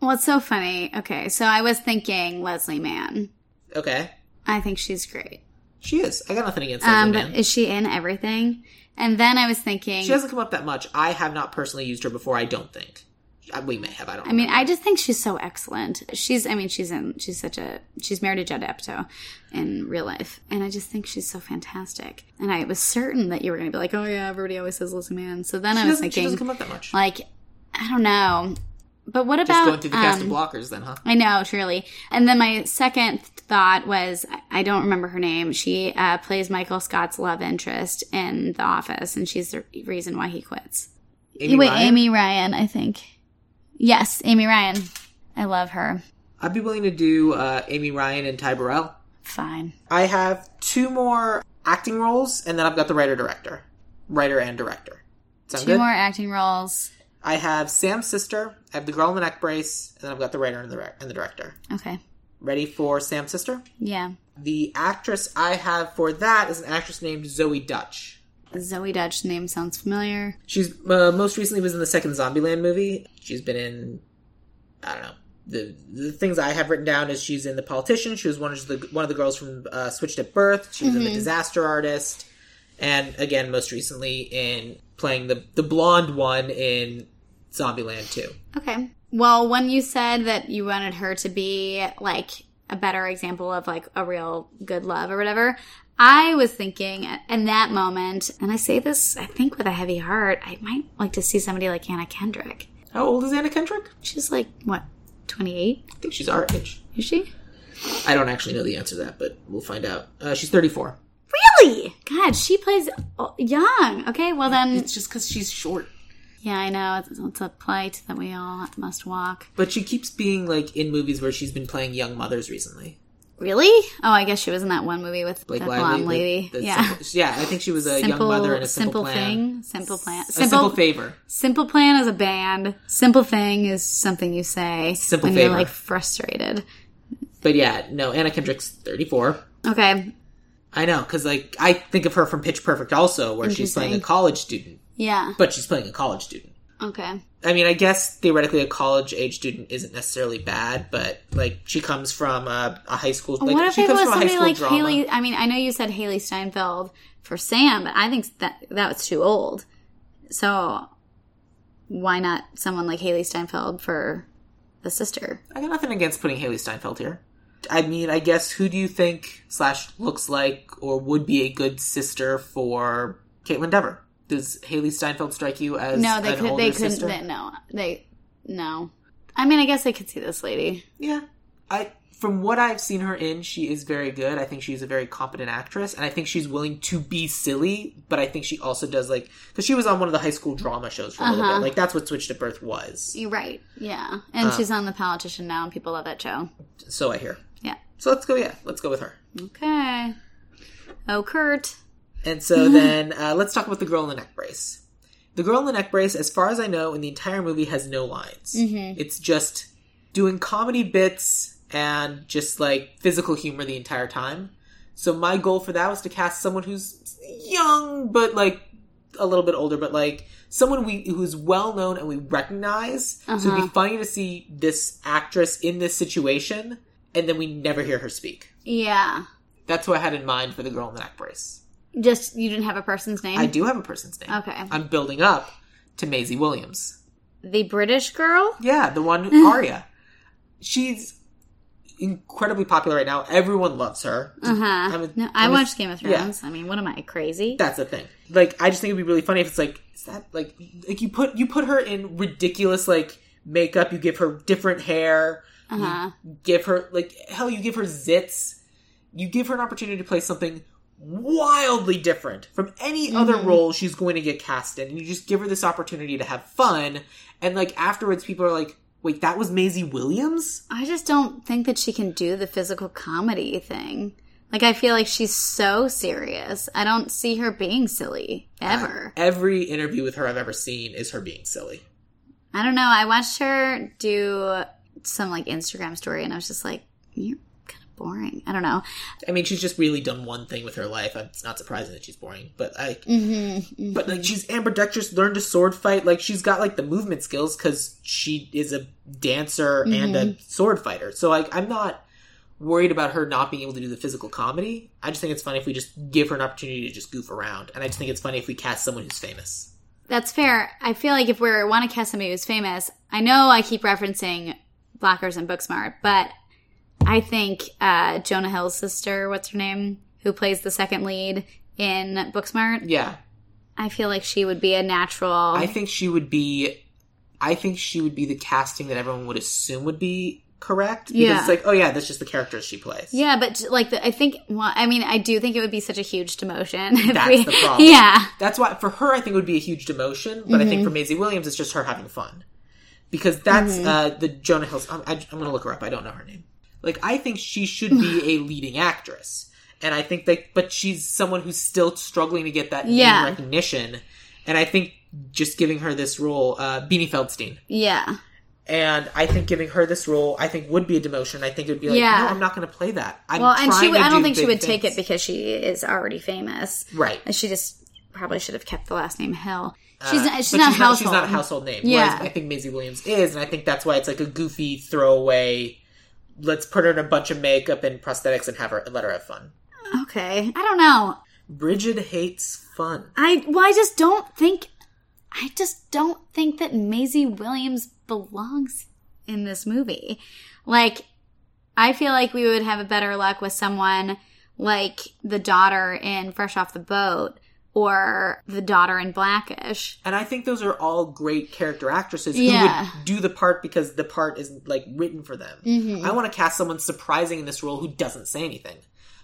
Speaker 2: Well, it's so funny. Okay, so I was thinking Leslie Mann.
Speaker 1: Okay.
Speaker 2: I think she's great.
Speaker 1: She is. I got nothing against
Speaker 2: Um,
Speaker 1: Leslie
Speaker 2: but
Speaker 1: Mann.
Speaker 2: is she in everything? And then I was thinking,
Speaker 1: She hasn't come up that much. I have not personally used her before, I don't think. Uh, We may have, I don't
Speaker 2: I mean, I just think she's so excellent. She's, I mean, she's in, she's such a, she's married to Judd Apatow in real life, and I just think she's so fantastic. And I was certain that you were going to be like, oh yeah, everybody always says Leslie Mann. So then I
Speaker 1: she
Speaker 2: was
Speaker 1: doesn't, she
Speaker 2: thinking,
Speaker 1: doesn't come up that much.
Speaker 2: like, I don't know, but what
Speaker 1: Just
Speaker 2: about
Speaker 1: going through the cast of
Speaker 2: um,
Speaker 1: blockers then, huh?
Speaker 2: I know, truly. And then my second thought was I- I don't remember her name. She uh, plays Michael Scott's love interest in The Office, and she's the reason why he quits.
Speaker 1: Amy
Speaker 2: Wait,
Speaker 1: Ryan?
Speaker 2: Amy Ryan, I think. Yes, Amy Ryan. I love her.
Speaker 1: I'd be willing to do uh, Amy Ryan and Ty Burrell.
Speaker 2: Fine.
Speaker 1: I have two more acting roles, and then I've got the writer-director. Writer and director. Sound
Speaker 2: Two
Speaker 1: good?
Speaker 2: more acting roles.
Speaker 1: I have Sam's sister, I have the girl in the neck brace, and then I've got the writer and the, re- and the director.
Speaker 2: Okay.
Speaker 1: Ready for Sam's sister?
Speaker 2: Yeah.
Speaker 1: The actress I have for that is an actress named Zoe Dutch.
Speaker 2: Zoe Dutch name sounds familiar.
Speaker 1: She's uh, most recently was in the second Zombieland movie. She's been in, I don't know, the, the things I have written down is she's in the politician. She was one of the one of the girls from uh, Switched at Birth. She was in the Disaster Artist, and again, most recently in playing the the blonde one in Zombieland Two.
Speaker 2: Okay. Well, when you said that you wanted her to be like a better example of like a real good love or whatever, I was thinking at- in that moment, and I say this, I think, with a heavy heart, I might like to see somebody like Anna Kendrick.
Speaker 1: How old is Anna Kendrick?
Speaker 2: She's like, what, 28?
Speaker 1: I think she's our age.
Speaker 2: Is she?
Speaker 1: I don't actually know the answer to that, but we'll find out. Uh, she's thirty four.
Speaker 2: Really? God, she plays uh, young. Okay, well then.
Speaker 1: It's just because she's short.
Speaker 2: Yeah, I know. It's, it's a plight that we all must walk.
Speaker 1: But she keeps being like in movies where she's been playing young mothers recently.
Speaker 2: Really? Oh, I guess she was in that one movie with
Speaker 1: Blake
Speaker 2: that
Speaker 1: Lively,
Speaker 2: blonde
Speaker 1: the-
Speaker 2: lady.
Speaker 1: the
Speaker 2: yeah.
Speaker 1: simple- yeah, I think she was a young mother in a simple, plan.
Speaker 2: thing. Simple plan.
Speaker 1: A simple,
Speaker 2: Simple,
Speaker 1: favor.
Speaker 2: simple plan is a band. Simple thing is something you say
Speaker 1: Simple
Speaker 2: when
Speaker 1: favor.
Speaker 2: you're like frustrated.
Speaker 1: But yeah, no, Anna Kendrick's 34.
Speaker 2: Okay.
Speaker 1: I know, because like I think of her from Pitch Perfect also, where she's playing a
Speaker 2: Interesting.
Speaker 1: college student,
Speaker 2: Yeah.
Speaker 1: but she's playing a college student.
Speaker 2: Okay.
Speaker 1: I mean, I guess theoretically a college age student isn't necessarily bad, but like she comes from a, a high school. Like,
Speaker 2: what if
Speaker 1: she
Speaker 2: it
Speaker 1: comes
Speaker 2: was
Speaker 1: from a high
Speaker 2: somebody
Speaker 1: school
Speaker 2: like
Speaker 1: drama.
Speaker 2: Haley? I mean, I know you said Haley Steinfeld for Sam, but I think that that was too old. So why not someone like Haley Steinfeld for the sister?
Speaker 1: I got nothing against putting Haley Steinfeld here. I mean, I guess who do you think slash looks like or would be a good sister for Caitlin Dever? Does Haley Steinfeld strike you as
Speaker 2: No, they
Speaker 1: an
Speaker 2: could.
Speaker 1: older
Speaker 2: They couldn't.
Speaker 1: sister?
Speaker 2: They, no, they no. I mean, I guess I could see this lady.
Speaker 1: Yeah. I from what I've seen her in, she is very good. I think she's a very competent actress, and I think she's willing to be silly, but I think she also does like because she was on one of the high school drama shows for a little bit. Like that's what Switched at Birth was.
Speaker 2: You're right. Yeah,
Speaker 1: Uh.
Speaker 2: and she's on the politician now, and people love that show.
Speaker 1: So I hear.
Speaker 2: Yeah.
Speaker 1: So let's go, yeah, let's go with her.
Speaker 2: Okay. Oh, Kurt.
Speaker 1: And so then uh, let's talk about the girl in the neck brace. The girl in the neck brace, as far as I know, in the entire movie has no lines. It's just doing comedy bits and just like physical humor the entire time. So my goal for that was to cast someone who's young, but like a little bit older, but like someone we who's well known and we recognize. So it'd be funny to see this actress in this situation, and then we never hear her speak.
Speaker 2: Yeah.
Speaker 1: That's who I had in mind for the girl in the neck brace.
Speaker 2: Just you didn't have a person's name.
Speaker 1: I do have a person's name.
Speaker 2: Okay.
Speaker 1: I'm building up to Maisie Williams.
Speaker 2: the British girl.
Speaker 1: Yeah, the one Aria. She's incredibly popular right now. Everyone loves her.
Speaker 2: Uh huh.
Speaker 1: I'm a-
Speaker 2: no, I
Speaker 1: I'm a-
Speaker 2: watched Game of
Speaker 1: yeah.
Speaker 2: Thrones. I mean, what am I crazy?
Speaker 1: That's the thing. Like, I just think it'd be really funny if it's like, is that like, like you put you put her in ridiculous like makeup. You give her different hair.
Speaker 2: Uh huh.
Speaker 1: You give her like hell. You give her zits. You give her an opportunity to play something wildly different from any other role she's going to get cast in. And you just give her this opportunity to have fun. And like afterwards, people are like, "Wait, that was Maisie Williams."
Speaker 2: I just don't think that she can do the physical comedy thing. Like, I feel like she's so serious. I don't see her being silly ever.
Speaker 1: Every interview with her I've ever seen is her being silly.
Speaker 2: I don't know. I watched her do some like Instagram story, and I was just like, you're kind of boring. I don't know.
Speaker 1: I mean, she's just really done one thing with her life. It's not surprising that she's boring, but I, Mm-hmm, but like she's Amber Dexter's learned to sword fight. Like she's got like the movement skills because she is a dancer and a sword fighter. So like I'm not worried about her not being able to do the physical comedy. I just think it's funny if we just give her an opportunity to just goof around, and I just think it's funny if we cast someone who's famous.
Speaker 2: That's fair. I feel like if we are want to cast somebody who's famous, I know I keep referencing Blockers and Booksmart, but I think uh, Jonah Hill's sister, what's her name, who plays the second lead in Booksmart,
Speaker 1: Yeah,
Speaker 2: I feel like she would be a natural.
Speaker 1: I think she would be. I think she would be the casting that everyone would assume would be correct. Because
Speaker 2: Yeah.
Speaker 1: it's like, oh yeah, that's just the characters she plays.
Speaker 2: Yeah, but like the, I think, well, I mean, I do think it would be such a huge demotion. if
Speaker 1: That's
Speaker 2: we-
Speaker 1: the problem.
Speaker 2: Yeah,
Speaker 1: That's why for her, I think it would be a huge demotion. But I think
Speaker 2: Mm-hmm.
Speaker 1: for Maisie Williams, it's just her having fun because that's uh, the Jonah Hill's. I'm, I, I'm going to look her up. I don't know her name. Like I think she should be a leading actress, and I think that. But she's someone who's still struggling to get that name
Speaker 2: Yeah.
Speaker 1: recognition, and I think just giving her this role, uh, Beanie Feldstein.
Speaker 2: yeah,
Speaker 1: And I think giving her this role, I think would be a demotion. I think it would be like,
Speaker 2: Yeah.
Speaker 1: no, I'm not going to play that. I'm
Speaker 2: well, and she,
Speaker 1: trying
Speaker 2: would-
Speaker 1: to
Speaker 2: I don't
Speaker 1: do
Speaker 2: think she
Speaker 1: big
Speaker 2: would take it
Speaker 1: things."
Speaker 2: because she is already famous.
Speaker 1: right.
Speaker 2: And she just probably should have kept the last name Hill. She's
Speaker 1: Uh,
Speaker 2: not- she's
Speaker 1: but
Speaker 2: not a
Speaker 1: She's
Speaker 2: household.
Speaker 1: not a household name.
Speaker 2: Yeah.
Speaker 1: Whereas I think Maisie Williams is, and I think that's why it's like a goofy throwaway. Let's put her in a bunch of makeup and prosthetics and have her let her have fun.
Speaker 2: Okay. I don't know.
Speaker 1: Bridget hates fun.
Speaker 2: I well, I just don't think I just don't think that Maisie Williams belongs in this movie. Like I feel like we would have a better luck with someone like the daughter in Fresh Off the Boat or the daughter in Blackish.
Speaker 1: And I think those are all great character actresses who
Speaker 2: Yeah.
Speaker 1: would do the part because the part is like written for them.
Speaker 2: Mm-hmm.
Speaker 1: I want to cast someone surprising in this role who doesn't say anything.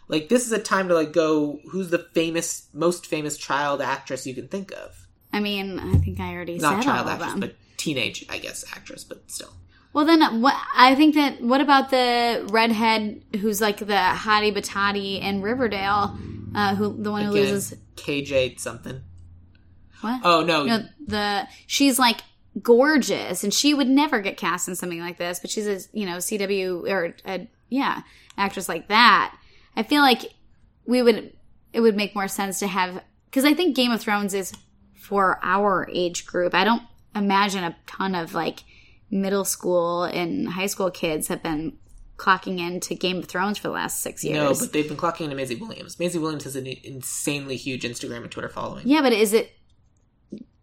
Speaker 1: Like this is a time to like go who's the famous most famous child actress you can think of.
Speaker 2: I mean, I think I already
Speaker 1: Not
Speaker 2: said all
Speaker 1: child
Speaker 2: of
Speaker 1: actress,
Speaker 2: them.
Speaker 1: but teenage, I guess, actress, but still.
Speaker 2: Well, then, what I think that what about the redhead who's like the hottie batati in Riverdale, uh, who the one who
Speaker 1: Again,
Speaker 2: loses
Speaker 1: KJ something.
Speaker 2: what?
Speaker 1: Oh no,
Speaker 2: no, the she's like gorgeous, and she would never get cast in something like this. But she's a you know CW or a, yeah actress like that. I feel like we would it would make more sense to have because I think Game of Thrones is for our age group. I don't imagine a ton of like middle school and high school kids have been clocking into Game of Thrones for the last six years.
Speaker 1: no, but they've been clocking into Maisie Williams. Maisie Williams has an insanely huge Instagram and Twitter following.
Speaker 2: Yeah, but is it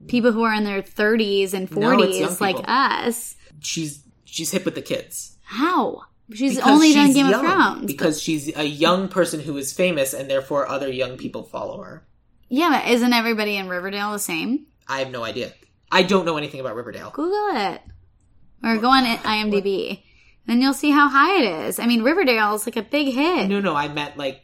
Speaker 2: people who are in their 30s and
Speaker 1: No,
Speaker 2: 40s
Speaker 1: it's young
Speaker 2: like
Speaker 1: people.
Speaker 2: us?
Speaker 1: She's she's hip with the kids.
Speaker 2: How? She's
Speaker 1: Because
Speaker 2: only done
Speaker 1: she's
Speaker 2: Game
Speaker 1: young,
Speaker 2: of Thrones.
Speaker 1: Because she's a young person who is famous and therefore other young people follow her.
Speaker 2: yeah, but isn't everybody in Riverdale the same?
Speaker 1: I have no idea. I don't know anything about Riverdale.
Speaker 2: Google it. Or go on IMDb. Then you'll see how high it is. I mean, Riverdale is like a big hit.
Speaker 1: No, no, I meant like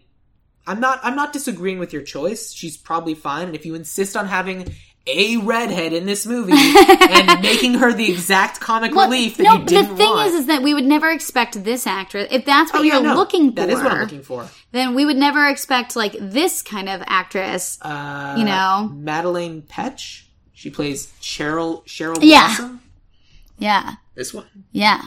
Speaker 1: I'm not I'm not disagreeing with your choice. She's probably fine, and if you insist on having a redhead in this movie and making her the exact comic
Speaker 2: Well,
Speaker 1: relief that
Speaker 2: no,
Speaker 1: you
Speaker 2: but the
Speaker 1: didn't
Speaker 2: thing
Speaker 1: want.
Speaker 2: is, is that we would never expect this actress. If that's what
Speaker 1: Oh, yeah,
Speaker 2: you're
Speaker 1: no,
Speaker 2: looking for,
Speaker 1: That is what I'm looking for.
Speaker 2: then we would never expect like this kind of actress.
Speaker 1: Uh,
Speaker 2: You know.
Speaker 1: Madeline Petch. She plays Cheryl Cheryl
Speaker 2: Yeah.
Speaker 1: Blossom.
Speaker 2: yeah.
Speaker 1: This one?
Speaker 2: Yeah.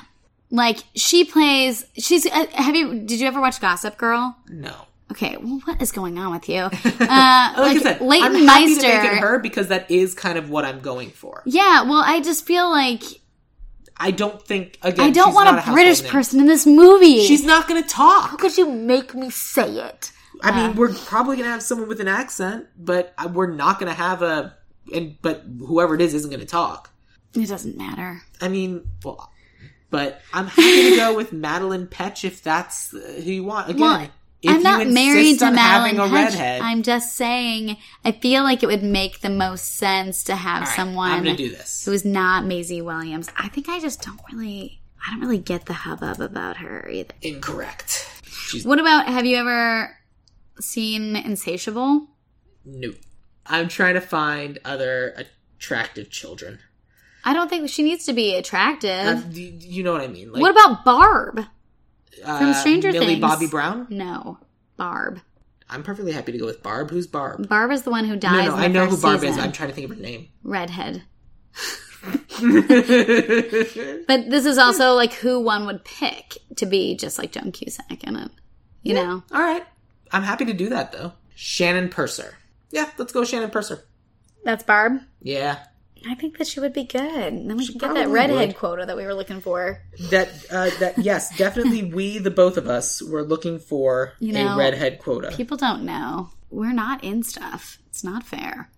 Speaker 2: Like she plays she's uh, have you did you ever watch Gossip Girl?
Speaker 1: No.
Speaker 2: Okay, well what is going on with you? Uh
Speaker 1: Like,
Speaker 2: like,
Speaker 1: I said,
Speaker 2: Leighton
Speaker 1: I'm happy to make
Speaker 2: Meister.
Speaker 1: it her because that is kind of what I'm going for.
Speaker 2: yeah, well I just feel like
Speaker 1: I don't think again.
Speaker 2: I don't
Speaker 1: she's
Speaker 2: want
Speaker 1: not
Speaker 2: a,
Speaker 1: household
Speaker 2: British
Speaker 1: name.
Speaker 2: person in this movie.
Speaker 1: She's not going to talk.
Speaker 2: could you make me say it?
Speaker 1: I mean, we're probably going to have someone with an accent, but I- we're not going to have a. And but whoever it is isn't going to talk.
Speaker 2: It doesn't matter.
Speaker 1: I mean, well, but I'm happy to go with Madeline Petch if that's uh, who you want. Again,
Speaker 2: Well,
Speaker 1: if
Speaker 2: I'm not
Speaker 1: you
Speaker 2: married
Speaker 1: insist
Speaker 2: to
Speaker 1: on having
Speaker 2: Madeline
Speaker 1: a
Speaker 2: Hedge.
Speaker 1: redhead,
Speaker 2: I'm just saying I feel like it would make the most sense to have
Speaker 1: all right,
Speaker 2: someone
Speaker 1: I'm going to do this.
Speaker 2: who is not Maisie Williams. I think I just don't really I don't really get the hubbub about her either.
Speaker 1: Incorrect. She's
Speaker 2: What about have you ever seen Insatiable?
Speaker 1: Nope. I'm trying to find other attractive children.
Speaker 2: I don't think she needs to be attractive.
Speaker 1: Uh, do- do you know what I mean? Like,
Speaker 2: what about Barb?
Speaker 1: uh,
Speaker 2: from Stranger
Speaker 1: Millie
Speaker 2: Things?
Speaker 1: Bobby Brown?
Speaker 2: No, Barb.
Speaker 1: I'm perfectly happy to go with Barb. Who's Barb?
Speaker 2: Barb is the one who
Speaker 1: No,
Speaker 2: dies.
Speaker 1: no,
Speaker 2: in the
Speaker 1: I know who
Speaker 2: first
Speaker 1: Barb is.
Speaker 2: season.
Speaker 1: I'm trying to think of her name.
Speaker 2: Redhead. But this is also like who one would pick to be just like Joan Cusack in it. You know,
Speaker 1: All right. I'm happy to do that, though. Shannon Purser. Yeah, let's go Shannon Purser.
Speaker 2: that's Barb.
Speaker 1: Yeah.
Speaker 2: I think that she would be good. Then we could get
Speaker 1: probably
Speaker 2: that redhead
Speaker 1: would.
Speaker 2: quota that we were looking for.
Speaker 1: That, uh, that yes, definitely we, the both of us, were looking for
Speaker 2: You
Speaker 1: a
Speaker 2: know,
Speaker 1: redhead quota.
Speaker 2: People don't know. We're not in stuff. It's not fair.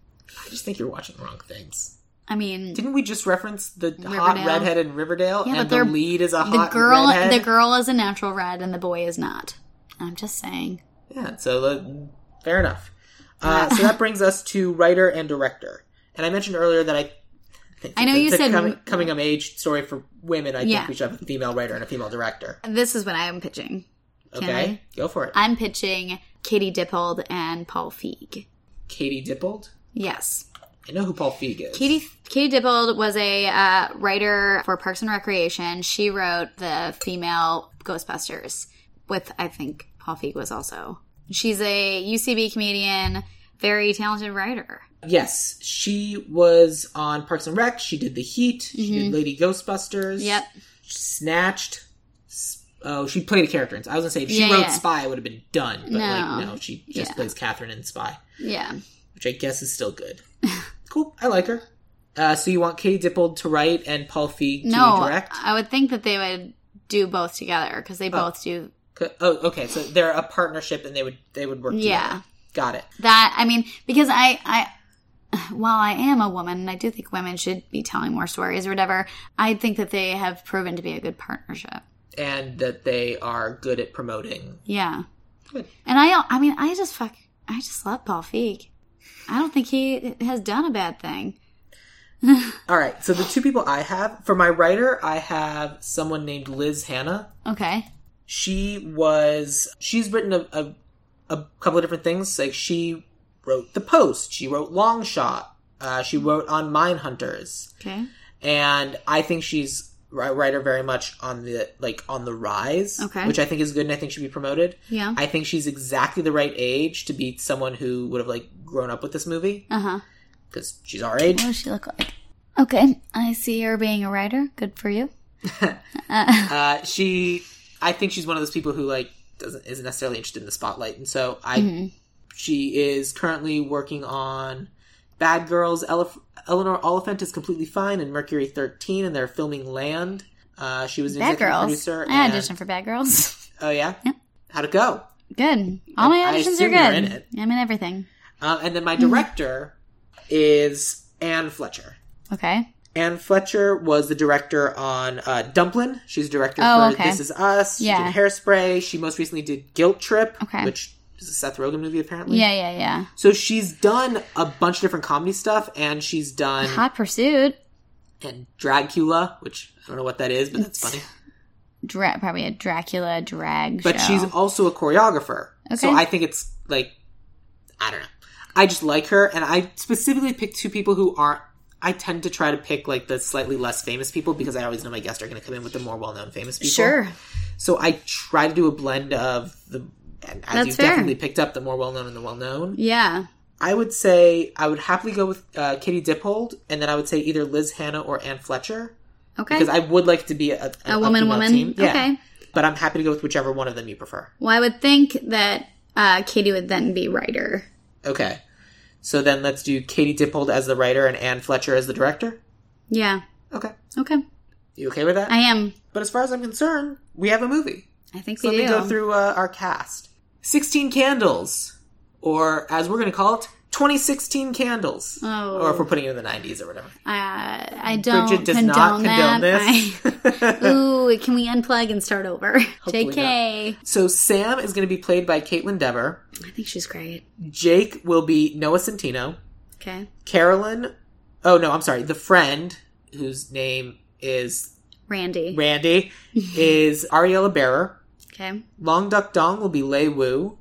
Speaker 1: I just think you're watching the wrong things.
Speaker 2: I mean,
Speaker 1: Didn't we just reference the hot
Speaker 2: Riverdale.
Speaker 1: redhead in Riverdale?
Speaker 2: Yeah, but
Speaker 1: and the
Speaker 2: they're-
Speaker 1: lead is a
Speaker 2: the
Speaker 1: hot
Speaker 2: girl
Speaker 1: redhead?
Speaker 2: the girl is a natural red and the boy is not i'm just saying
Speaker 1: Yeah, so uh, fair enough. Uh, so that brings us to writer and director. And I mentioned earlier that I think
Speaker 2: I know
Speaker 1: it's
Speaker 2: you
Speaker 1: a
Speaker 2: said-
Speaker 1: coming, coming of age story for women. I
Speaker 2: Yeah.
Speaker 1: think we should have a female writer and a female director.
Speaker 2: this is what i'm pitching Can
Speaker 1: Okay,
Speaker 2: I?
Speaker 1: go for it.
Speaker 2: i'm pitching katie dippold and paul feig
Speaker 1: Katie Dippold.
Speaker 2: yes
Speaker 1: I know who Paul Feig is.
Speaker 2: katie katie dippold was a uh, writer for parks and recreation she wrote the female ghostbusters with i think paul feig was also she's a ucb comedian very talented writer
Speaker 1: Yes, she was on Parks and Rec. She did The Heat. She did Lady Ghostbusters.
Speaker 2: Mm-hmm. yep
Speaker 1: Snatched. S- Oh, she played a character. In, I was gonna say if she
Speaker 2: Yeah,
Speaker 1: wrote
Speaker 2: yeah.
Speaker 1: Spy, I would have been done. But
Speaker 2: No.
Speaker 1: like, no, she just
Speaker 2: Yeah.
Speaker 1: plays Catherine in Spy,
Speaker 2: yeah
Speaker 1: which I guess is still good. Cool. I like her. Uh, so you want Katie Dippold to write and Paul Feig to
Speaker 2: no,
Speaker 1: direct?
Speaker 2: I would think that they would do both together because they both do
Speaker 1: Co- Oh, okay. So they're a partnership, and they would they would work.
Speaker 2: Yeah.
Speaker 1: together. got it.
Speaker 2: that. I mean, because I, I, while I am a woman and I do think women should be telling more stories or whatever, I think that they have proven to be a good partnership.
Speaker 1: And that they are good at promoting.
Speaker 2: Yeah.
Speaker 1: Good.
Speaker 2: And I, I mean, I just fuck, I just love Paul Feig. I don't think he has done a bad thing.
Speaker 1: All right. So the two people I have for my writer, I have someone named Liz Hannah.
Speaker 2: Okay.
Speaker 1: She was she's written a, a a couple of different things. Like she wrote The Post. She wrote Long Shot. Uh, she wrote on Mine Hunters.
Speaker 2: Okay.
Speaker 1: and I think she's a writer very much on the like on the rise,
Speaker 2: Okay.
Speaker 1: which I think is good and I think should be promoted.
Speaker 2: Yeah.
Speaker 1: I think she's exactly the right age to be someone who would have like grown up with this movie
Speaker 2: Uh huh.
Speaker 1: because she's our age.
Speaker 2: What does she look like? Okay. I see her being a writer. Good for you.
Speaker 1: Uh, she, I think she's one of those people who like doesn't isn't necessarily interested in the spotlight, and so I,
Speaker 2: Mm-hmm.
Speaker 1: she is currently working on Bad Girls. Elef- Eleanor Oliphant is completely fine in Mercury Thirteen, and they're filming Land. Uh, she was an
Speaker 2: Bad
Speaker 1: executive
Speaker 2: girls.
Speaker 1: producer.
Speaker 2: I
Speaker 1: and-
Speaker 2: auditioned for bad girls.
Speaker 1: Oh yeah,
Speaker 2: Yeah.
Speaker 1: how'd it go?
Speaker 2: Good. All my
Speaker 1: I
Speaker 2: auditions are
Speaker 1: assume
Speaker 2: good.
Speaker 1: you're in it.
Speaker 2: I'm in everything.
Speaker 1: Um, and then my
Speaker 2: Mm-hmm.
Speaker 1: director is Anne Fletcher.
Speaker 2: Okay.
Speaker 1: Anne Fletcher was the director on uh, Dumplin'. She's a director
Speaker 2: Oh,
Speaker 1: for
Speaker 2: okay.
Speaker 1: This Is Us. She
Speaker 2: Yeah.
Speaker 1: did Hairspray. She most recently did Guilt Trip,
Speaker 2: Okay.
Speaker 1: which is a Seth Rogen movie, apparently.
Speaker 2: Yeah, yeah, yeah.
Speaker 1: So she's done a bunch of different comedy stuff, and she's done
Speaker 2: Hot Pursuit.
Speaker 1: and Dracula, which I don't know what that is, but that's funny.
Speaker 2: Dra- probably a Dracula drag
Speaker 1: But
Speaker 2: show.
Speaker 1: she's also a choreographer. So
Speaker 2: Okay.
Speaker 1: I think it's like I don't know. I just like her and I specifically picked two people who aren't I tend to try to pick like the slightly less famous people because I always know my guests are going to come in with the more well-known famous people.
Speaker 2: Sure.
Speaker 1: So I try to do a blend of the and as
Speaker 2: That's
Speaker 1: you've
Speaker 2: fair.
Speaker 1: definitely picked up the more well-known and the well-known.
Speaker 2: Yeah.
Speaker 1: I would say I would happily go with uh, Kitty Dippold and then I would say either Liz Hannah or Anne Fletcher
Speaker 2: Okay.
Speaker 1: because I would like to be a,
Speaker 2: A woman,
Speaker 1: female
Speaker 2: woman.
Speaker 1: team. Yeah.
Speaker 2: Okay.
Speaker 1: But I'm happy to go with whichever one of them you prefer.
Speaker 2: well, I would think that uh, Katie would then be writer.
Speaker 1: Okay. So then let's do Katie Dippold as the writer and Anne Fletcher as the director.
Speaker 2: Yeah.
Speaker 1: Okay.
Speaker 2: Okay.
Speaker 1: You okay with that?
Speaker 2: I am.
Speaker 1: but as far as I'm concerned, we have a movie.
Speaker 2: I think
Speaker 1: So
Speaker 2: we
Speaker 1: let me
Speaker 2: do.
Speaker 1: go through uh, our cast 16 Candles, or as we're going to call it, 2016 Candles.
Speaker 2: Oh.
Speaker 1: Or if we're putting it in the 90s or whatever.
Speaker 2: Uh, I don't
Speaker 1: Bridget does
Speaker 2: condone
Speaker 1: not condone
Speaker 2: that.
Speaker 1: this.
Speaker 2: I- Ooh, can we unplug and start over? JK.
Speaker 1: so Sam is going to be played by Caitlin Dever.
Speaker 2: I think she's great.
Speaker 1: Jake will be Noah Centino.
Speaker 2: Okay.
Speaker 1: Carolyn, oh no, I'm sorry, the friend whose name is
Speaker 2: Randy.
Speaker 1: Randy is Ariella Bearer.
Speaker 2: okay.
Speaker 1: Long Duck Dong will be Lei Wu.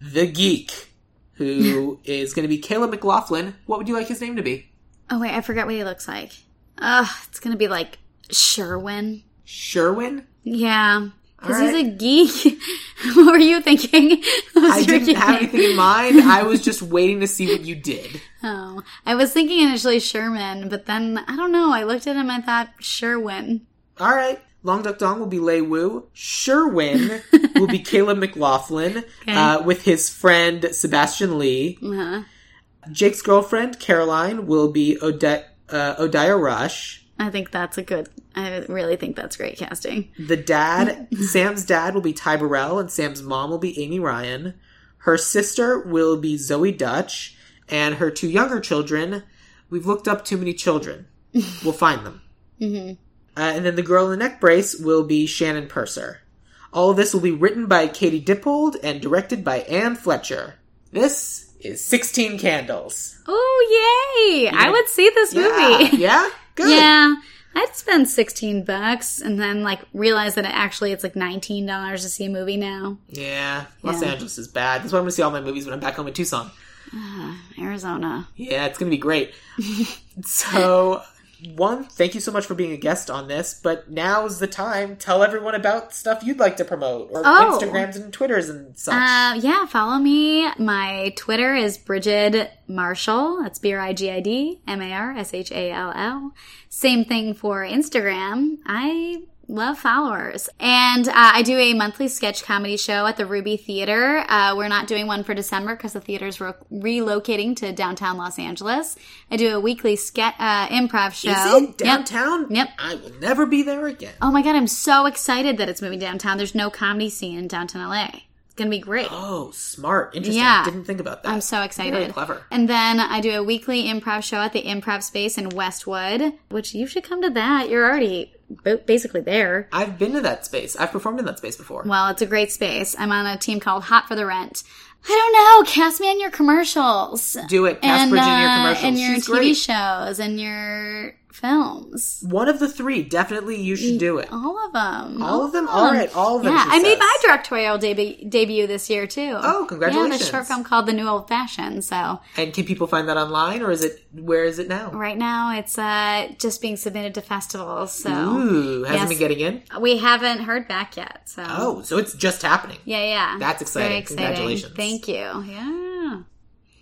Speaker 1: The Geek, who is going to be Caleb McLaughlin. What would you like his name to be?
Speaker 2: Oh, wait, I forgot what he looks like. Ugh, it's going to be like Sherwin.
Speaker 1: Sherwin?
Speaker 2: Yeah. Because
Speaker 1: All
Speaker 2: he's a geek. what were you thinking? What was
Speaker 1: I
Speaker 2: your
Speaker 1: didn't
Speaker 2: geek
Speaker 1: have
Speaker 2: name?
Speaker 1: anything in mind. I was just waiting to see what you did.
Speaker 2: Oh, I was thinking initially Sherman, but then I don't know. I looked at him. I thought Sherwin.
Speaker 1: All right. Long Duck Dong will be Lei Wu. Sherwin will be Caleb McLaughlin uh, with his friend Sebastian Lee.
Speaker 2: Uh-huh.
Speaker 1: Jake's girlfriend, Caroline, will be Ode- uh, Odia Rush.
Speaker 2: I think that's a good. I really think that's great casting.
Speaker 1: The dad, Sam's dad will be Ty Burrell, and Sam's mom will be Amy Ryan. Her sister will be Zoe Dutch, and her two younger children. We've looked up too many children. We'll find them. mm-hmm. uh, and then the girl in the neck brace will be Shannon Purser. All of this will be written by Katie Dippold and directed by Anne Fletcher. This is 16 Candles.
Speaker 2: Oh yay! I would see this
Speaker 1: Yeah.
Speaker 2: movie.
Speaker 1: yeah? Good.
Speaker 2: yeah, I'd spend sixteen bucks and then like realize that it actually it's like nineteen dollars to see a movie now.
Speaker 1: Yeah. Los
Speaker 2: Yeah.
Speaker 1: Angeles is bad. That's why I'm going to see all my movies when I'm back home in Tucson.
Speaker 2: Arizona.
Speaker 1: Yeah, it's going to be great. so, one, thank you so much for being a guest on this, but now's the time. Tell everyone about stuff you'd like to promote or
Speaker 2: Oh.
Speaker 1: Instagrams and Twitters and such.
Speaker 2: Uh, yeah, follow me. My Twitter is Bridget Marshall. That's B R I G I D M A R S H A L L. Same thing for Instagram. I Love followers. And uh, I do a monthly sketch comedy show at the Ruby Theater. Uh, we're not doing one for December because the theater's ro- relocating to downtown Los Angeles. I do a weekly ske- uh, improv show.
Speaker 1: Is it
Speaker 2: Yep.
Speaker 1: downtown?
Speaker 2: Yep.
Speaker 1: I will never be there again.
Speaker 2: Oh my God, I'm so excited that it's moving downtown. There's no comedy scene in downtown LA. It's going to be great.
Speaker 1: Oh, smart. Interesting.
Speaker 2: Yeah.
Speaker 1: Didn't think about that.
Speaker 2: I'm so excited.
Speaker 1: Very clever.
Speaker 2: And then I do a weekly improv show at the Improv Space in Westwood, which you should come to that. You're already bo- basically there.
Speaker 1: I've been to that space. I've performed in that space before.
Speaker 2: Well, it's a great space. I'm on a team called Hot for the Rent. I don't know. Cast me in your commercials.
Speaker 1: Do it. Cast
Speaker 2: and,
Speaker 1: Bridget in your
Speaker 2: uh,
Speaker 1: commercials.
Speaker 2: And your
Speaker 1: She's
Speaker 2: TV
Speaker 1: great.
Speaker 2: shows and your films.
Speaker 1: One of the three. Definitely you
Speaker 2: Mm.
Speaker 1: should do it.
Speaker 2: All of them.
Speaker 1: All of them? All right. All of them.
Speaker 2: Yeah,
Speaker 1: she
Speaker 2: I made
Speaker 1: says.
Speaker 2: my directorial debut, debut this year too.
Speaker 1: Oh,
Speaker 2: Yeah, the
Speaker 1: congratulations.
Speaker 2: short film called The New Old Fashioned. So
Speaker 1: And can people find that online or is it, where is it now?
Speaker 2: right now it's uh, just being submitted to festivals. So
Speaker 1: Ooh, hasn't
Speaker 2: Yes.
Speaker 1: been getting in?
Speaker 2: we haven't heard back yet. So
Speaker 1: Oh, so it's just happening.
Speaker 2: yeah, yeah,
Speaker 1: That's
Speaker 2: It's very
Speaker 1: exciting. Congratulations.
Speaker 2: Thank you. Yeah.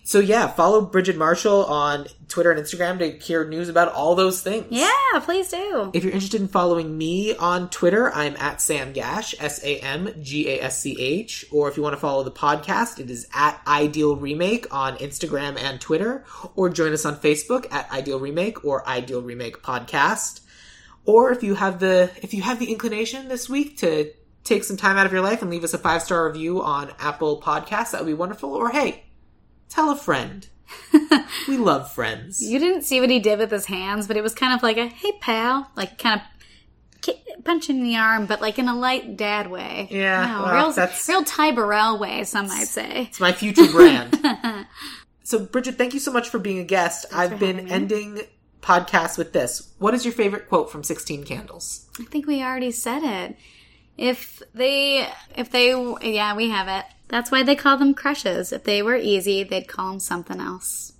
Speaker 1: So yeah, follow Bridget Marshall on Twitter and Instagram to hear news about all those things.
Speaker 2: Yeah, please do.
Speaker 1: If you're interested in following me on Twitter, I'm at Sam Gash, S A M G A S C H. Or if you want to follow the podcast, it is at Ideal Remake on Instagram and Twitter. Or join us on Facebook at Ideal Remake or Ideal Remake Podcast. Or if you have the if you have the inclination this week to take some time out of your life and leave us a five star review on Apple Podcasts, that would be wonderful. Or hey, tell a friend. we love friends.
Speaker 2: You didn't see what he did with his hands, but it was kind of like a hey pal, like kind of ki- punch in the arm, but like in a light dad way.
Speaker 1: Yeah,
Speaker 2: No,
Speaker 1: well,
Speaker 2: real
Speaker 1: that's-
Speaker 2: real Ty Burrell way, some might say.
Speaker 1: It's my future brand. so, Bridget, thank you so much for being a guest. I've been ending podcasts with this. What is your favorite quote from 16 Candles?
Speaker 2: I think we already said it. If they, if they, yeah, we have it. That's why they call them crushes. If they were easy, they'd call them something else.